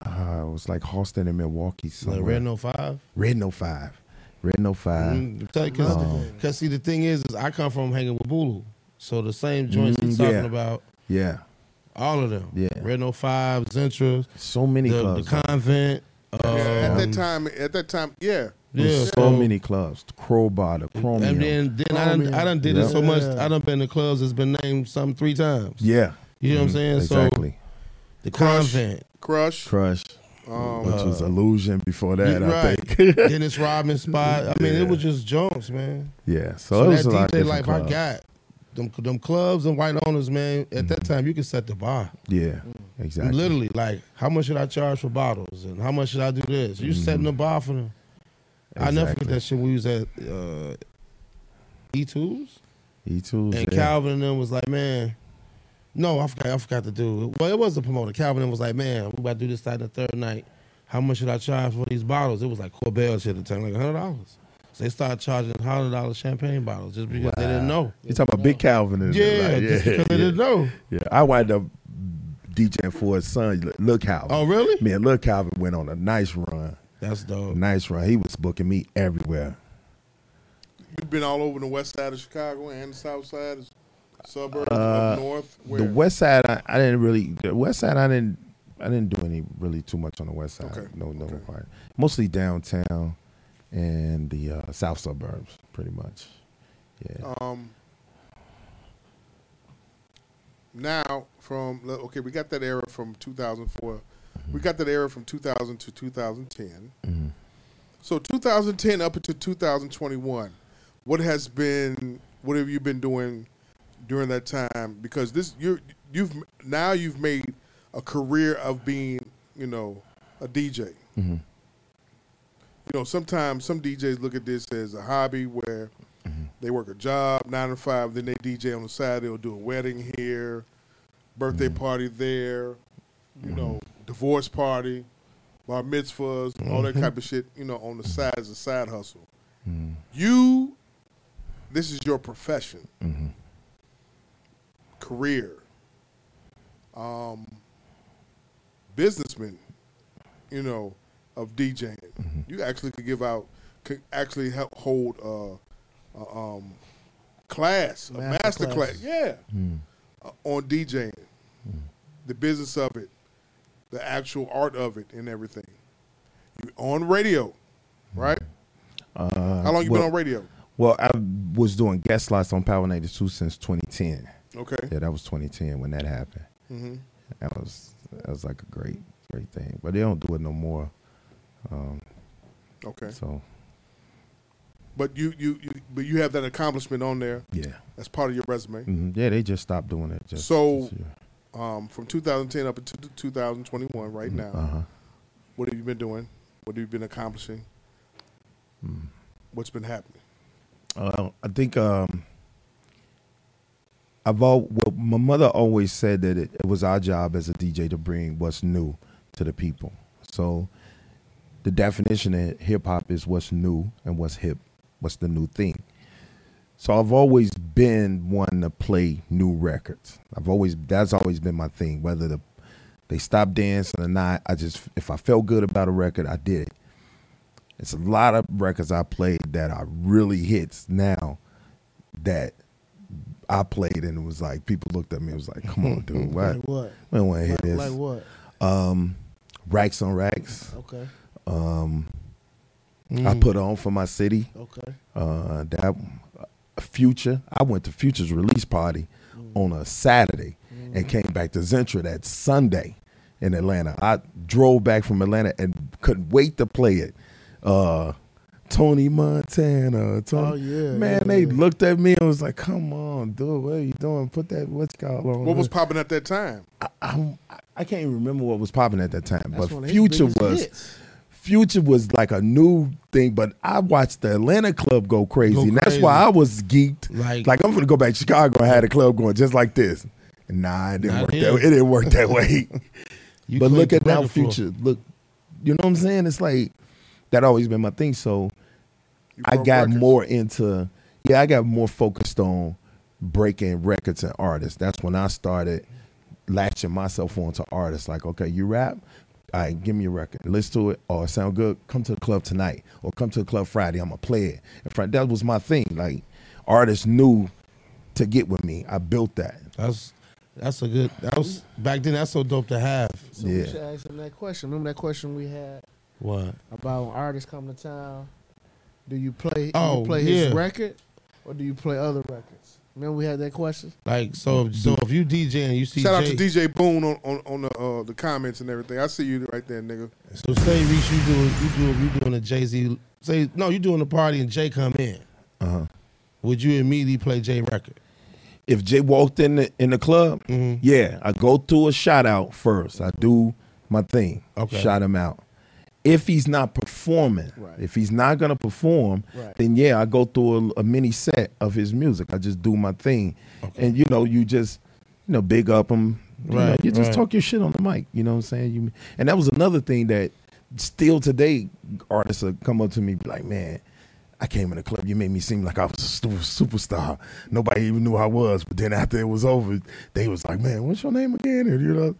Uh, it was like Halstead in Milwaukee somewhere. Red 05? Red No Five. Red No Five. Mm-hmm. Mm-hmm. Oh. Because see, the thing is, is I come from hanging with Bulu, so the same joints he's Mm, talking yeah. about, yeah. all of them. Yeah. Red No Five, Zentra, so many the, clubs, the man. convent. Um, at that time, at that time, yeah. There's so many clubs. Crowbar, the Chromium. And then, then I done, I done did it so Yeah. much. I done been to clubs that's been named something three times. Yeah. You know what I'm Mhm. saying? Exactly. So the convent. Crush. Crush, Um, which was Illusion before that, uh, Yeah, I right. think. Dennis Rodman spot. I mean, it was just jumps, man. Yeah, so it was that a lot of DJ different life I clubs. got. Them, them clubs and white owners, man. At that Mm-hmm. time, you could set the bar. Yeah, exactly. Literally, like, how much should I charge for bottles, and how much should I do this? Mm-hmm. You setting the bar for them. I never forget that shit. We was at uh, E twos, E2s. and yeah. Calvin and them was like, man, no, I forgot, I forgot to do. Well, it was a promoter. Calvin and was like, man, we about to do this like the third night. How much should I charge for these bottles? It was like Corbell shit at the time, like hundred dollars. So they started charging hundred dollars champagne bottles just because they didn't know. You talking about Big Calvin? And Yeah, just because they didn't know. Yeah, I wound up DJing for his son, Look Calvin. Oh, really? Man, Look Calvin went on a nice run. That's dope. Nice run. He was booking me everywhere. You've been all over the west side of Chicago and the south side, suburbs, Uh, up north. Where? the West Side, I, I didn't really. The West Side, I didn't. I didn't do any really too much on the West Side. Okay, No, no part. Mostly downtown and the uh, South suburbs, pretty much. Yeah. Um. Now, from le- okay, we got that era from 2004. We got that era from 2000 to 2010. So 2010 up until 2021, what has been? What have you been doing during that time? Because this you you've now you've made a career of being you know a DJ Mhm. you know, sometimes some DJs look at this as a hobby where they work a job, nine to five, then they DJ on the side. They'll do a wedding here, birthday party there, you know, divorce party, bar mitzvahs, all that Mhm. type of shit, you know, on the side as a side hustle. You, this is your profession, Mm-hmm. career, um, businessman, you know, of DJing. Mm-hmm. You actually could give out, could actually help hold uh, a um, class, a Master master class, classes. yeah, Mm. uh, on DJing, the business of it, the actual art of it, and everything. on radio, right? Mm. Uh, How long you been on radio? Well, I was doing guest slots on Power 92 since 2010. Okay. Yeah, that was 2010 when that happened. Mhm. That was that was like a great great thing, but they don't do it no more. Um, Okay. So But you, you you but you have that accomplishment on there. Yeah. That's part of your resume. mhm. yeah, they just stopped doing it. Just so, um, from 2010 up to 2021, right now, uh-huh. what have you been doing? What have you been accomplishing? Mm. What's been happening? Uh, I think um, I've all. Well, my mother always said that it, it was our job as a DJ to bring what's new to the people. So the definition of hip hop is what's new and what's hip, what's the new thing. So I've always been one to play new records. I've always that's always been my thing. Whether the they stop dancing or not, I just if I felt good about a record, I did it. It's a lot of records I played that are really hits now that I played and it was like people looked at me and was like, Come on, dude, what? Like what? We don't want to hear Like- this. like what? Um Racks on Racks. Okay. Um I Mm. put on for my city. Okay. Uh that Future. I went to Future's release party on a Saturday and came back to Zentra that Sunday in Atlanta. I drove back from Atlanta and couldn't wait to play it. Uh, Tony Montana. Tony, Oh, yeah, Man, yeah, they yeah. looked at me and was like, come on, dude, what are you doing? Put that, what's called on. What was there." popping at that time? I, I, I can't even remember what was popping at that time, That's one but of his Future biggest was hits. Future was like a new thing. But I watched the Atlanta club go crazy, Go and that's crazy. why I was geeked. Like- Like, I'm gonna go back to Chicago and have a club going just like this. Nah, it didn't Not work here. that. Way. It didn't work that way. You but played look the at now, record floor. Future. Look, you know what I'm saying? It's like that always been my thing. So I broke got records. more into yeah, I got more focused on breaking records and artists. That's when I started latching myself onto artists. Like, okay, you rap, all right, give me a record, listen to it, or it sound good. Come to the club tonight, or come to the club Friday. I'ma play it. In fact, that was my thing. Like, artists knew to get with me. I built that. That's that's a good. That was back then. That's so dope to have. So we should ask him that question. Remember that question we had What? about when artists come to town? Do you play? do Oh, you play yeah. his record, or do you play other records? Remember we had that question. Like Mm-hmm. so. If, so if you DJ and you see Shout out Jay- to DJ Boone on, on, on the uh, the comments and everything. I see you right there, nigga. So say Reese, you doing you doing you doing a Jay Z? Say no, you doing a party and Jay come in. Uh-huh. Would you immediately play Jay record? if Jay walked in the in the club, yeah, I go through a shout out first. I do my thing. Okay. Shout him out. If he's not performing, if he's not gonna perform, Right. then yeah, I go through a, a mini set of his music. I just do my thing, and you know, you just you know big up him. You, know, Right, you just right. talk your shit on the mic. You know what I'm saying? You and that was another thing that still today artists will come up to me be like, man. I came in the club. You made me seem like I was a stu- superstar. Nobody even knew I was. But then after it was over, they was like, "Man, what's your name again?" And, you know,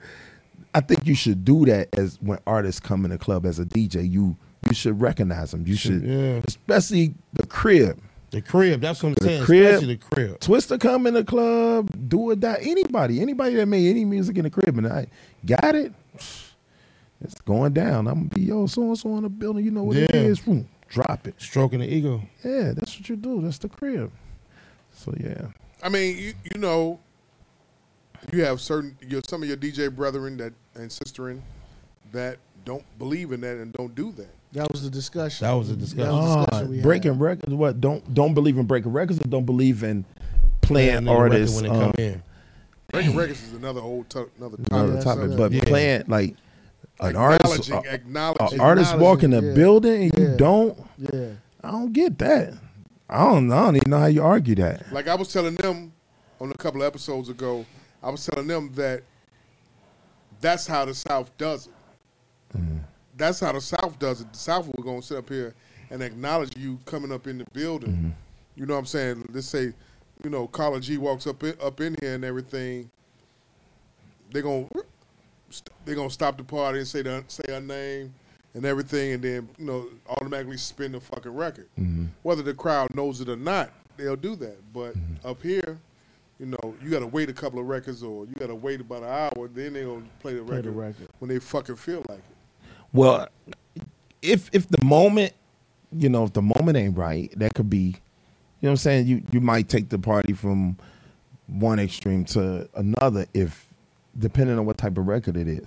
I think you should do that as when artists come in the club as a DJ. You you should recognize them. You should, yeah. especially the crib. The crib. That's what I'm The saying. crib, Especially the crib. Twister come in the club. Do or die. Anybody, anybody that made any music in the crib, and I got it. It's going down. I'm gonna be yo so and so in the building. You know what it Yeah. is. Boom, drop it. Stroking the ego. Yeah, that's what you do. That's the crib. So yeah. I mean, you, you know, you have certain your some of your DJ brethren that and sisterin that don't believe in that and don't do that. That was the discussion. That was the That discussion. was the Ah, discussion we had. breaking records. What don't don't believe in breaking records or don't believe in playing Playing the record artists when they come um, in. Breaking records is another whole to- another topic. on the topic, but Yeah. playing like an artist, Acknowledging- a- acknowledging. a artist walk in the Acknowledging, yeah. building and Yeah. you don't. Yeah. I don't get that. I don't. I don't even know how you argue that. Like I was telling them on a couple of episodes ago, I was telling them that that's how the South does it. That's how the South does it. The South we're gonna sit up here and acknowledge you coming up in the building. You know what I'm saying? Let's say, you know, Carla G walks up in, up in here and everything. They're gonna they're gonna stop the party and say the, say her name and everything, and then you know automatically spin the fucking record. Whether the crowd knows it or not, they'll do that. But up here, you know, you gotta wait a couple of records or you gotta wait about an hour, then they gonna play the Play record, the record. when they fucking feel like it. Well, if if the moment, you know, if the moment ain't right, that could be, you know, what I'm saying you you might take the party from one extreme to another if depending on what type of record it is.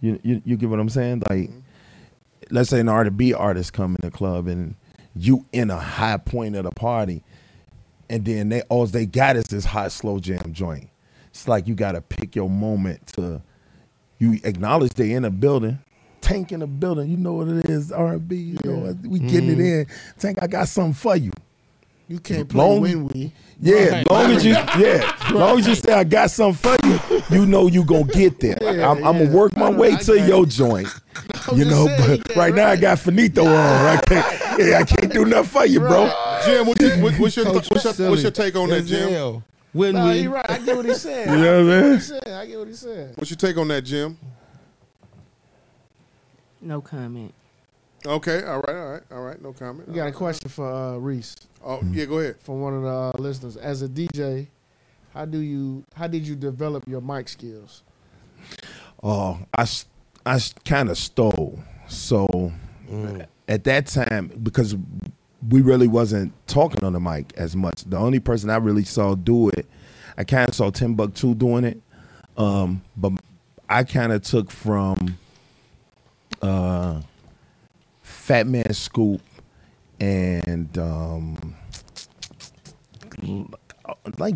You you, you get what I'm saying? Like, let's say an R and B artist come in the club and you in a high point of the party, and then they all they got is this hot slow jam joint. It's like you got to pick your moment to. You acknowledge they in a building, Tank in the building. You know what it is, R and B. You know what we getting it in. Tank, I got something for you. You can't play Long- when we. Yeah, long as you yeah, long as you say I got something for you, you know you gonna get there. I'm, I'm gonna work my way to your joint. You know, but right, now I got finito on. I can't, yeah, I can't do nothing for you, bro. Jim, what you, what, what's, your, what's, your, what's your take on that, Jim? Jim? When No, we he right. I get what he said. You know what I'm I get saying? he said. I get what he said. What's your take on that, Jim? No comment. Okay, all right, all right, all right. No comment. We got a question for uh, Reese. Oh yeah, go ahead. From one of the uh, listeners, as a DJ, how do you? How did you develop your mic skills? Oh, I, s- I kind of stole. So at that time, because we really wasn't talking on the mic as much. The only person I really saw do it, I kind of saw Timbuktu doing it. Um, but I kind of took from uh, Fat Man Scoop and um, like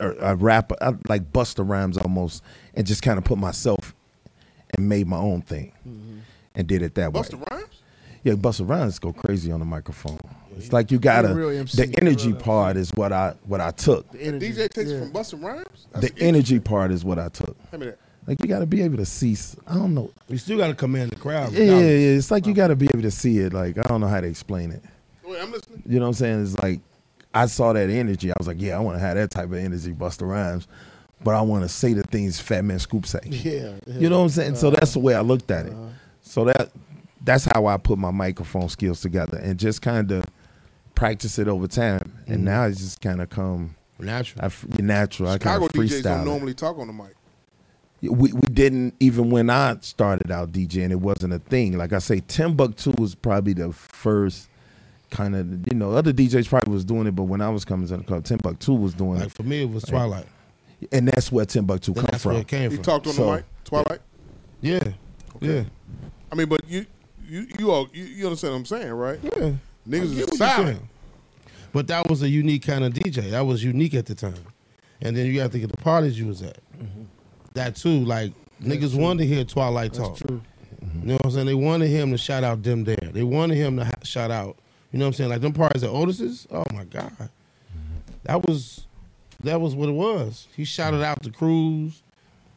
a, a rapper, I like Busta Rhymes almost, and just kind of put myself and made my own thing and did it that way. Busta Rhymes? Yeah, Busta Rhymes go crazy on the microphone. It's like you gotta a real MC, the he a energy part is what I what I took. DJ takes from Busta Rhymes. The energy part is what I took. Give me that. Like you gotta be able to see. s- I don't know. we still got to command the crowd. Yeah, yeah, yeah. It's like you gotta be able to see it. Like I don't know how to explain it. Wait, I'm listening. You know what I'm saying? It's like I saw that energy. I was like, yeah, I want to have that type of energy, Buster Rhymes, but I want to say the things Fat Man Scoop say. Yeah, You know what I'm saying? so Uh-huh. that's the way I looked at it. So that that's how I put my microphone skills together and just kind of practice it over time. Mm-hmm. And now it's just kind of come natural. I, f- natural. Chicago I kind of DJs freestyle. don't it. normally talk on the mic. We we didn't even when I started out DJing, it wasn't a thing. Like I say, Timbuktu was probably the first kind of you know other DJs probably was doing it, but when I was coming to the club, Timbuktu was doing Like it. for me, it was Twilight. and that's where Timbuktu Then come that's from. where it came He from. talked on So- the mic. Twilight. Yeah, yeah. I mean, but you you you all you, you understand what I'm saying, right? Yeah. I Niggas get what is you're silent. saying. But that was a unique kind of DJ. That was unique at the time. And then you have to get the parties you was at. Mm-hmm. That too, like niggas wanted to hear Twilight That's talk. true. You know what I'm saying? They wanted him to shout out them there. They wanted him to ha- shout out. You know what I'm saying? Like them parties at Otis's. Oh my god, Mm-hmm. that was that was what it was. He shouted out the crews.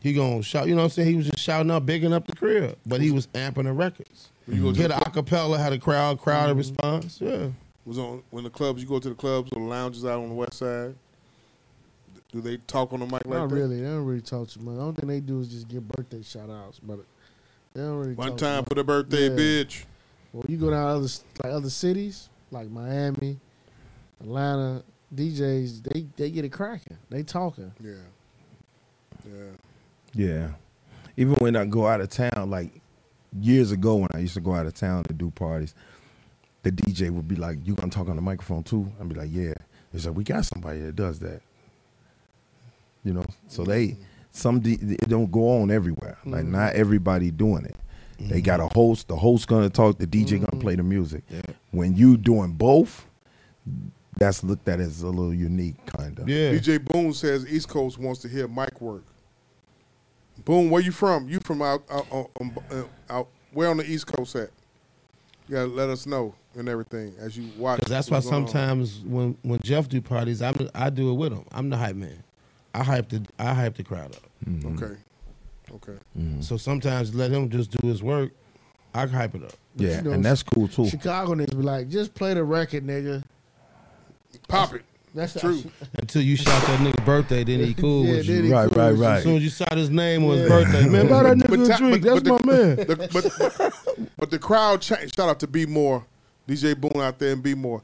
He gonna shout. You know what I'm saying? He was just shouting out, bigging up the crib, but he was amping the records. You Mhm. go to Hit the- Mm-hmm. the acapella, had a crowd, crowd a response. Yeah. Was on when the clubs you go to the clubs or lounges out on the west side. Do they talk on the mic like Not that? really. They don't really talk too much. The only thing they do is just give birthday shout outs, but they don't really. One talk time much. for the birthday, Yeah. bitch. Well, you go down other s- like other cities like Miami, Atlanta. DJs they they get it cracking. They talking. Yeah. Yeah. Yeah. Even when I go out of town, like years ago when I used to go out of town to do parties, the DJ would be like, You gonna talk on the microphone too? I'd be like, Yeah. It's like we got somebody that does that. You know? So they Mm-hmm. some D, it don't go on everywhere. Like not everybody doing it. They got a Mm-hmm. host, the host gonna talk, the DJ gonna play the music. When you doing both, that's looked at as a little unique kind of. Yeah. DJ Boone says East Coast wants to hear mic work. Boone, where you from? You from out out, out, um, uh, out where on the East Coast at? You gotta let us know and everything as you watch. Because that's why what's going on. sometimes when, when Jeff do parties, I'm I do it with him. I'm the hype man. I hype the I hype the crowd up. Okay. Mm-hmm. Okay. So sometimes let him just do his work. I can hype it up. But Yeah, you know, and that's cool too. Chicago niggas be like, just play the record, nigga. Pop it. That's True. Until you shout that nigga birthday, then he cool Yeah, with then you. he Right, cool right, with you. right. As soon as you shout his name on his birthday, man, buy that nigga a ta- drink. That's but my man. the- but, but the crowd changed. Shout out to B More, DJ Boone out there and B More.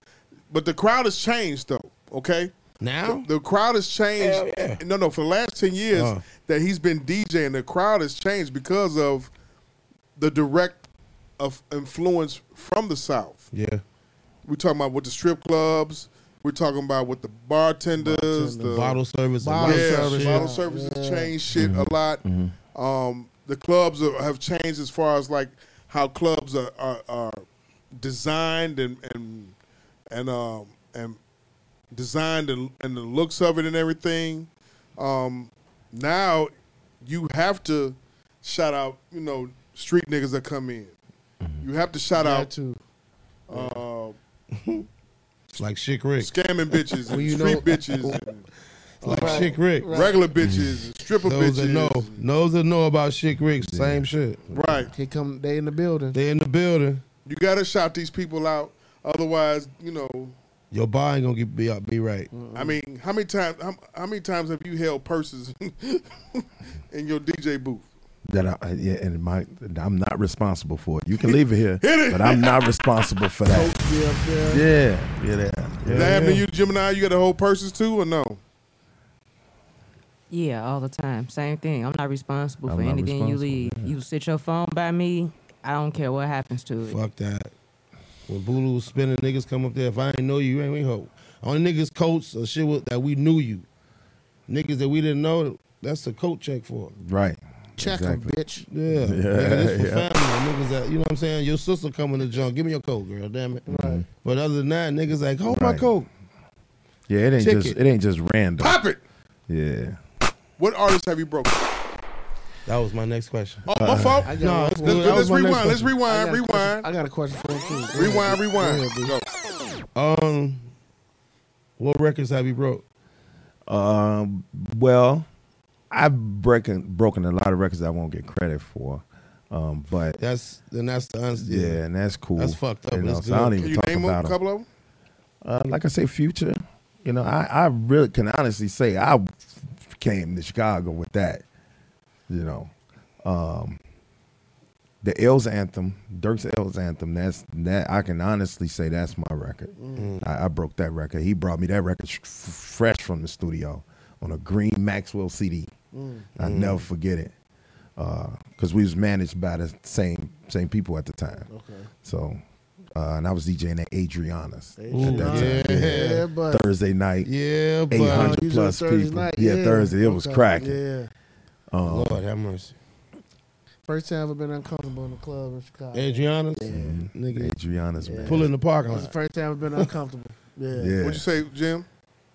But the crowd has changed though. Okay. Now? the, the crowd has changed. No, no. For the last ten years Oh. that he's been DJing, the crowd has changed because of the direct of influence from the South. Yeah. We're talking about with the strip clubs. We're talking about with the bartenders, the Bottle service and bottle white yeah, service. Bottle Yeah. services Yeah. change shit Mhm. a lot. Um, the clubs are, have changed as far as like how clubs are are, are designed and and and um, and designed and, and the looks of it and everything. Um, now you have to shout out, you know, street niggas that come in. You have to shout out to uh, It's like Chick Rick. scamming bitches and Well, you street know- bitches and Like uh, Chick Rick. regular bitches, stripper Those bitches. that know, those that know about Chick Rick, same shit. Right. Here come they in the building. They in the building. You gotta shout these people out, otherwise, you know. Your bar ain't gonna get be up, be right. Uh-huh. I mean, how many times? How, how many times have you held purses in your DJ booth? That I, I- yeah, and my I'm not responsible for it. You can leave it here, but I'm not responsible for that. Yeah, yeah, yeah. Did that happen to you, Gemini? You got to hold purses too, or no? Yeah, all the time. Same thing. I'm not responsible I'm for not anything you responsible, leave. You sit your phone by me. I don't care what happens to it. Fuck that. When Bulu was spinning, niggas come up there. If I ain't know you, you ain't we hope. Only niggas coats or shit was, that we knew you. Niggas that we didn't know, that's a coat check for. Right. Check 'em, bitch. Yeah. Yeah, Nigga, this for yeah. family. Niggas that, you know what I'm saying? Your sister coming to junk. Give me your coat, girl. Damn it. Right. But other than that, niggas like, hold my Right. coat. Yeah, it ain't Ticket. just it ain't just random. Pop it. Yeah. What artists have you broken? That was my next question. Oh, my fault. Uh-huh. I got No, one. let's- That let's was my next rewind, let's question. rewind, I got a rewind. question- I got a question for you too. Go Rewind, ahead. rewind. Go ahead, dude. Um, what records have you broke? Um, well, I've broken broken a lot of records I won't get credit for. Um, but That's then that's the honest. yeah, and that's cool. That's fucked up. You know, That's so I don't good. even Can you talk name a about 'em. couple of 'em? Uh, like I say, Future. You know, I, I really can honestly say I came to Chicago with that. You know, um, the L's anthem, Dirk's L's anthem. That's that I can honestly say that's my record. Mm. I, I broke that record. He brought me that record f- fresh from the studio on a green Maxwell CD. Mm. I Mm. never forget it because we was managed by the same same people at the time. Okay. So, uh, and I was DJing at Adriana's at Ooh, that yeah. time. Yeah, but- uh, Thursday night. Yeah, but- eight Oh, you hundred was plus on Thursday people. night, Yeah, yeah. Thursday it was Okay, cracking. yeah. Um, Lord have mercy. First time I've ever been uncomfortable in a club in Chicago. Adriana's? Mhm. Nigga. Adriana's man. Pull in the parking That's the lot. first time I've been uncomfortable. Yeah. Yeah. What'd you say, Jim?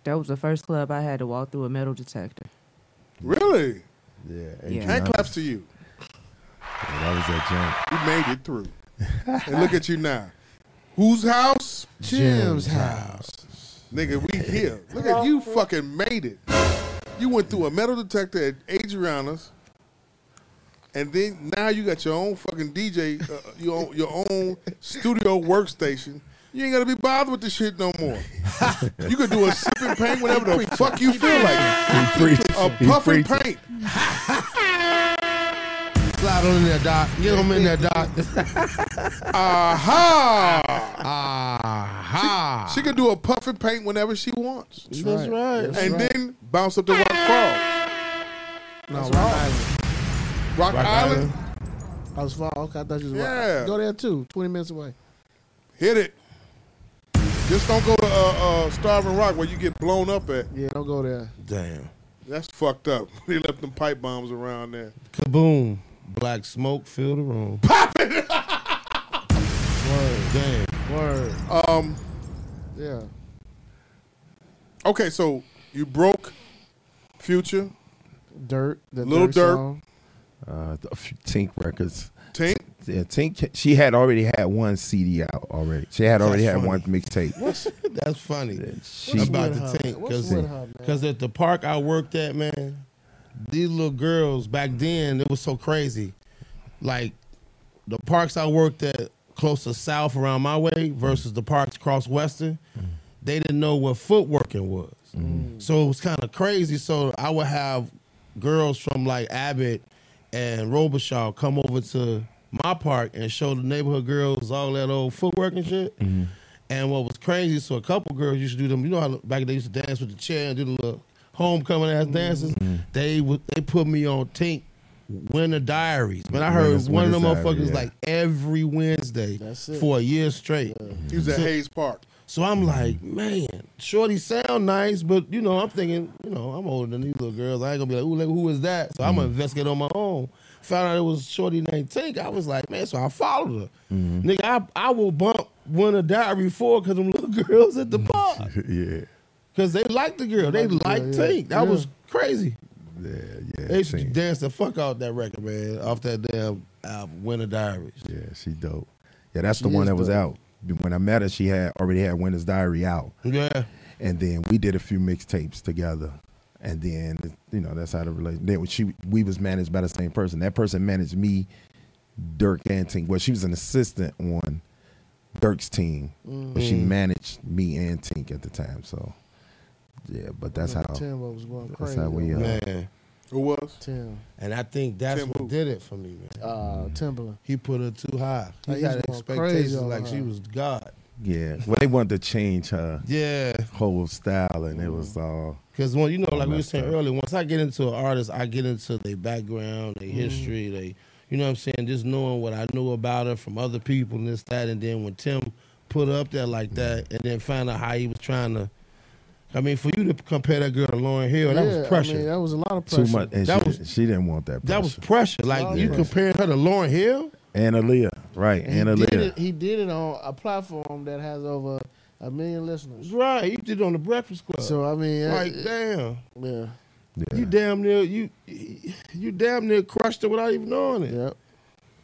That was the first club I had to walk through a metal detector. Really? Yeah. Yeah. Hand claps to you. That was that You made it through. and look at you now. Whose house? Jim's house. Nigga, we here. Look at you fucking made it. You went through a metal detector at Adriana's. And then now you got your own fucking DJ, uh, your own, your own studio workstation. You ain't gotta be bothered with this shit no more. you could do a sip and paint whenever the fuck you feel like. He preach- A he puff and preaching. paint. Slide on in there, Doc. Get him in there, Doc. Aha! Aha. She could do a puff and paint whenever she wants. That's That's right. right. That's and right. then bounce up to Rock Falls. No, Rock Island. Rock, Island. I was far. Okay, I thought you was Yeah. right. Go there too. Twenty minutes away. Hit it. Just don't go to uh, uh, Starving Rock where you get blown up at. Yeah, don't go there. Damn. That's fucked up. they left them pipe bombs around there. Kaboom. Black smoke filled the room. Damn. Word. Um. Yeah. Okay, so you broke Future, Dirt. The Little Dirt. song. Uh, the f- Tink Records. Tink? Yeah, Tink. She had already had one CD out already. She had already That's had funny. one mixtape. What's, that's funny. she- about What's with the her? tank. What's Cause, with her, man? 'cause at the park I worked at, man, these little girls back then, it was so crazy. Like the parks I worked at close to south around my way versus the parks across western, they didn't know what footworking was. So it was kind of crazy. So I would have girls from like Abbott and Robichaud come over to my park and show the neighborhood girls all that old footwork and shit. And what was crazy, so a couple girls used to do them. You know how back they used to dance with the chair and do the little homecoming ass dances. They would they put me on Tink Winter Diaries. But I heard Winter's- one of them Winter's Diary, motherfuckers yeah. like every Wednesday it. for a year straight. He was at Hayes Park. So I'm like, man, Shorty sound nice, but you know, I'm thinking, you know, I'm older than these little girls. I ain't gonna be like, ooh, like, who is that? So I'm Mm-hmm. gonna investigate on my own. Found out it was Shorty named Tank. I was like, man, so I followed her. Mm-hmm. Nigga, I, I will bump Winter Diary for because them little girls at the Mm-hmm. bar. yeah. Because they liked the girl. They Like the girl, liked yeah. Tank. That Yeah. was crazy. Yeah, yeah. They used to dance the fuck out that record, man, off that damn album, Winter Diaries. Yeah, she dope. Yeah, that's the She one is that was dope. out. When I met her, she had already had Winter's Diary out. Yeah. And then we did a few mixtapes together. And then you know, that's how the relation then she we was managed by the same person. That person managed me, Dirk and Tink. Well, she was an assistant on Dirk's team. But she Mhm. managed me and Tink at the time. So yeah, but that's how Timbo was going that's crazy. how we uh, Man. Who was? Tim. And I think that's what did it for me, man. Uh, Timberland. He put her too high. Oh, He he had was going crazy expectations over like she her. was God. Yeah. Well they wanted to change her Yeah. whole style and it was all Because when you know, like we were messed saying up. earlier, once I get into an artist, I get into their background, Mm-hmm. their history, they you know what I'm saying, just knowing what I knew about her from other people and this, that, and then when Tim put her up there like that Mm-hmm. and then find out how he was trying to I mean, for you to compare that girl to Lauren Hill, that Yeah, was pressure. I mean, that was a lot of too pressure. much and That she, was- she didn't want that that was pressure. Like you comparing her to Lauren Hill? And Aaliyah, right? And He did, Aaliyah. it, he did it on a platform that has over a million listeners. Right. You did it on the Breakfast Club. So, I mean, uh, like damn. Yeah. You damn near you you damn near crushed it without even knowing it. Yep.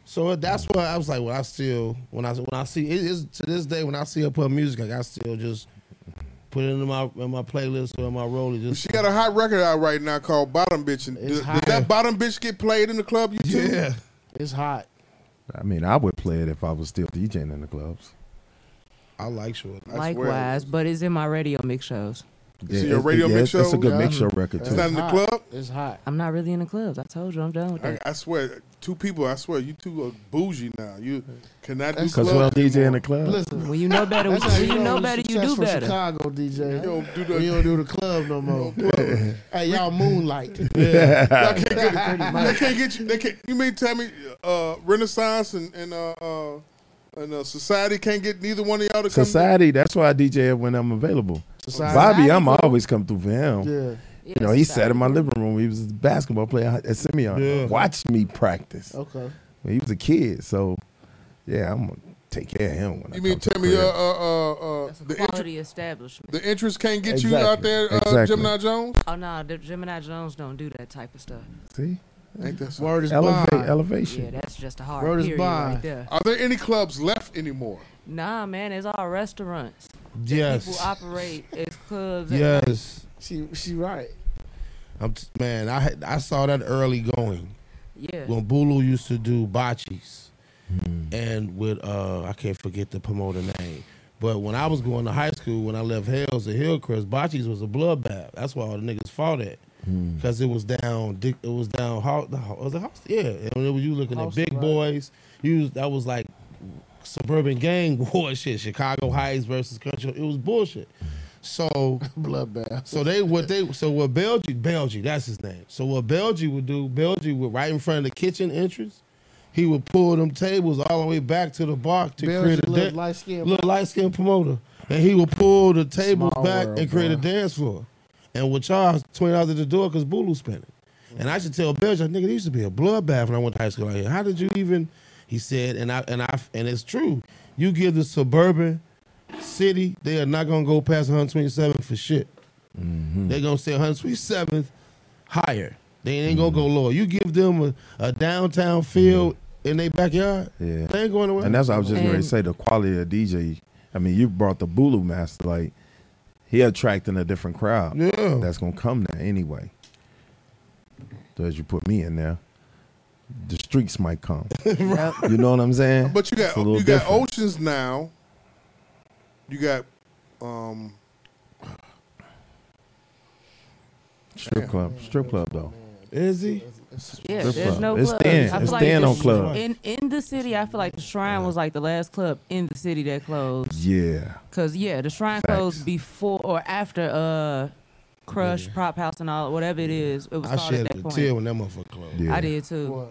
So that's why I was like, well, I still when I when I see it is to this day when I see her put music, like I still just put it in my in my playlist or in my roller. Just She got a hot record out right now called Bottom Bitch. And does, does hot. that Bottom Bitch get played in the club? You too? yeah. It's hot. I mean, I would play it if I was still DJing in the clubs. I like Shorty. Likewise, but it's in my radio mix shows. Yeah, your it's- radio yeah, mix it's- it's a show? good mix show record, It's too. not in the club? It's hot. I'm not really in the clubs. I told you I'm done with I, that. I swear, two people. I swear, you two are bougie now. You cannot do Because when I'm clubs DJing in anymore. the club, Listen, when you know better, That's how when you know you're better, you do successful better. Chicago DJ. You don't do the, don't do the club no more. hey, y'all moonlight. Y'all can't get, they can't get you. They can't. You mean tell me uh, Renaissance and and uh, uh, and uh, Society can't get neither one of y'all to come? society. That's why I DJ when I'm available. Society. Bobby, I'm Society. always come through for him. Yeah. You know, he sat in my living room. He was a basketball player at Simeon. Yeah. Watched me practice. Oh. Okay. When he was a kid, so yeah, I'm gonna take care of him. When You I mean come to tell the me uh, crib. uh, uh, uh, the Quality establishment. the interest can't get you Exactly. out there, uh, Exactly. Gemini Jones? Oh no, the Gemini Jones don't do that type of stuff. See, Ain't that something? word is Elevate- bond. elevation. Yeah, that's just a hard Word is period bond. right there. Are there any clubs left anymore? Nah, man, it's all restaurants. that Yes. People operate as clubs. at night. Yes. She she right. I'm t- man, I had- I saw that early going. Yeah. When Bulu used to do bocce's and with uh I can't forget the promoter name. But when I was going to high school, when I left Hales to Hillcrest, bocce's was a bloodbath. That's why all the niggas fought at. Cause it was down, Dick- it was down. Ho- the ho- was it House? Yeah, and when it was you looking House, at big right. boys, you was, that was like suburban gang war shit. Chicago Heights versus country. It was bullshit. So bloodbath. So they what they so what Belgi Belgi that's his name. So what Belgi would do, Belgi would right in front of the kitchen entrance. He would pull them tables all the way back to the bar to Belgi create a little da- light-skinned- little light skinned promoter, and he would pull the tables Small back world, and create a boy. dance floor, and would charge twenty dollars at the door because Bulu spent it. And I should tell Belgi, nigga, there used to be a bloodbath when I went to high school out here. How did you even? He said, and I and I and it's true. You give the suburban city, they are not gonna go past 127th for shit. Mm-hmm. They're gonna say 127th higher. They ain't gonna Mm-hmm. go lower. You give them a, a downtown feel in their backyard, Yeah. they ain't going away. And that's what I was just going to And- say. The quality of DJ. I mean, you brought the Bulu Master. Like, he attracting a different crowd. Yeah. That's going to come there anyway. So as you put me in there, the streaks might come. You know what I'm saying? But you got It's a little you got different. oceans now. You got um strip club. Strip club though. Is he? Yeah, Strip there's club. no It's clubs. thin. I feel It's like thin the- on club. In in the city, I feel like the Shrine was like the last club in the city that closed. Yeah. Cause yeah, the Shrine Facts. closed before or after uh Crush, Prop House, and all whatever it is. It was I called at shed that a point. tear when that motherfucker closed. I did too.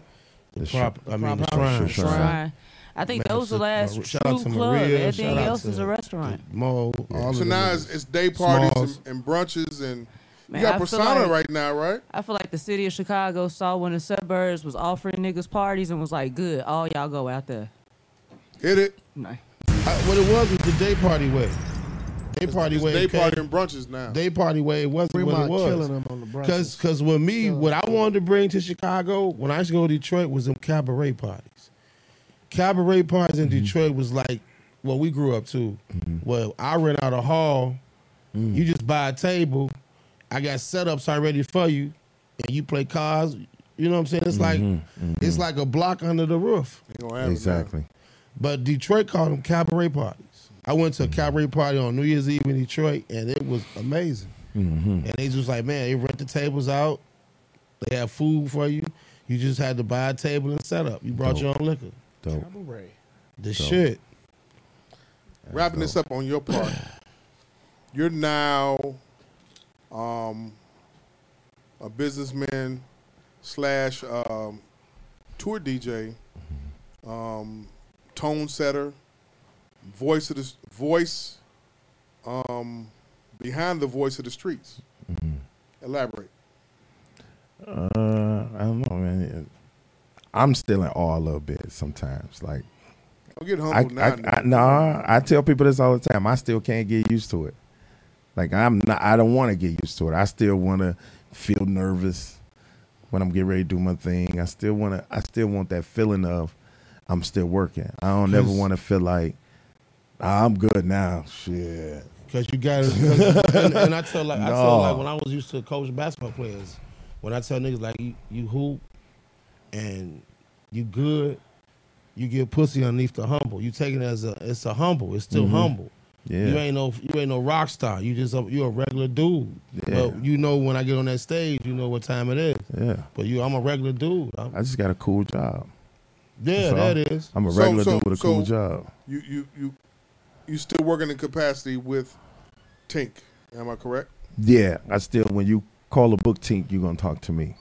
The The prop, sh- I mean, the prop shrine. house. Shrine. Shrine. I think Man, those are the shout- last shout out true to club. Maria, Everything shout out else is to a restaurant. the Mall. all So of now them. it's, it's day parties Smalls. and, and brunches and Man, you I got feel persona like- right now, right? I feel like the city of Chicago saw when the suburbs was offering niggas parties and was like, "Good, all y'all go out there." Hit it. I, what it was was the day party way. Day party It's way. day came- party and brunches now. Day party way. It wasn't what it Fremont was. killing them on the brunches. Cause, cause with me, what I wanted to bring to Chicago when I used to go to Detroit was them cabaret parties. Cabaret parties in Detroit was like what we grew up to. Well, I rent out a hall. You just buy a table. I got setups already for you, and you play cards. You know what I'm saying? It's like it's like a block under the roof. Exactly. But Detroit called them cabaret parties. I went Mm-hmm. to a cabaret party on New Year's Eve in Detroit, and it was amazing. hmm And they just like, man, they rent the tables out. They have food for you. You just had to buy a table and set up. You brought your own liquor. Dope. Cabaret. The Dope. shit. Wrapping this up on your part, you're now um, a businessman slash um, tour DJ, Mm-hmm. um, tone setter, voice of the s- voice um, behind the voice of the streets. Mm-hmm. Elaborate. Uh, I don't know, man. It- I'm still in awe a little bit sometimes. Like, Don't get I, humbled I, now. I, nah, I tell people this all the time. I still can't get used to it. Like, I'm not. I don't want to get used to it. I still want to feel nervous when I'm getting ready to do my thing. I still want to. I still want that feeling of I'm still working. I don't ever 'Cause- want to feel like "Ah, I'm good now. Shit. Cause you got it. And, and I tell like I No. tell like when I was used to coach basketball players, when I tell niggas like you, you hoop and you good, you get pussy underneath the humble. You take it as a it's a humble. It's still Mhm. humble. Yeah. You ain't no you ain't no rock star. You just a, you a regular dude. Yeah. But you know when I get on that stage, you know what time it is. Yeah. But you, I'm a regular dude. I'm, I just got a cool job. yeah, So, that is. I'm a So- regular so- dude with a so cool job. You you you you still working in capacity with Tink? Am I correct? Yeah, I still when you call a book tink, you're gonna talk to me.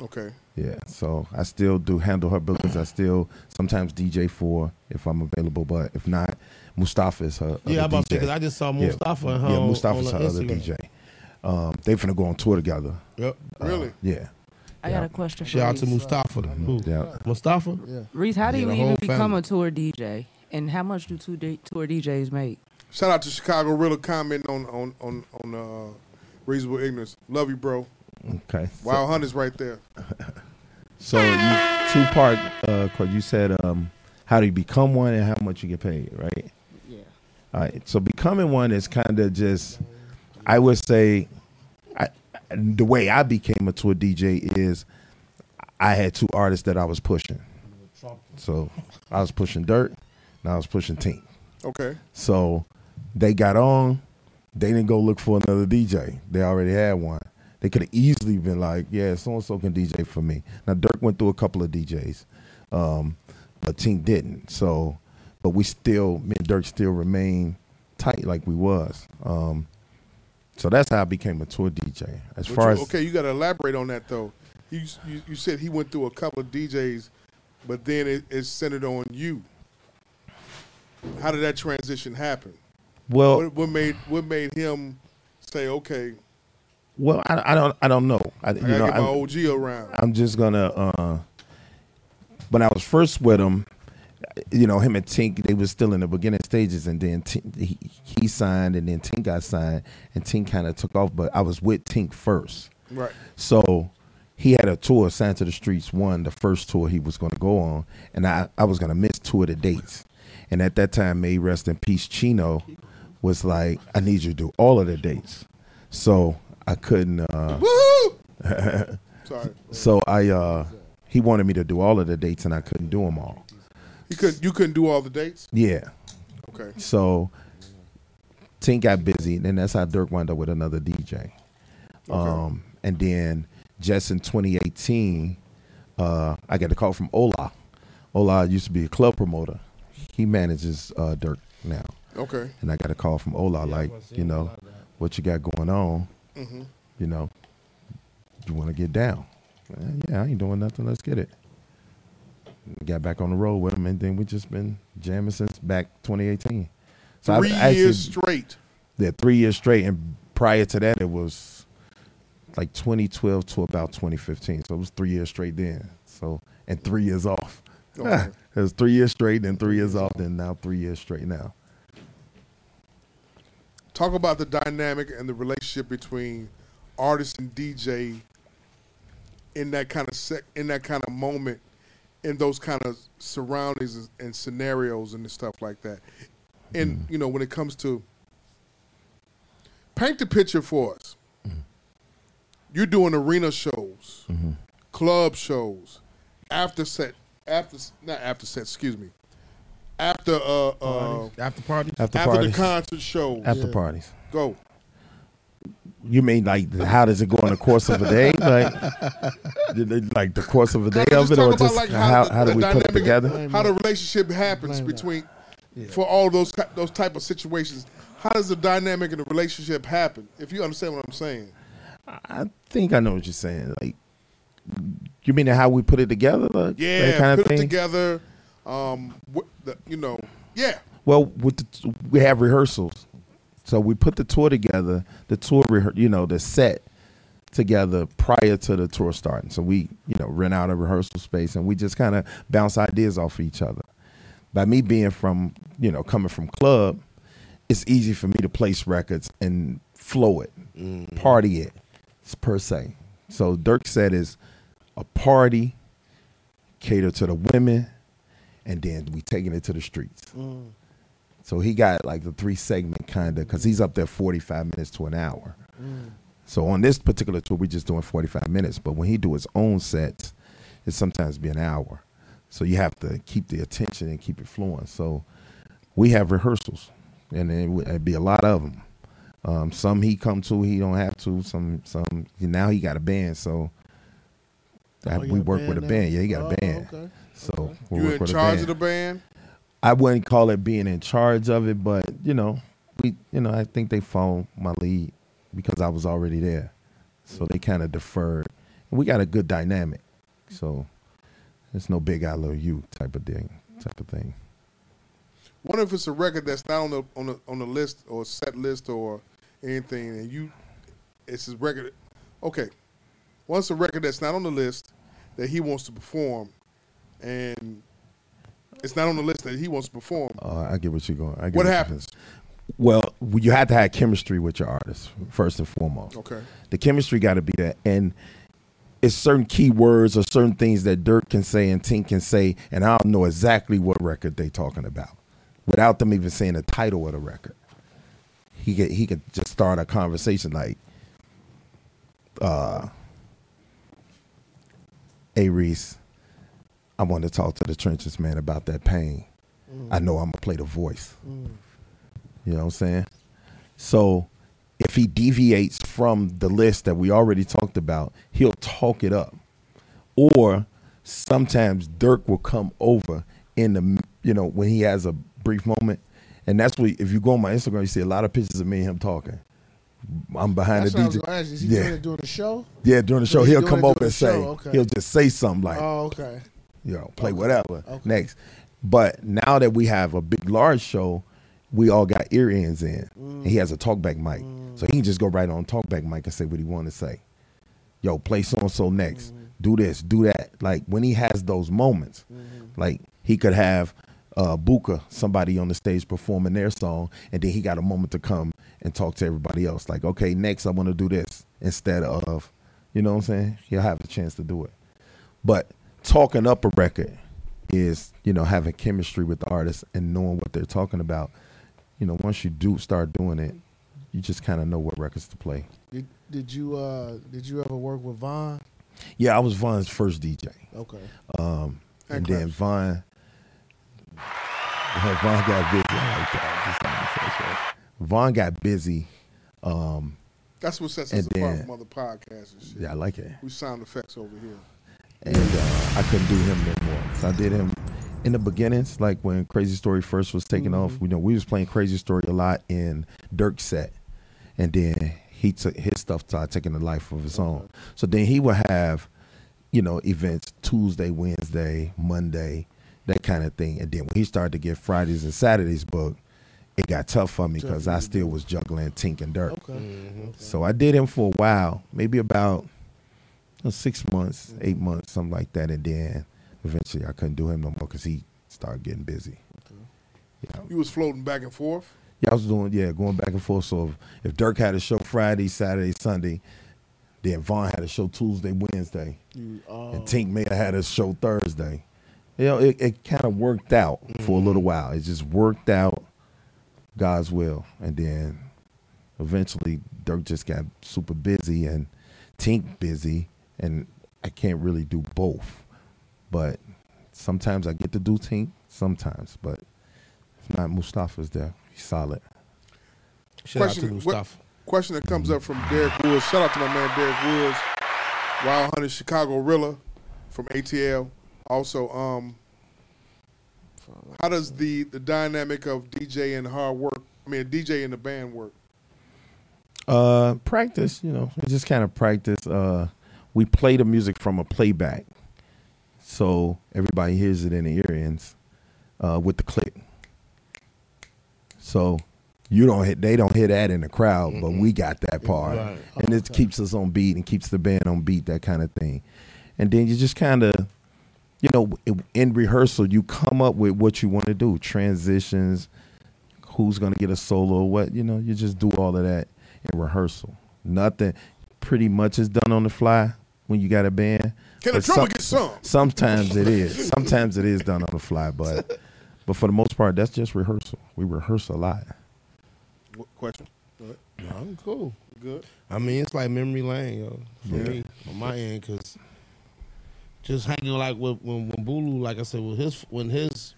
Okay. Yeah, so I still do handle her bookings. I still sometimes DJ for her if I'm available, but if not, Mustafa is her. Yeah, other I'm about to say, DJ. 'cause I just saw Yeah, Mustafa and her Yeah, on- Mustafa's on her her other Instagram. DJ. Um, they finna go on tour together. Yep. Uh, Really? Yeah. I got a question. Shout out for to Reese. Mustafa. Who? Yeah. Mustafa? uh, Yeah. Reese, how do Yeah, you the even whole become family. a tour DJ? And how much do two D- tour DJs make? Shout out to Chicago Real comment on on on on uh, reasonable ignorance. Love you, bro. Okay. Wild hunters right there. So you two part uh 'cause you said um how do you become one and how much you get paid, right? Yeah. All right. So becoming one is kind of just I would say I, the way I became a tour DJ is I had two artists that I was pushing. So I was pushing Dirt and I was pushing Tink. Okay. So they got on. They didn't go look for another DJ. They already had one. They could have easily been like, yeah, so and so can DJ for me. Now Dirk went through a couple of DJs, um, but Tink didn't. So, but we still, me and Dirk still remain tight like we was. Um, so that's how I became a tour DJ. As But far you- as okay, you got to elaborate on that though. You, you you said he went through a couple of DJs, but then it, it's centered on you. How did that transition happen? Well- what, what made what made him say, okay, Well, I, I don't I don't know. I, you gotta know, get my I'm- OG around. I'm just gonna. Uh, when I was first with him, you know, him and Tink, they was still in the beginning stages, and then Tink, he, he signed, and then Tink got signed, and Tink kind of took off. But I was with Tink first, Right. So he had a tour, Signed to the Streets One, the first tour he was gonna go on, and I I was gonna miss two of the dates, and at that time, may he rest in peace, Chino was like, I need you to do all of the dates, so I couldn't. Uh, Sorry. So I uh he wanted me to do all of the dates and I couldn't do them all. you could you couldn't do all the dates? Yeah. Okay. So Tink got busy, and then that's how Dirk wound up with another DJ. Um, and then just in 2018, uh, I got a call from Ola. Ola used to be a club promoter. He manages uh, Dirk now. Okay. And I got a call from Ola, like, you know, what you got going on? Mhm. You know, you want to get down. Eh, yeah, I ain't doing nothing. Let's get it. Got back on the road with him, and then we just been jamming since back 2018. Three years straight. Yeah, three years straight, and prior to that, it was like 2012 to about 2015. So it was three years straight then. So and three years off. Okay. it was three years straight, then three years off, then now three years straight now. Talk about the dynamic and the relationship between artist and DJ in that kind of sec- in that kind of moment, in those kind of surroundings and scenarios and stuff like that. And you know, when it comes to paint the picture for us. You're doing arena shows, club shows, after set, after not after set, excuse me, after uh, uh Parties. After parties? After after parties. the concert shows, After Yeah. parties. Go. You mean like how does it go in the course of a day? Like, did they- like the course of a day of it, or just how, how do we put it together? How the relationship happens between for all those ki- those type of situations. How does the dynamic in the relationship happen? If you understand what I'm saying, I think I know what you're saying. Like, you mean how we put it together? Like, yeah, that kind put of thing. it together. Um, what the, you know, yeah, Well, with the, we have rehearsals, so we put the tour together. The tour, rehe- you know, the set together prior to the tour starting. So we, you know, rent out a rehearsal space and we just kind of bounce ideas off each other. By me being from, you know, coming from club, it's easy for me to place records and flow it, Mm. party it, s- per se. So Dirk said is a party, cater to the women, and then we taking it to the streets. So he got like the three segment kind of because he's up there 45 minutes to an hour. So on this particular tour, we're just doing 45 minutes. But when he do his own sets, it sometimes be an hour. So you have to keep the attention and keep it flowing. So we have rehearsals, and it would it'd be a lot of them. Um, some he come to, he don't have to. Some some now he got a band, so I- Oh, you we got a work with a band now? band. Yeah, he got Oh, a band. okay. So we you work in with a charge band. of the band. I wouldn't call it being in charge of it, but you know, we, you know, I think they followed my lead because I was already there, so they kind of deferred. And we got a good dynamic, so it's no big I love you type of thing, type of thing. What if it's a record that's not on the on the on the list or set list or anything, and you it's a record? Okay, once a record that's not on the list that he wants to perform, and it's not on the list that he wants to perform. Uh, I get what you're going. I get What you're happens? saying. Well, you have to have chemistry with your artist first and foremost. Okay. The chemistry got to be there, and it's certain key words or certain things that Dirk can say and Tink can say, and I'll know exactly what record they talking about without them even saying the title of the record. He could he could just start a conversation like, uh, "Hey Reese, I want to talk to the trenches man about that pain. I know I'm gonna play the voice. Mm. You know what I'm saying? So if he deviates from the list that we already talked about, he'll talk it up. Or sometimes Dirk will come over in the you know when he has a brief moment, and that's what if you go on my Instagram, you see a lot of pictures of me and him talking. I'm behind That's the what I DJ. was gonna ask you. Is he doing it during the show? Yeah, during the show, Is he he'll doing come it over during and the say, show? Okay. he'll just say something like, Oh, okay. you know, play whatever next. But now that we have a big, large show, we all got ear ends in. And he has a talkback mic. So he can just go right on talkback mic and say what he want to say. Yo, play so and so next. Do this, do that. Like when he has those moments, like he could have uh, Buka, somebody on the stage performing their song, and then he got a moment to come and talk to everybody else. Like, okay, next I want to do this instead of, you know what I'm saying? He'll have a chance to do it. But talking up a record is, you know, having chemistry with the artist and knowing what they're talking about. You know, once you do start doing it, you just kind of know what records to play. Did, did you uh did you ever work with Vaughn? Yeah, I was Von's first DJ. Okay. Um, Hey, and then Von, Von got busy. I like that. Just like Von got busy. Um, That's what sets and us apart then- from other podcasts and shit. Yeah, I like it. We sound effects over here. and uh, I couldn't do him no more. So I did him in the beginnings, like when Crazy Story first was taking off. You know, we was playing Crazy Story a lot in Dirk's set, and then he took his stuff started taking a life of its own. So then he would have, you know, events Tuesday, Wednesday, Monday, that kind of thing. And then when he started to get Fridays and Saturdays booked, it got tough for me because I still was juggling Tink and Dirk. Okay. Mhm. So I did him for a while, maybe about uh, six months, eight months, something like that. And then eventually I couldn't do him no more because he started getting busy. You was floating back and forth. Yeah, I was doing yeah, going back and forth. So if, if Dirk had a show Friday, Saturday, Sunday, then Vaughn had a show Tuesday, Wednesday, You- oh. and Tink may have had a show Thursday. You know, it, it kind of worked out for a little while. It just worked out God's will, and then eventually Dirk just got super busy and Tink busy, and I can't really do both. But sometimes I get to do Tink, sometimes, but if not, Mustafa's there. He's solid. what- question that comes up from Derek Woods. Shout out to my man Derek Woods, Wild Hunter Chicago Rilla from ATL. Also, um, how does the the dynamic of DJ and hard work? I mean, DJ and the band work. Uh, practice, you know, it's just kind of practice. Uh, we play the music from a playback, so everybody hears it in the ear ends uh, with the click. So you don't hit, they don't hear that in the crowd, but we got that part, Right. and it keeps us on beat and keeps the band on beat, that kind of thing. And then you just kind of, you know, in- in rehearsal, you come up with what you want to do, transitions, who's gonna get a solo, what you know, you just do all of that in rehearsal. Nothing pretty much is done on the fly when you got a band. Can a But drummer get sung? Sometimes it is. Sometimes it is done on the fly, but but for the most part, that's just rehearsal. We rehearse a lot. What question? I'm cool. Good. I mean, it's like memory lane, yo, for Yeah. me on my end, cause just hanging like with, when when Bulu, like I said, with his when his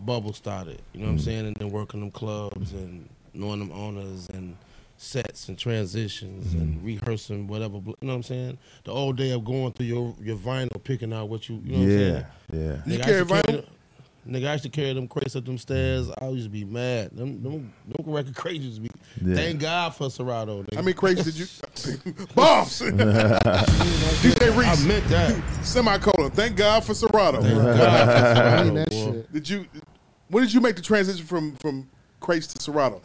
bubble started, you know what I'm Mhm. saying, and then working them clubs and knowing them owners and sets and transitions Mm-hmm. and rehearsing whatever, bl- you know what I'm saying. The old day of going through your your vinyl, picking out what you, you know Yeah, what I'm saying. yeah. You Nigga, I carry used to vinyl? them- Nigga, I used to carry them crates up them stairs. I used to be mad. Them, them, them record crates used to be. Yeah. Thank God for Serato. nigga. How many crates did you? Bombs. DJ Reese. I meant that. Semicolon. Thank God for Serato. Thank God for Serato, that boy. shit. Did you? When did you make the transition from from crates to Serato?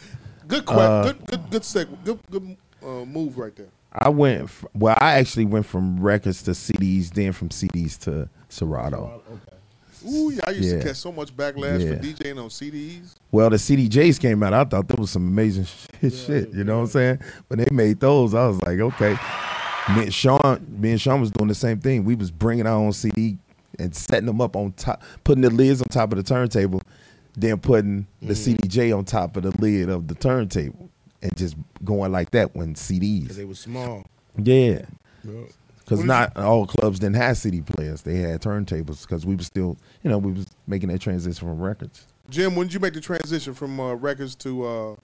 Good, que- Uh, good, good, good, seg- good, good uh, move right there. I went f- well. I actually went from records to CDs, then from CDs to Serato. Ooh, yeah, I used Yeah. to catch so much backlash Yeah. for DJing on CDs. Well, the CDJs came out. I thought that was some amazing shit. shit you know what I'm saying? When they made those, I was like, okay. Me and Sean, me and Sean was doing the same thing. We was bringing our own CD and setting them up on top, putting the lids on top of the turntable, then putting the CDJ on top of the lid of the turntable, and just going like that when CDs. They were small. Yeah. Yeah. Because not all clubs didn't have CD players; they had turntables. Because we was still, you know, we was making that transition from records. Jim, when did you make the transition from uh, records to uh,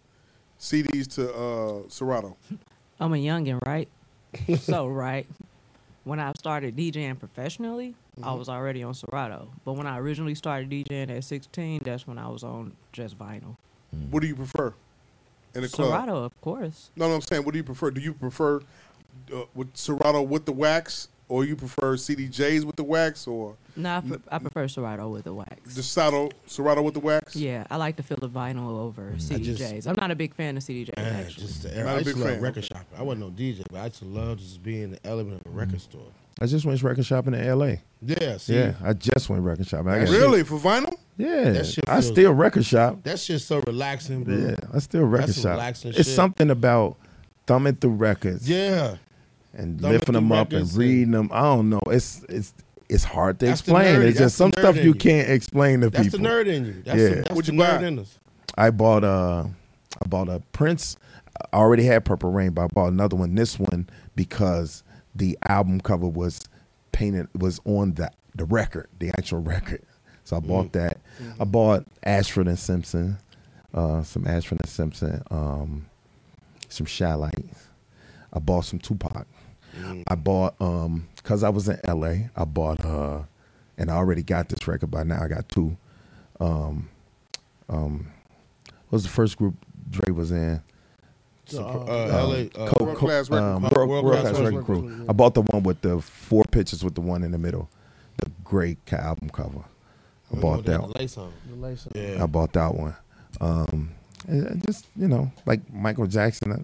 CDs to uh, Serato? I'm a youngin', right? so right, when I started DJing professionally, I was already on Serato. But when I originally started DJing at 16, that's when I was on just vinyl. What do you prefer in the club? Serato, of course. No, no, I'm saying, what do you prefer? Do you prefer uh, with Serato with the wax, or you prefer CDJs with the wax, or No, I, pre- I Mm-hmm. prefer Serato with the wax. the Serato, Serato with the wax? Yeah, I like to feel the vinyl over Mm-hmm. I just- CDJs. I'm not a big fan of CDJs. Man, actually. just the era. I used to love record shopping. I wasn't no DJ, but I used to love just being in the element of a record store. I just went record shopping in L.A. Yeah, see? Mm-hmm. yeah. I just went record shopping. I That got- shit- Really? For vinyl? Yeah, That shit I feels- still record shop. That shit's so relaxing, bro. Yeah, I still record That's shop. relaxing it's shit. something about thumbing through records Yeah. and Thumbing lifting them through up and records reading them. I don't know. It's it's it's hard to That's the explain. nerd- it's that's just the some nerd stuff in you, you. can't explain to That's the people. nerd in you. That's the- that's What'd the you nerd buy? in us. I bought uh I bought a Prince. I already had Purple Rain, but I bought another one. This one because the album cover was painted was on the the record, the actual record. So I bought that. I bought Ashford and Simpson, uh, some Ashford and Simpson, um, some Shy Lights. I bought some Tupac. I bought um because I was in LA. I bought uh, and I already got this record by now. I got two. Um, um, what was the first group Dre was in? Supr- Oh, uh, oh. LA, uh, Co- World co- Class Record um, Crew. World- World World Class Class Record Record Crew. Crew, yeah. I bought the one with the four pictures with the one in the middle, the great ca- album cover. I bought that. one. lace on. The lace on. Yeah. I bought that one. Um, and I just you know, like Michael Jackson. uh,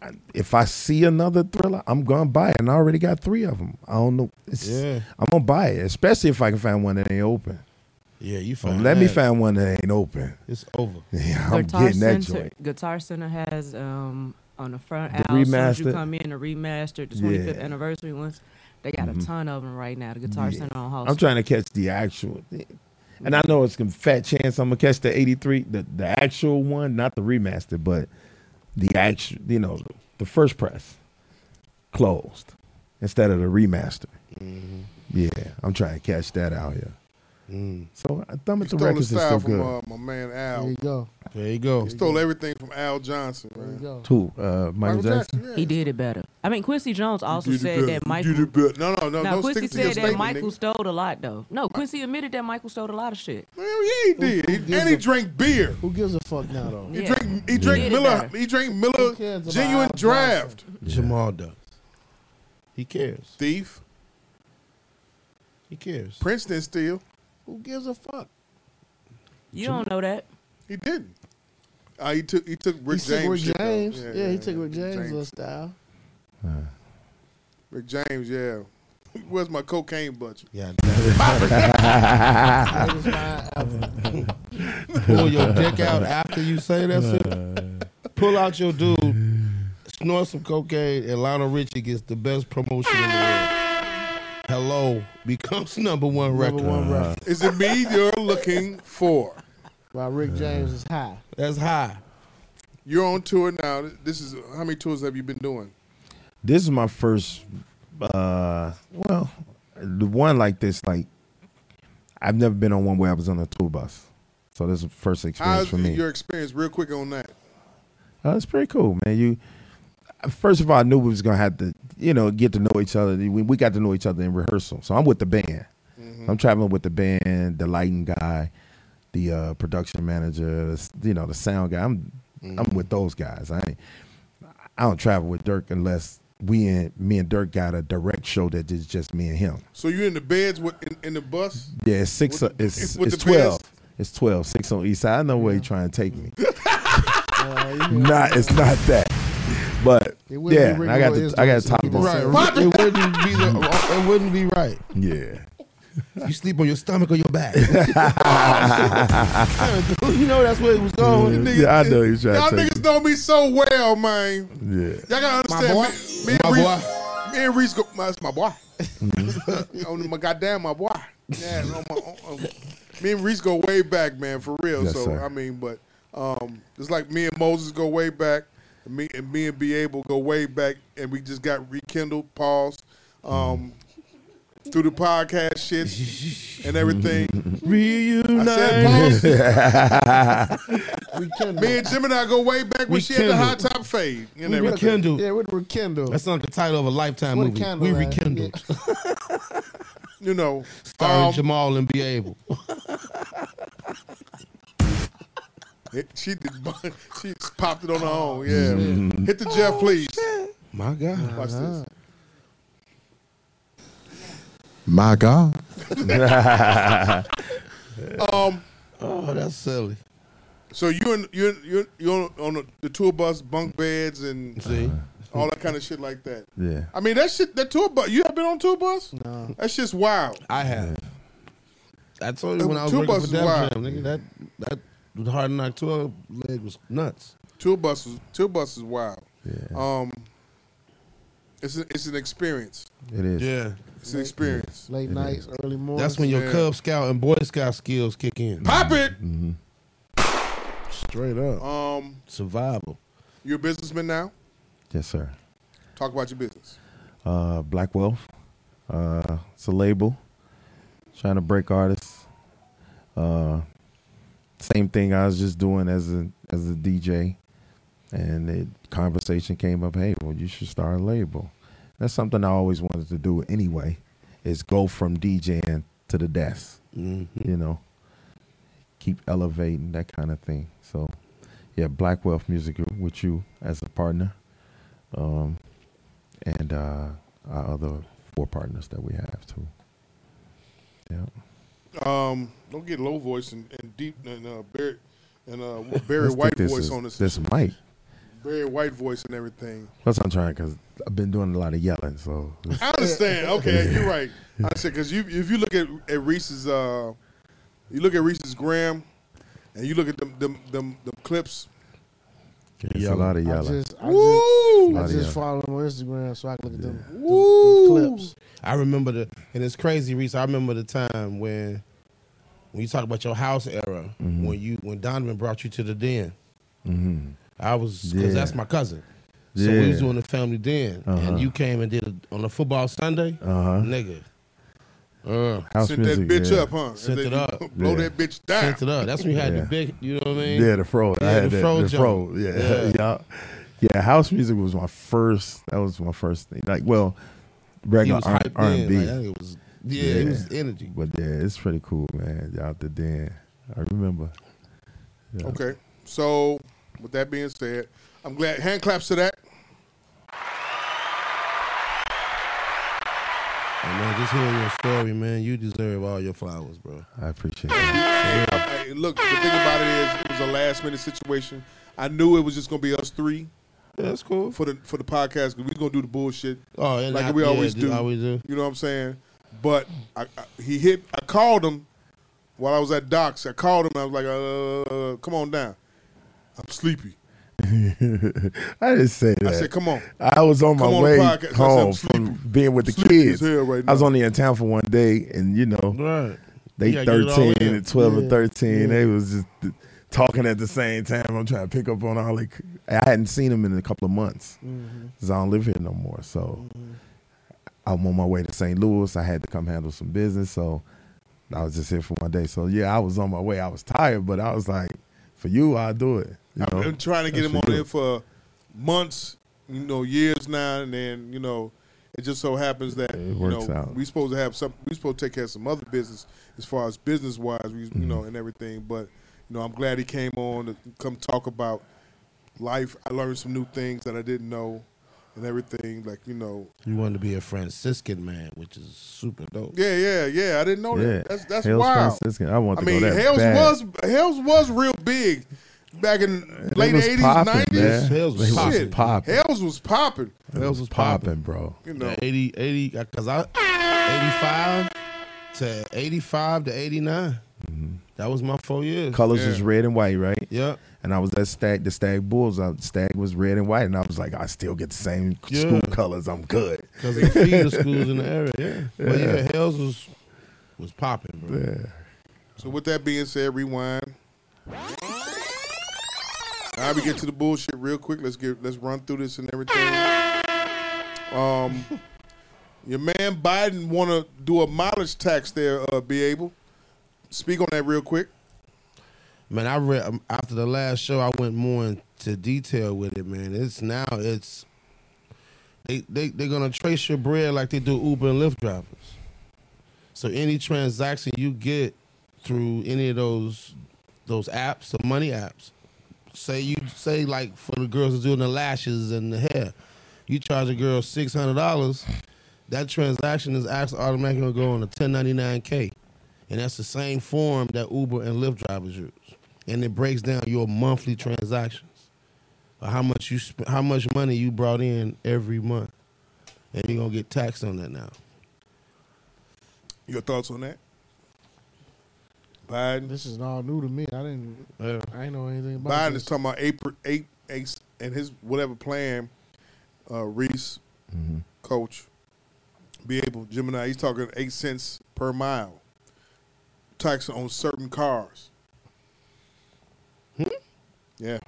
I, I, if I see another thriller, I'm gonna buy it, and I already got three of them. I don't know. It's, Yeah. I'm gonna buy it, especially if I can find one that ainnd open. Yeah, you Well, find let me that. find one that ain't open. It's over. Yeah, I'm getting that Center, joint. Guitar Center has um on the front The out. As soon as you remastered. come in, the remastered, the Yeah. 25th anniversary ones. They got Mhm. a ton of them right now. The Guitar Yeah. Center on Hall. I'm trying to catch the actual, and I know it's a fat chance I'm gonna catch the '83, the the actual one, not the remaster, but the actual, you know, the first press closed instead of the remaster. Mhm. Yeah, I'm trying to catch that out here. So I thumb at the Stole the records is style so from good. uh, my man Al. There you go. There you go. He stole everything from Al Johnson, man. There you go. Who, uh, Michael, Jackson. He did it better. I mean, Quincy Jones also did it said better. that You Michael. did it better. No, no, no, Now, don't Quincy stick to your said that statement, Michael nigga. stole a lot, though. No, Quincy admitted that Michael stole a lot of shit. Hell yeah, he did. He- and he drank beer. Who gives a fuck now though? He Yeah. drank. He Yeah. drank Did it Miller. better. He drank Who Miller cares about Al Genuine Johnson? Draft. Jamal does. He cares. Thief. He cares. Princeton still. Who gives a fuck? You don't know that. He didn't. Uh, he took. He took Rick he James. took Rick shit, though. James. Yeah, he took Rick James, uh, James. little style. Rick James. Yeah. Where's my cocaine budget? Yeah. Greatest mind ever. Pull your dick out after you say that shit. Pull out your dude, snort some cocaine, and Lionel Richie gets the best promotion in the world. Hello becomes number one record. one record. Is it me you're looking for? While Uh, Rick James is high. That's high. You're on tour now. This is how many tours have you been doing? This is my first. uh Well, the one like this, like I've never been on one where I was on a tour bus, so this is the first experience How's for me. your experience? Real quick on that. Uh, it's pretty cool, man. You first of all, I knew we was gonna have to, you know, get to know each other. We, we got to know each other in rehearsal. So I'm with the band. I'm traveling with the band, the lighting guy, the uh, production manager, the s- you know, the sound guy. I'm I'm with those guys. I ain't, I don't travel with Dirk unless we and me and Dirk got a direct show that is just me and him. So you in the beds with in, in the bus? Yeah, it's six. With uh, the- it's with it's the best. twelve. It's twelve. Six on each side. I know where he's trying to take me. not. It's not that. But It wouldn't yeah, be and I got regular the I got the top instruments. of Right. the It wouldn't be the, it wouldn't be right. Yeah. You sleep on your stomach or your back. yeah, you know that's where it was going. I know he's Y'all trying to take niggas know me so well, man. me. Y'all gotta My understand. boy. Me, me My and boy. Reese, me and Reese go. My, that's my boy. Mm-hmm. Only my goddamn my boy. Yeah, no, my, oh, oh. me and Reese go way back, man, for real. Yes, so sir. I mean, but um, it's like me and Moses go way back, and me and me and Be Able go way back, and we just got rekindled, paused, um, through the podcast shit and everything. Reunited. Yeah. We kindled. Me and Gemini go way back when We she had the high kindled. top fade and We everything. rekindled. Yeah, with rekindle. That's not the title of a lifetime What a movie. candle, we man. rekindled. You know, Starring um, Jamal and Be Able. It- she did, she just popped it on her own. Yeah, Mm-hmm. hit the Oh, Jeff, please. Uh-huh. My God. Watch this. My God. Um, Oh, that's silly. so you and you you you on, on the tour bus, bunk beds, and See? all that kind of shit like that. Yeah. I mean that shit. That tour bus. You have been on tour bus? No. That's just wild. I have. I told you when I was Two working for buses Def wide. Jam, nigga, that that the hard knock tour leg was nuts. Tour bus was tour bus is wild. Yeah. Um, it's an, it's an experience. It is. Yeah, It's an experience. Late nights, early mornings. that's when your Yeah. Cub Scout and Boy Scout skills kick in. Pop it. Mm-hmm. Straight up Um, survival. you're a businessman now. Yes, sir. Talk about your business. Uh, Black Wealth. Uh, it's a label trying to break artists. Uh, same thing I was just doing as a as a DJ, and the conversation came up. Hey, well, you should start a label. That's something I always wanted to do anyway. Is go from DJing to the desk. You know, keep elevating that kind of thing. So, yeah, Black Wealth Music Group with you as a partner, um, and uh, our other four partners that we have too. Yeah. Um, don't get low voice and, and deep and uh, Barry and uh, Barry Let's White get this voice is- on this. This mic. Barry White voice and everything. That's what I'm trying because I've been doing a lot of yelling. So it's- I understand. Okay, you're right. I said because you if you look at at Reese's, uh, you look at Reese's gram, and you look at them them them, them clips. it's a lot of I yelling. just, I Woo! just, I Lot of just y'all. follow him on Instagram so I can look at them, them- them clips. I remember the, and it's crazy, Reese. I remember the time when, when you talk about your house era, Mm-hmm. when you when Donovan brought you to the den. Mhm. I was because Yeah. that's my cousin. So we was Yeah. doing the family den, Uh-huh. and you came and did it on a football Sunday, Uh-huh. nigga. Uh, House Sent that music, bitch yeah. up, huh? And Sent then it you up. blow Yeah. that bitch down. Sent it up. That's when you had Yeah. the big, you know what I mean? Yeah, the fro. I Yeah, had the that- fro. the jump. fro. Yeah, yeah, yeah. House music was my first. That was my first thing. Like, well, regular was R hyped R and then, B. like, that nigga was- yeah, he was energy. But yeah, it's pretty cool, man. Out the den, I remember. Yeah. Okay, so with that being said, I'm glad. Hand claps to that. Hey, man, just hearing your story, man, you deserve all your flowers, bro. I appreciate it. Hey, look, the thing about it is, it was a last minute situation. I knew it was just gonna be us three. that's cool for the for the podcast. 'cause we gonna do the bullshit. Oh, and like I- we yeah, always do- do. always do. You know what I'm saying? But I, I, he hit. I called him while I was at Doc's. I called him. and I was like, uh, "Come on down. I'm sleepy." I didn't say I that. said, "Come on." I was on my Come on the way podcast. I said, I'm home sleepy. from being with the Sleepy as kids. hell right I was now. only in town for one day, and you know, Right. they You gotta get it all 13 in. and 12 Yeah. and 13. Yeah. They was just th- talking at the same time. I'm trying to pick up on all the. c- I hadn't seen them in a couple of months Mm-hmm. because I don't live here no more. So I'm on my way to St. Louis. I had to come handle some business. So I was just here for one day. So yeah, I was on my way. I was tired, but I was like, for you, I'll do it. You know? I've been trying to get That's him on for you. there for months, you know, years now, and then you know, it just so happens that you works know out. we supposed to have some, we supposed to take care of some other business as far as business wise, we Mm-hmm. you know, and everything. But you know, I'm glad he came on to come talk about life. I learned some new things that I didn't know, and everything. Like you know, You wanted to be a Franciscan man, which is super dope. yeah, yeah, yeah. I didn't know Yeah. that. That's that's Hell's wild. Franciscan. I want I to go mean, that Hell's bad. was Hell's was real big back in It late was eighties, popping, nineties. man. Hell's was Shit. popping. Hell's was popping. Hells was popping, bro. You know. 80, 80, because uh, I, 85 to 85 to 89. That was my four years. colors was red and white, right? Yeah. And I was at Stag, the Stag Bulls. I, Stag was red and white, and I was like, I still get the same Yeah. school colors. I'm good. Because of the feeder schools in the area, yeah. But yeah, Hells was was popping, bro. Yeah. So with that being said, rewind. All right, we get to the bullshit real quick. Let's get let's run through this and everything. Um, your man Biden want to do a mileage tax there. Uh, be able speak on that real quick. Man, I read um, after the last show, I went more into detail with it, man. It's now it's they they they're gonna trace your bread like they do Uber and Lyft drivers. So any transaction you get through any of those those apps, the money apps, say you say like for the girls that's doing the lashes and the hair, you charge a girl six hundred dollars. That transaction is actually automatically gonna go on a ten ninety nine k, and that's the same form that Uber and Lyft drivers use, and it breaks down your monthly transactions, or how much you sp- how much money you brought in every month, and you're gonna get taxed on that now. Your thoughts on that? Biden. This is all new to me. I didn't. I didn't know anything about Biden this. is talking about April eight eight and his whatever plan, uh, Reese, coach, be able Gemini. He's talking eight cents per mile tax on certain cars. Yeah,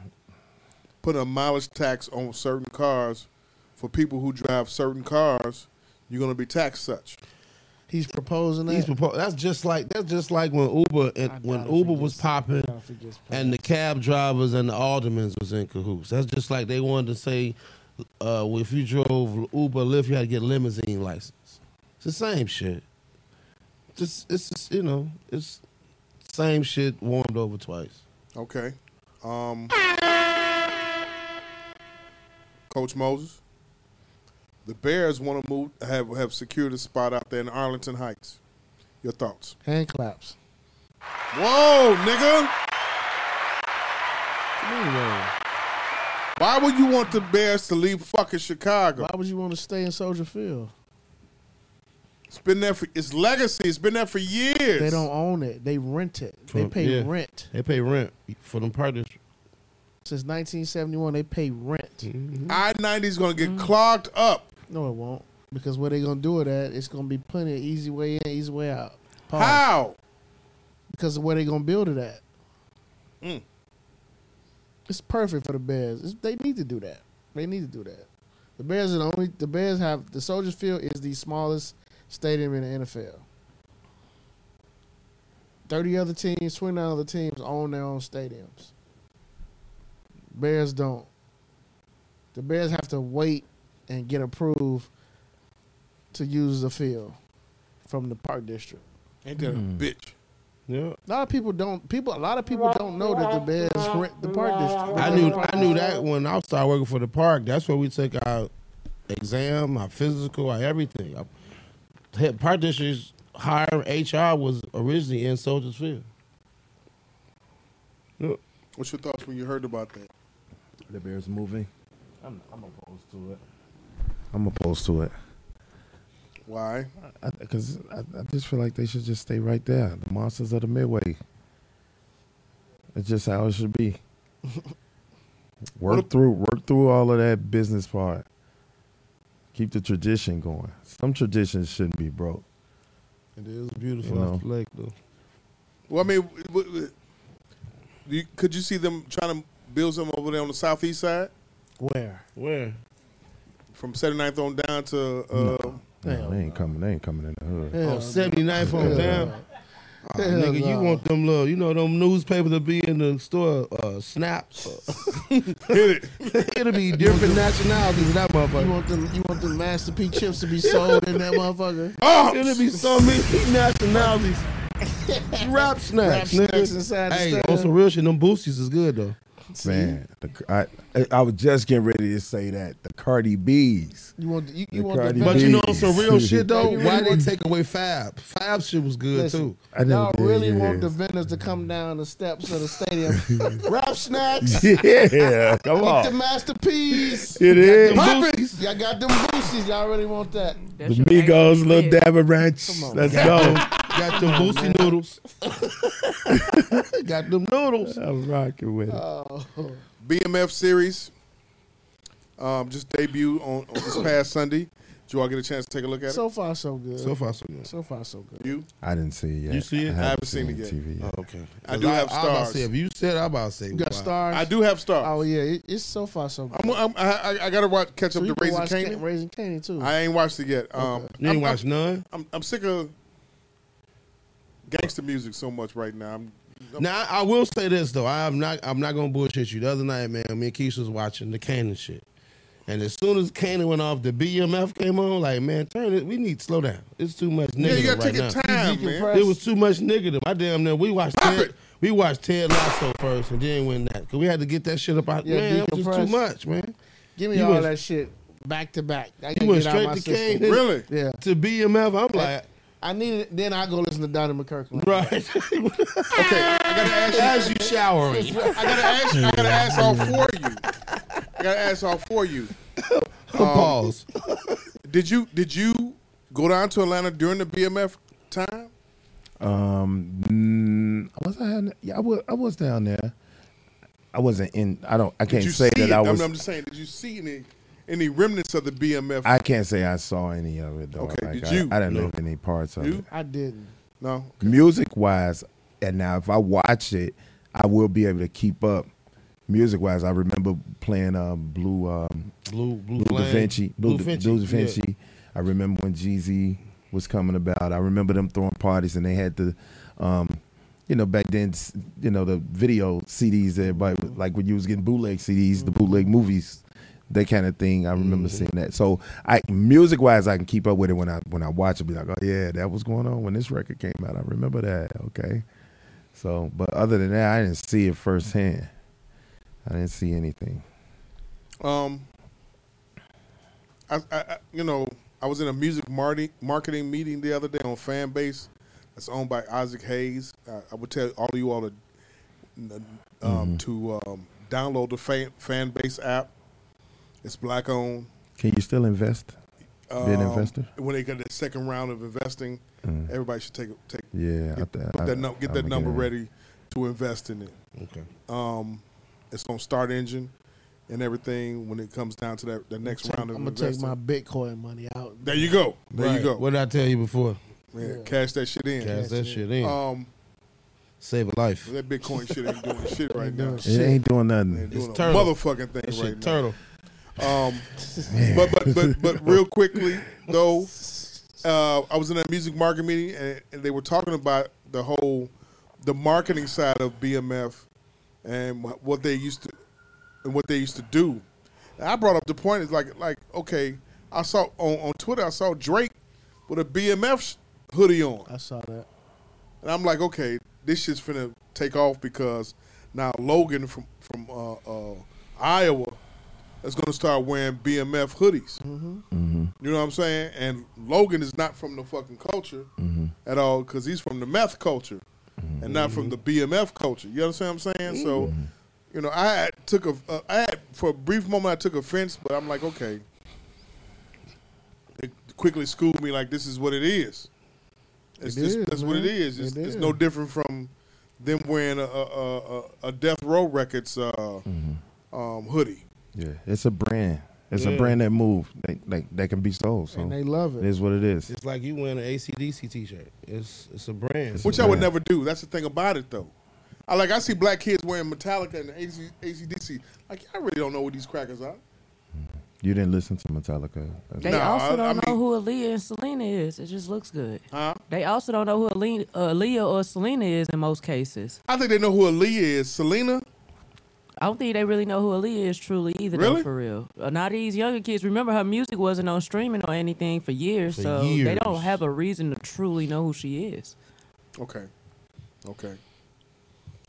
put a mileage tax on certain cars for people who drive certain cars. You're gonna be taxed such. He's proposing that. He's propo- that's just like that's just like when Uber and when Uber was popping, and the cab drivers and the aldermans was in cahoots. That's just like they wanted to say, uh, well, if you drove Uber, Lyft, you had to get a limousine license. It's the same shit. Just it's just, you know it's same shit warmed over twice. Okay. Um, Coach Moses. The Bears want to move have have secured a spot out there in Arlington Heights. Your thoughts? Hand claps. Whoa, nigga! Why would you want the Bears to leave fucking Chicago? Why would you want to stay in Soldier Field? It's been there for its legacy. It's been there for years. They don't own it. They rent it. they From- pay yeah. rent. They pay rent for them partners. Since 1971, they pay rent. I 90 is going to get clogged up. No, it won't. Because where they going to do it at, it's going to be plenty of easy way in, easy way out. Pause. How? Because of where they going to build it at. Mm. It's perfect for the Bears. It's, they need to do that. They need to do that. The Bears are the only. The Bears have the Soldier Field is the smallest stadium in the NFL. Thirty other teams, twenty nine other teams own their own stadiums. Bears don't. The Bears have to wait and get approved to use the field from the park district. Ain't that a bitch? Yeah. A lot of people don't. People. A lot of people don't know that the Bears rent the park district. I knew I knew that when I started working for the park. That's where we took our exam, our physical, our everything. Our, head- park district's hiring HR was originally in Soldiers Field. What's your thoughts when you heard about that? The Bears moving. I'm, I'm opposed to it. I'm opposed to it. Why? Because I, I just feel like they should just stay right there. The monsters of the midway. It's just how it should be. work through, work through all of that business part. Keep the tradition going. Some traditions shouldn't be broke. It is beautiful You off know. the lake though. Well, I mean, w- w- w- you, could you see them trying to build something over there on the southeast side? Where? Where? From 79th on down to. Uh, No, they ain't coming. They ain't coming in the hood. Oh, 79th on Hell down. no. Ah, Hell nigga, no. you want them little, you know, them newspapers to be in the store, uh, snap. Hit it. It'll be different nationalities in that motherfucker. You want them? You want them Master P chips to be sold in that motherfucker? Oh! It'll be so many nationalities. Rap snacks, Rap snacks nigga. inside the hey, stand. on some real shit, them boosties is good though. Man, the, I I- I was just getting ready to say that the Cardi B's. You want you, The you want Cardi the But But you know on some real Bees. shit though. You Why really they want- take away Fab? Fab shit was good too. I never y'all did, really yeah. want the vendors to come down the steps of the stadium. Rap snacks. Yeah, come Eat the on. masterpiece. It is. Poppins. Y'all got them boosties. Y'all really want that? The Migos, little dab of ranch. Let's go. Got them boosty noodles. Got them noodles. I'm rocking with it. BMF series um, just debuted on, on this past Sunday. Did you all get a chance to take a look at So it? far, so good. So far, so good. So far, so good. You? I didn't see it yet. You see it? I haven't, seen, it yet. TV yet. Oh, okay. I do have I about stars. to say, if you said, I about to say, You got wow. stars. I do have stars. Oh yeah, it, it's so far so good. I'm, I'm, I, I- I gotta watch, catch So up you to can Raising watch Ca- Canaan. Raising Canaan too. I ain't watched it yet. Um, You I'm- ain't watch none. I'm, I'm sick of gangster music so much right now. I'm, I'm- Now I I will say this though, I'm not I'm not gonna bullshit you. The other night, man, me and Keisha was watching the Cannon shit, and as soon as Cannon went off, the BMF came on. Like, man, turn it. We need to slow down. It's too much yeah, nigga you gotta right take your now. time, man. It was too much negative. I damn near we watched Ted, we watched Ted Lasso first, and then went that because we had to get that shit up out. Yeah, man, that was just too decompress. much, man. Give me You all went- that shit back to back. I You gotta went get it out straight my to system. Cannon, Really? Yeah. to BMF. I'm like, I need it. Then I go listen to Donnie McKirkland. right Okay, I gotta ask you. as you showering. I gotta ask. I gotta ask all four of you. I gotta ask all four of you. Pause. Did you did you go down to Atlanta during the BMF time? Um, mm, was I? in- Yeah, I was, I was down there. I wasn't in. I don't. I Did can't you say see that it? I mean, was. I'm just saying. Did you see any any remnants of the BMF? I can't say I saw any of it though. Okay, Like, did I, you? I didn't No. know any parts of You? it. I didn't. no. Music wise, and now if I watch it, I will be able to keep up. Music wise, I remember playing um, Blue um, Blue, Blue blue, Da Flame. Vinci. Blue, Da- Blue Da yeah. Vinci. I remember when Jeezy was coming about. I remember them throwing parties and they had the, um, you know, back then, s- you know, the video CDs that everybody, was- like when you was getting bootleg CDs, the bootleg movies, that kind of thing. I remember seeing that. So I, music wise, I can keep up with it when I when I watch it. Be like, oh yeah, that was going on when this record came out. I remember that. Okay. So, but other than that, I didn't see it firsthand. I didn't see anything. Um, I, I, I- you know, I was in a music marti- marketing meeting the other day on Fanbase. That's owned by Isaac Hayes. I, I would tell all of you all to, um, Mm-hmm. to um, download the fan, Fanbase app. It's black owned. Can you still invest? Be an Um, investor? When they get the second round of investing, Mm. everybody should take take Yeah, I get, th- put I- that, nu- get I'm that gonna number get it. ready to invest in it. Okay. Um, it's on Start Engine and everything when it comes down to that the next round of I'm gonna take investing. my Bitcoin money out. There you go. There Right. you go. What did I tell you before? Yeah, cash that shit in. Cash that shit in. Um, Save a life. that Bitcoin shit ain't doing shit right now. It ain't doing nothing. Ain't It's doing a turtle. motherfucking thing That shit right turtle. now. Um, but but but but real quickly though, uh, I was in a music market meeting and, and they were talking about the whole the marketing side of BMF and wh- what they used to and what they used to do. And I brought up the point is like like okay, I saw on, on Twitter I saw Drake with a BMF sh- hoodie on. I saw that. And I'm like, okay, this shit's finna take off because now Logan from from uh, uh, Iowa is gonna start wearing BMF hoodies. Mm-hmm. You know what I'm saying? And Logan is not from the fucking culture Mm-hmm. at all because he's from the meth culture and not from the BMF culture. You understand what I'm saying? So, Mm-hmm. you know, I had- took a, uh, I had, for a brief moment, I took offense, but I'm like, okay. It quickly schooled me like this is what it is. It's It just, is, that's what it man. is. It's, It it's is. no different from them wearing a, a, a, a Death Row Records uh, Mm-hmm. um, hoodie. Yeah, it's a brand. It's Yeah. a brand that move. They, they, they can be sold. So And they love it. It is what it is. It's like you wearing an ACDC t-shirt. It's it's a brand. It's a Which I would brand. never do. That's the thing about it, though. I like I see black kids wearing Metallica and AC, ACDC. Like I really don't know what these crackers are. You didn't listen to Metallica. They also don't know who Aaliyah and Selena is. It just looks good. They also don't know who Aaliyah, uh, Aaliyah or Selena is in most cases. I think they know who Aaliyah is. Selena. I don't think they really know who Aaliyah is truly either. though, Really? for real. Uh, Now these younger kids remember her music wasn't on streaming or anything for years, For so they don't years. have a reason to truly know who she is. Okay, okay.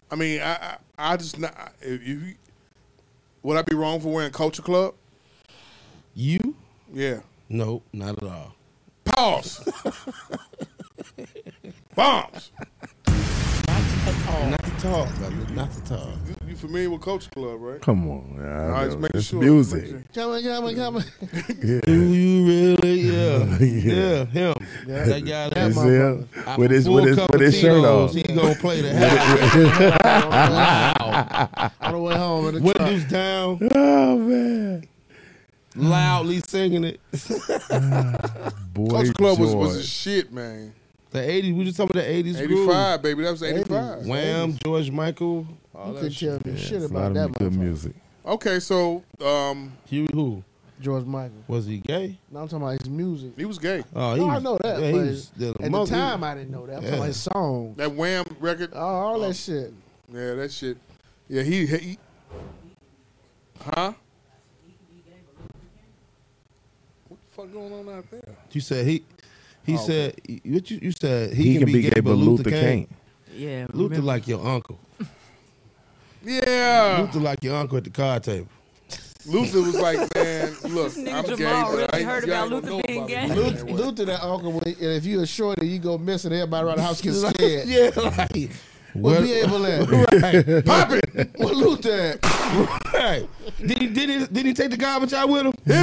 I mean, I I, I just not. If you, would I be wrong for wearing Culture Club? You? Yeah. Nope, not at all. Pause. Bombs. Not to talk, brother. Not to talk. You, you familiar with Culture Club, right? Come on, man. I I know. just making It's sure. music. making sure. Come on, come on, come on. Yeah. Do you really? Yeah. Yeah. yeah. him. Yeah. That guy. It's motherfucker. him. After With his- full with his- cup with of his shirt Tito's, off. He gonna play the With it- with it- hat. On the way home in the truck. Windows down. Oh man. Mm. Loudly singing it. Boy Culture Club was, was the George. shit, man. The 80s. We just talking about the 80s. groove. 85, baby. That was 85. Wham, George Michael. all You that could tell me Yeah, shit it's a about lot that of motherfucker. good music. Okay, so um, Huey who? George Michael. Was he gay? No, I'm talking about his music. He was gay. Oh, he no, I was- know that. yeah, he but was- yeah, the at mother- the time, I didn't know that. I'm talking Yeah. about his song. That Wham record. Oh, all that shit. Yeah, that shit. Yeah, he. he huh? What the fuck going on out there? You said he. He Oh, said what you, you said. He, He can, be gay, but Luther, can't. Yeah, Luther remember- like your uncle. Uh. Yeah. Luther like your uncle at the card table. Luther was like, man, look, This nigga I'm gay, Jamal but I really ain't, heard y'all ain't about gonna Luther know being about gay. it. Luther, Luther that uncle, when- and if you a shorty, you go missing. Everybody around the house gets scared. yeah, like What what- be able at? right. Pop it. What Luther at? right. Did he did he did he take the garbage out with him? Hit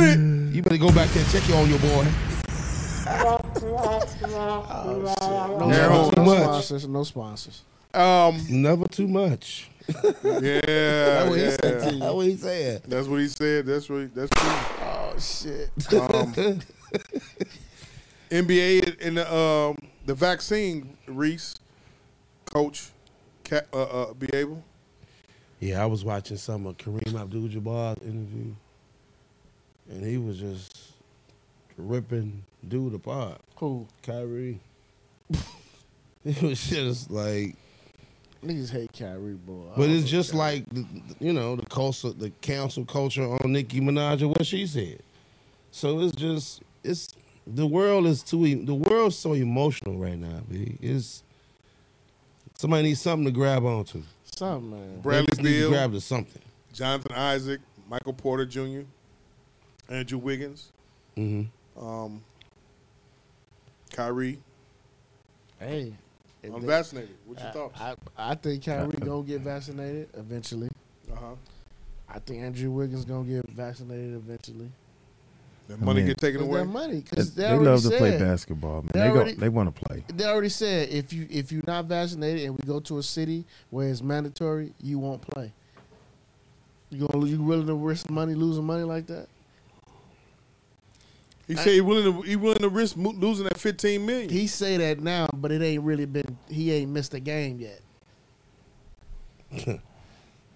it. You better go back there and check you on your boy. No, Yeah, sponsors, too no much. sponsors. No sponsors. Um, Never too much. yeah, That's what he yeah. said to you. That's what he said. That's what he said. That's what. That's true. Oh, shit. Um, NBA and the um, the vaccine, Reese, coach, Ca- uh, uh, be able. Yeah, I was watching some of Kareem Abdul-Jabbar's interview, and he was just ripping dude apart. Cool. Kyrie. it was just like, Niggas hate Kyrie, boy. Oh, but it's just like the, you know the culture, the council culture on Nicki Minaj and what she said. So it's just it's the world is too e- the world's so emotional right now. B. It's somebody needs something to grab onto. Something, man. They Bradley just need to Beal. grab to something. Jonathan Isaac, Michael Porter Jr., Andrew Wiggins, Mhm. um, Kyrie. Hey, I'm vaccinated. What's your I- thoughts? I, I think Kyrie gonna get vaccinated eventually. Uh huh. I think Andrew Wiggins gonna get vaccinated eventually. That money mean- get taken Cause away? That money, 'cause They- they, they already love to play said- basketball, man. They go- they wanna play. They already said if you if you're not vaccinated and we go to a city where it's mandatory, you won't play. You gonna you willing to risk money losing money like that? He said he willing to he willing to risk mo- losing that 15 million. He say that now, but it ain't really been. He ain't missed a game yet.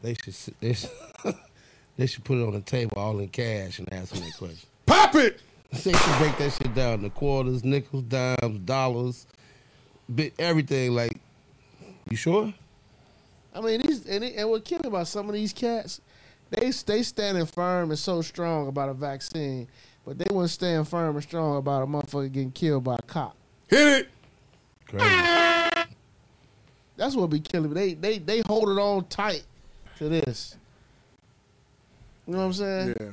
they should s- they should, they should put it on the table all in cash and ask me that question. Pop it. They should break that shit down to quarters, nickels, dimes, dollars, bit everything. Like, you sure? I mean, these and, it, and what killed me about some of these cats, they they standing firm and so strong about a vaccine, but they wouldn't stand firm and strong about a motherfucker getting killed by a cop. Hit it. That's what be killing me. They they they hold it on tight to this. You know what I'm saying? Yeah.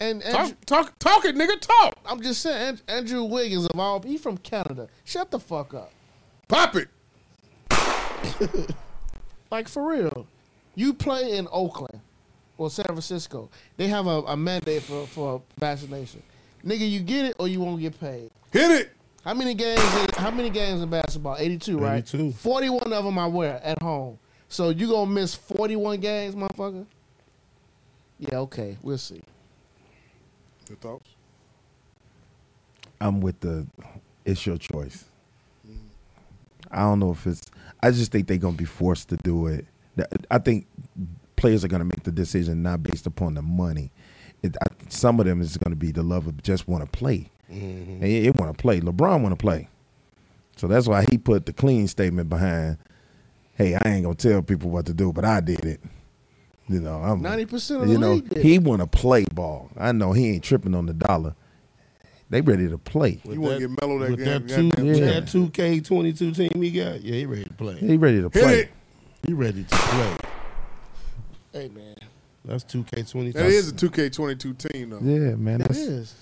And Talk- talk talk it, nigga, talk. I'm just saying, An- Andrew Wiggins of all, he from Canada. Shut the fuck up. Pop it. Like for real, you play in Oakland or San Francisco. They have a, a mandate for for vaccination. Nigga, you get it or you won't get paid. Hit it. How many games? in- how many games in basketball? Eighty-two, right? Eighty-two. Forty-one of them I wear at home. So you gonna miss forty-one games, motherfucker? Yeah. Okay. We'll see. Your thoughts? I'm with the. It's your choice. I don't know if it's. I just think they're gonna be forced to do it. That- I think players are gonna make the decision not based upon the money. It, I, some of them is gonna be the love of just want to play. Mhm. They, want to play. LeBron want to play. So that's why he put the clean statement behind. Hey, I ain't gonna tell people what to do, but I did it. You know, I'm 90% of the you know, league did he want to play ball. I know he ain't tripping on the dollar. They ready to play. You want to get mellow that with game? that two, Yeah. with that two K twenty two team he got, yeah, he ready to play. He ready to Hit play. it. He ready to play. Hey man, That's two K twenty two. That is a 2K22 team though. Yeah, man. It that's, is.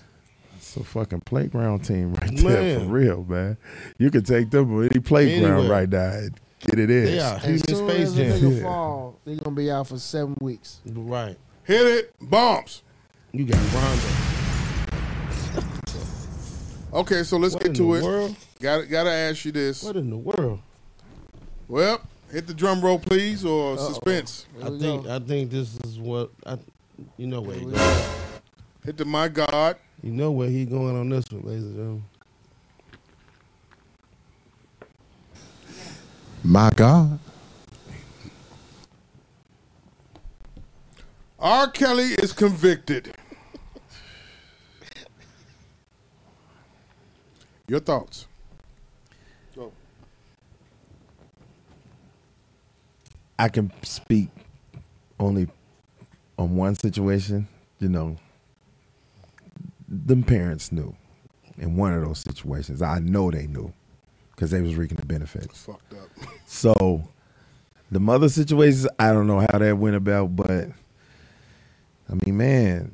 That's a fucking playground team right there Man. for real, man. You can take them to any playground Anywhere. right now and get it in. as soon as a nigga Yeah. fall, they gonna be out for seven weeks. Right. Hit it. Bombs. You got Rondo. Okay, so let's What get in to the it. world? Got gotta ask you this. What in the world? Well, hit the drum roll, please, or suspense. I think I think this is what I you know where he going. Hit the my God. You know where he going on this one, ladies and gentlemen. My God. R. Kelly is convicted. Your thoughts? I can speak only on one situation. You know, them parents knew in one of those situations. I know they knew because they was reaping the benefits. Fucked up. So the mother situations, I don't know how that went about, but I mean, man,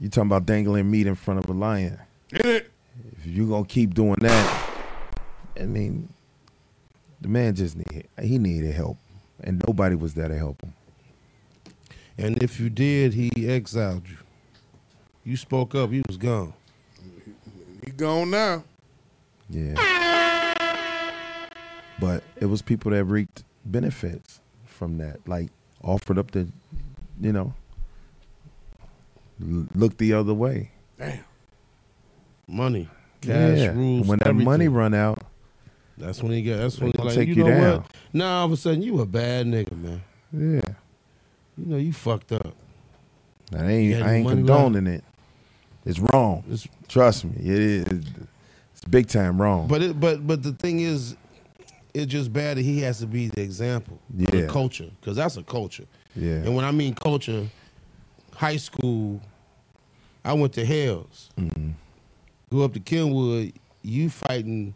you talking about dangling meat in front of a lion? Hit it. If you gonna keep doing that, I mean, the man just needed he needed help, and nobody was there to help him. And if you did, he exiled you. You spoke up, you was gone. He gone now. Yeah. But it was people that reaped benefits from that, like offered up the, you know, l- look the other way. Damn. Money. Cash Yeah. rules. When that everything. money run out, That's when he got that's when They he gonna like, take you, you know down. what? Now all of a sudden you a bad nigga, man. yeah. You know you fucked up. I You ain't, got I any ain't money condoning it. It's wrong. Trust me, it is. It's big time wrong. But it, but but the thing is, it's just bad that he has to be the example, of the Yeah. culture, because that's a culture. Yeah. And when I mean culture, high school, I went to Hales, Mm-hmm. grew up to Kenwood. You fighting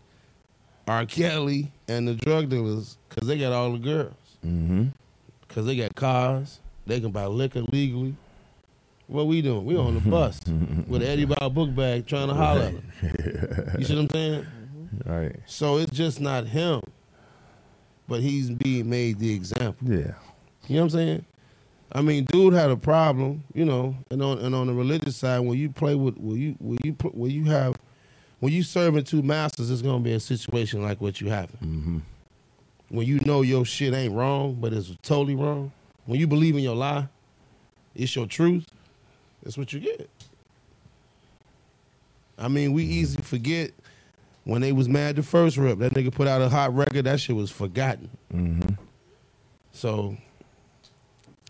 R. Kelly and the drug dealers because they got all the girls, Mm-hmm. because they got cars, They can buy liquor legally. What we doing? We on the bus with Eddie Bob book bag trying to holler at him. You see what I'm saying? Right. So it's just not him, but he's being made the example. Yeah. You know what I'm saying? I mean, dude had a problem, you know, and on and on the religious side, when you play with when you when you pl- when you have when you serving two masters, it's gonna be a situation like what you having. Mm-hmm. When you know your shit ain't wrong, but it's totally wrong. When you believe in your lie, it's your truth. That's what you get. I mean, we Mm-hmm. easy forget when they was mad the first rep. That nigga put out a hot record. That shit was forgotten. Mm-hmm. So,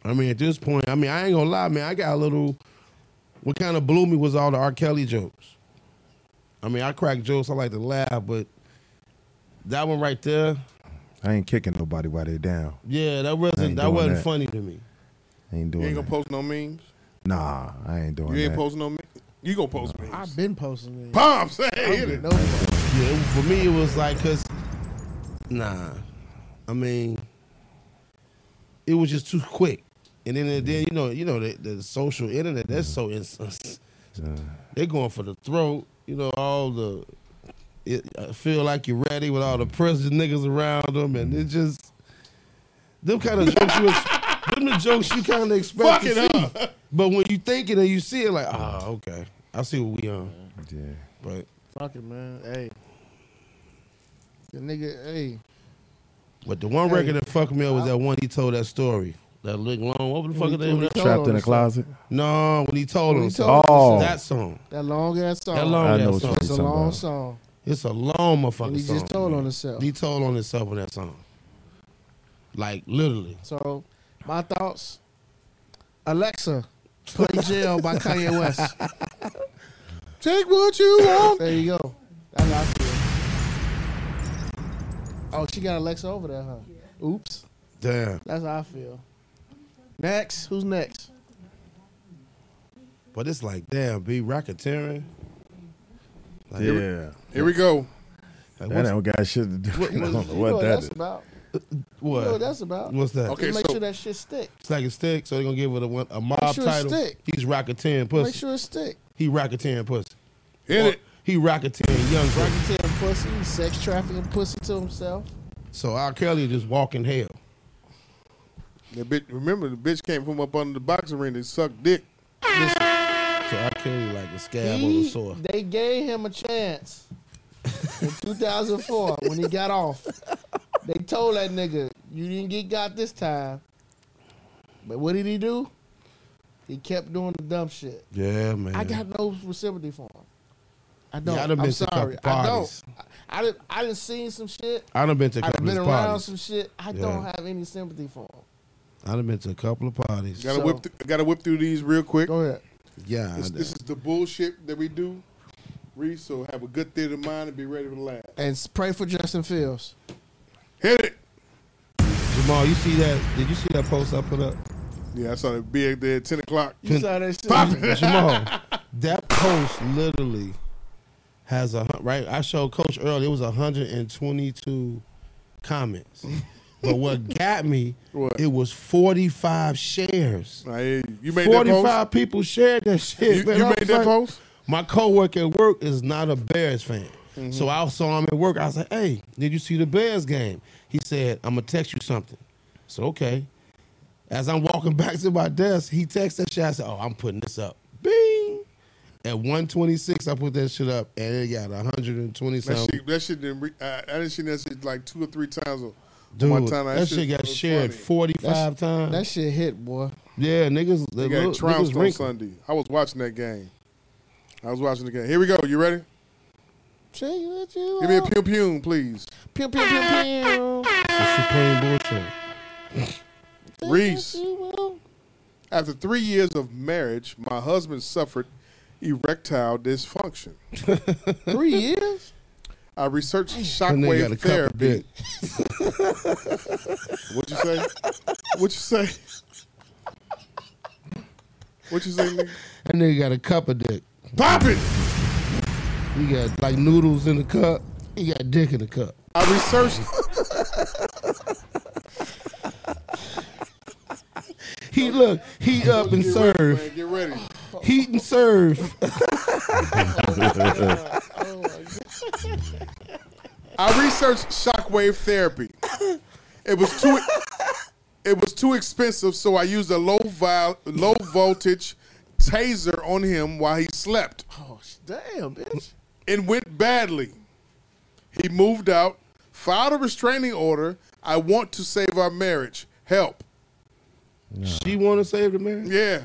I mean, at this point, I mean, I ain't gonna lie, man. I got a little. What kind of blew me was all the R. Kelly jokes. I mean, I crack jokes. I like to laugh, but that one right there, I ain't kicking nobody while they're down. yeah, that I ain't wasn't that doing wasn't that. funny to me. I ain't You doing ain't that. gonna post no memes. Nah, I ain't doing You ain't that. posting no memes. You gonna post memes? I've been posting it. Bombs, hey, I don't hit get it. no- Yeah, it- for me it was like, cause nah, I mean, it was just too quick. And then, and then you know, you know, the, the social internet that's so ins- they're going for the throat. You know, all the it, I feel like you're ready with all the prison niggas around them, and it just them kind of jokes you ex- them the jokes you kind of expect to Fuck it see. But when you think it and you see it, like, oh, okay, I see what we on. Yeah. But Fuck it, man. Hey. The nigga, hey. But the one Hey, record that fucked me up was that one he told that story. That Lick Long. What the fuck When he- is that? when he name of that told Trapped in a Closet? No, when he told When him. he told Oh. Oh. That song. That long ass song. That long I ass know what song. you're It's a talking long about. song. It's a long motherfucking And he song. just told on himself. He told on himself on that song. Like literally. So, my thoughts. Alexa, play Jail by Kanye West. Take what you want. There you go. That's how I feel. Oh, she got Alexa over there, huh? Oops. Damn. That's how I feel. Next, who's next? But it's like, damn, be racketeering. Like, Yeah. Here we go. That Like, what's- don't got shit to do. I What- what's- don't know you know what what that that's is. about. What? You know what that's about. What's that? Okay, Okay, make so- sure that shit stick. It's like a stick, so they're gonna give it a, one- a mob sure it's title. stick. He's racketeering pussy. Make sure it stick. He racketeering pussy. Hit Or it. He racketeering young pussy. Racketeering pussy, he sex trafficking pussy to himself. So R. Kelly just walking hell. The bitch, remember the bitch came from up under the boxing ring and sucked dick. So R. Kelly like a scab on the He, sore. they gave him a chance in 2004 when he got off. They told that nigga, "You didn't get got this time." But what did he do? He kept doing the dumb shit. Yeah, man. I got no sympathy for him. I don't. Yeah, I done I'm missed a sorry. couple I don't. parties. I, I done, I done seen some shit. I done been to a I done couple been of around parties. some shit. I Yeah. don't have any sympathy for him. I done been to a couple of parties. Gotta So- whip, th- gotta whip through these real quick. Go ahead. Yeah, I This, done. this is the bullshit that we do, Reese. So have a good theater of mind and be ready to laugh. And s- pray for Justin Fields. Hit it. Jamal, you see that? Did you see that post I put up? Yeah, I saw that big there at ten o'clock. You saw that shit. Pop it. Jamal, that post literally has a hun- right. I showed Coach earlier. It was 122 comments, but what got me? What? It was 45 shares. Nah, yeah, you made that 45 people shared that shit. You- man. you I made was that like- post? My coworker at work is not a Bears fan. Mm-hmm. So I saw him at work. I was like, hey, did you see the Bears game? He said, I'm going to text you something. So, okay. As I'm walking back to my desk, he texted that shit. I said, oh, I'm putting this up. Bing. At 126, I put that shit up, and it got 120 post. That something. shit, that shit didn't. Re- I, I didn't see that shit like two or three times. on- on Dude, my time, that shit got was shared funny. 45 times. That shit hit, boy. yeah, niggas. They They got look, trounced niggas on wrinkled. Sunday. I was watching that game. I was watching the game. Here we go. You ready? Tell you what you Oh. Give me a want. pew pew, please. pew pew pew pew. Supreme bullshit. Reese. You want. After three years of marriage, my husband suffered erectile dysfunction. Three years? I researched That nigga got a shockwave cup of therapy. dick. What'd you say? What'd you say? What'd you say? nigga? That nigga got a cup of dick. Pop it! He got like noodles in the cup. He got dick in the cup. I researched. Heat look, heat up and Get serve. ready, man, Get ready. Heat and serve. I researched shockwave therapy. It was too it was too expensive, so I used a low vol, low voltage taser on him while he slept. Oh damn, bitch. It went badly. He moved out, filed a restraining order. I want to save our marriage. Help. She want to save the marriage? Yeah.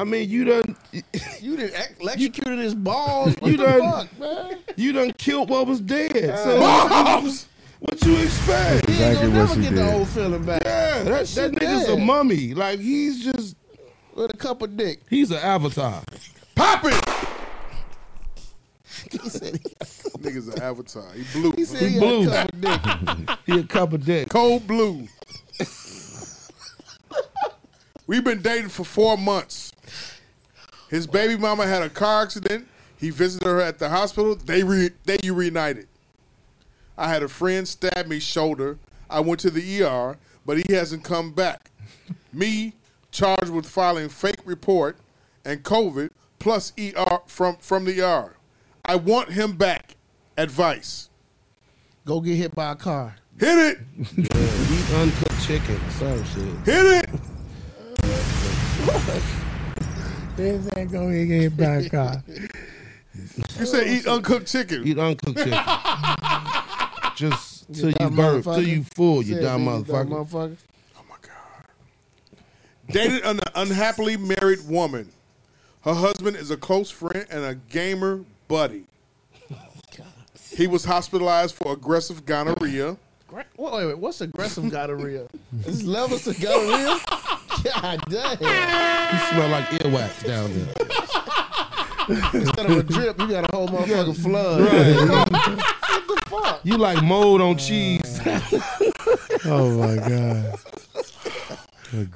I mean, you done You did electrocuted his balls. What You the done- fuck, man? you done killed what was dead. So Moms! what you expect? He ain't gonna never get the old feeling back. Yeah, that, She that nigga's a dead. mummy. Like he's just with a cup of dick. He's an avatar. Pop it! He said Nigga's an avatar. He blue. he, said he, He had blue. a cup of dick. He a cup of dick. Cold blue. We've been dating for four months. His baby mama had a car accident. He visited her at the hospital. They re- they reunited. I had a friend stab me shoulder. I went to the ER, but he hasn't come back. Me charged with filing fake report and COVID plus ER from from the ER. I want him back. Advice. Go get hit by a car. Hit it. Eat uncooked chicken or some shit. Hit it. They ain't gonna get back on. You said eat uncooked chicken. Eat uncooked chicken. Just till you dumb burp, till motherfucker. you full, you Said, dumb "Nigga, you dumb motherfucker. motherfucker. dated an unhappily married woman. Her husband is a close friend and a gamer buddy. He was hospitalized for aggressive gonorrhea. Gra- Wait, wait, wait, what's aggressive gonorrhea? Is levels to gonorrhea? God damn. You smell like earwax down there. Instead of a drip, you got a whole motherfucking flood. You like mold on cheese. Oh my god.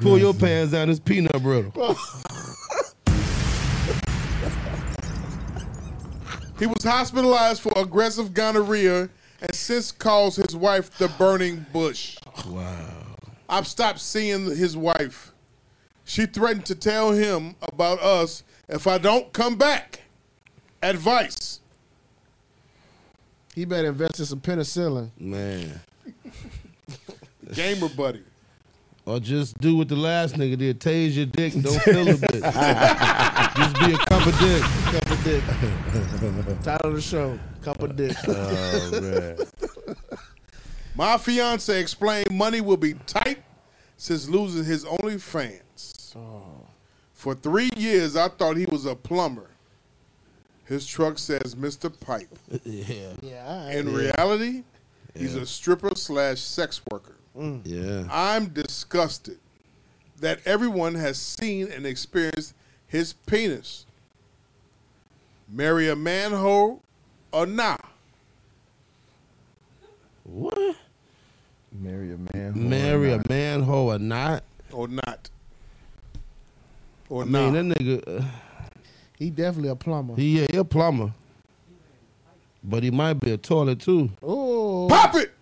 Pull your pants down. It's peanut brittle. He was hospitalized for aggressive gonorrhea and since calls his wife the burning bush. Wow. I've stopped seeing his wife. She threatened to tell him about us if I don't come back. Advice. He better invest in some penicillin. Man. Gamer buddy. Or just do what the last nigga did. Tase your dick and don't feel a bit. just be a cup of dick. Cup of dick. Title of the show. Cup of dick. Oh man. My fiance explained money will be tight since losing his only fans. For three years, I thought he was a plumber. His truck says Mr. Pipe. Yeah. yeah, all right. In reality, he's a stripper slash sex worker. Yeah. I'm disgusted that everyone has seen and experienced his penis. Marry a manhole or nah? What? Marry a man. whore or Marry a not. man hoe or not? Or not? Or I nah? mean, that nigga, uh, He definitely a plumber. he, yeah, he a plumber. But he might be a toilet too. Oh, Pop it!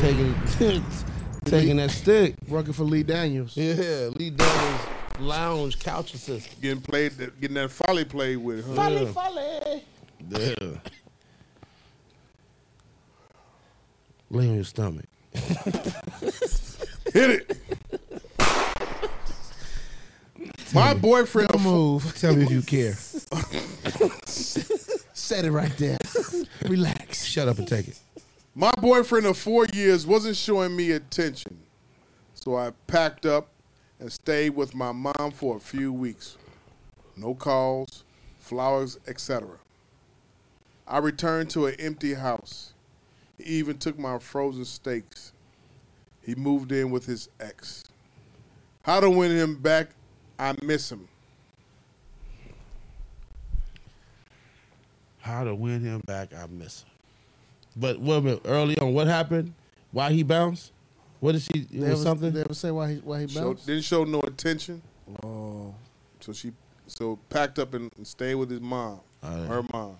Taking, taking that stick. working for Lee Daniels. Yeah, Lee Daniels lounge couch assistant. getting played, that, getting that folly played with. Huh? Folly, folly. Yeah. Lay on your stomach. Hit it. My boyfriend, Move. Tell me if you care. Set it right there. Relax. Shut up and take it. my boyfriend of four years wasn't showing me attention, so I packed up and stayed with my mom for a few weeks. No calls, flowers, etc. I returned to an empty house. He even took my frozen steaks. He moved in with his ex. How to win him back? I miss him. How to win him back? I miss him. But wait a minute. Early on, what happened? Why he bounced? What did she? It They was ever, something. They ever say why he why he Show, bounced? didn't show no attention. So she so packed up and, and stayed with his mom, Alright. her mom.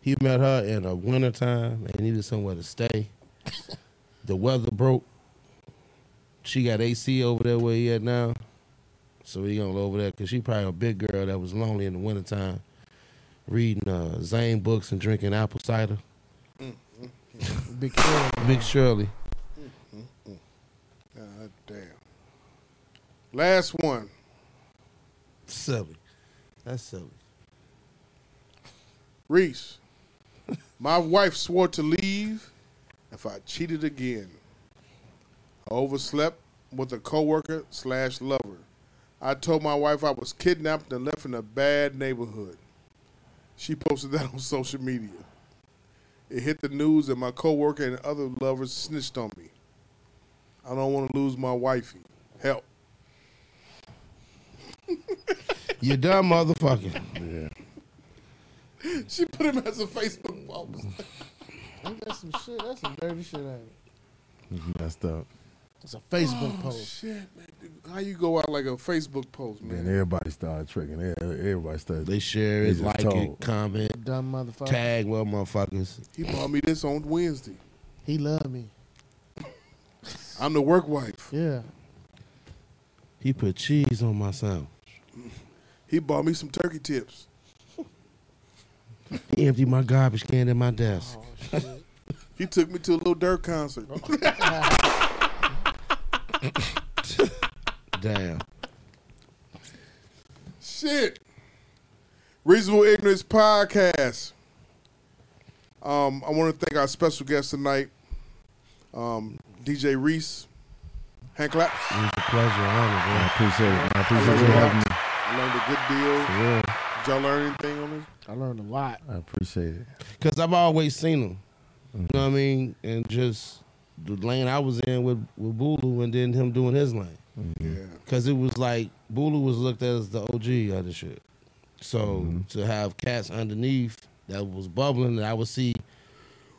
He met her in the wintertime and needed somewhere to stay. the weather broke. She got AC over there where he at now. So we gonna go over there because she probably a big girl that was lonely in the wintertime, reading uh, Zane books and drinking apple cider. Big Shirley. Mm-hmm. Big Shirley. God damn. Last one. Silly. That's silly. Reese. My wife swore to leave if I cheated again. I overslept with a coworker slash lover. I told my wife I was kidnapped and left in a bad neighborhood. She posted that on social media. It hit the news and my coworker and other lovers snitched on me. I don't want to lose my wifey. Help. You dumb motherfucker. Yeah. She put him as a Facebook post. That's some shit. That's some dirty shit. Out Messed up. It's a Facebook Oh, post. Shit, man. Dude, How you go out like a Facebook post, man? Man, everybody started tricking. E- Everybody started. They share They it, just like told. it, comment, Dumb motherfucker. tag well motherfuckers. He bought me this on Wednesday. He loved me. I'm the work wife. Yeah. He put cheese on my sandwich. He bought me some turkey tips. He emptied my garbage can at my desk. He took me to a little dirt concert. Uh-uh. Damn. Shit. Reasonable Ignorance Podcast. Um, I want to thank our special guest tonight, um, DJ Reese. Hand claps. It was a pleasure, honor, bro. I appreciate it. I I appreciate you having me. learned a good deal. For real. Did y'all learn anything on this? I learned a lot. I appreciate it. Cause I've always seen him. You know what I mean? And just the lane I was in with with Bulu, and then him doing his lane. Mm-hmm. Yeah. Cause it was like Bulu was looked at as the OG of the shit. So Mm-hmm. to have cats underneath that was bubbling that I would see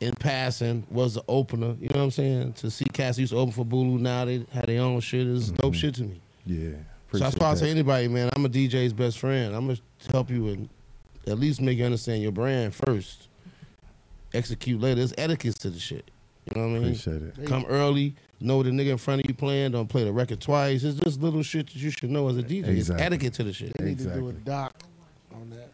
in passing was the opener. You know what I'm saying? To see cats used to open for Bulu now they had their own shit is Mm-hmm. dope shit to me. Yeah. so Appreciate that's why I that. say anybody, man, I'm a DJ's best friend. I'm gonna help you and at least make you understand your brand first. Execute later. There's etiquette to the shit. You know what I mean? Appreciate it. Come early, know what the nigga in front of you playing, don't play the record twice. It's just little shit that you should know as a DJ. It's Exactly. etiquette to the shit. They need to do a doc on that.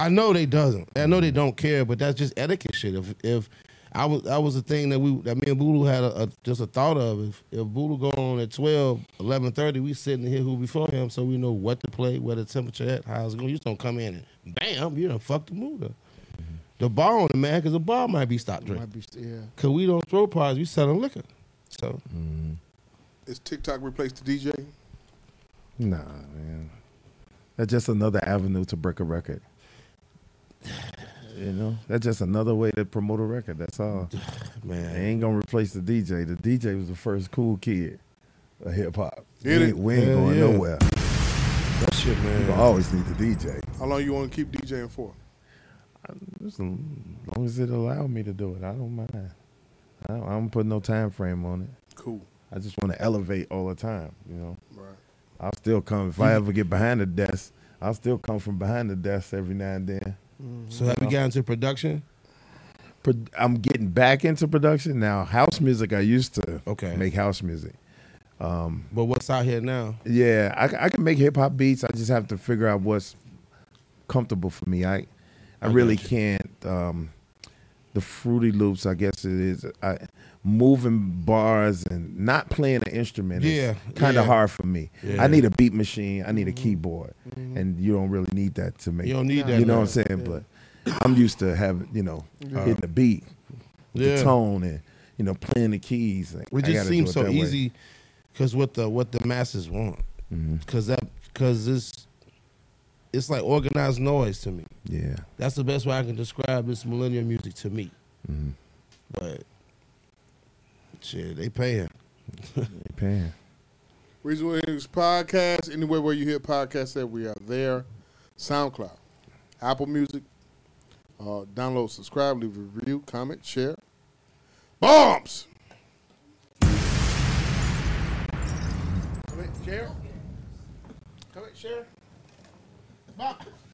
I know they doesn't. I know they don't care, but that's just etiquette shit. If if I was that was the thing that we that me and Bulu had a, a- just a thought of. If if Bulu go on at 12, 11.30, we sitting here who before him, so we know what to play, where the temperature at, how it's going. You just don't come in and bam, you done fucked the mood up. The bar on the man, because the bar might be stopped drinking. Might be, yeah. Cause we don't throw parties, we selling liquor. So Is TikTok replaced the DJ? Nah, man. That's just another avenue to break a record. You know, that's just another way to promote a record. That's all. Man, they ain't gonna replace the DJ. The DJ was the first cool kid of hip hop. We, Hit ain't- it. we ain't Hell going yeah. nowhere. That shit, man. You always need the DJ. How long you want to keep DJing for? As long as it allowed me to do it, I don't mind. I don't, I don't put no time frame on it. Cool. I just want to elevate all the time. You know, Right. I'll still come if I ever get behind the desk. I'll still come from behind the desk every now and then. so have you got into production? Pro- I'm getting back into production now. House music, I used to okay. make house music. Um, But what's out here now? yeah, I, I can make hip hop beats. I just have to figure out what's comfortable for me. I, I really can't. Um, the Fruity Loops, I guess it is. I, moving bars and not playing an instrument Yeah, is kind of yeah. hard for me. Yeah. I need a beat machine. I need Mm-hmm. a keyboard, and you don't really need that to make. You don't need that, You know no. what I'm saying? But I'm used to having you know Yeah. hitting the beat, with Yeah. the tone, and you know playing the keys. Like, It I just gotta do seems it so that way. easy because what the what the masses want Mm-hmm. because that because it's it's like organized noise to me. Yeah. That's the best way I can describe this millennial music to me. Mm-hmm. But shit, they paying. Paying. Reasonable Ignorance Podcast. Anywhere where you hear podcasts, that we are there. SoundCloud, Apple Music. Uh, download, subscribe, leave a review, comment, share. Bombs. Come here, share. Come here, share. Bombs.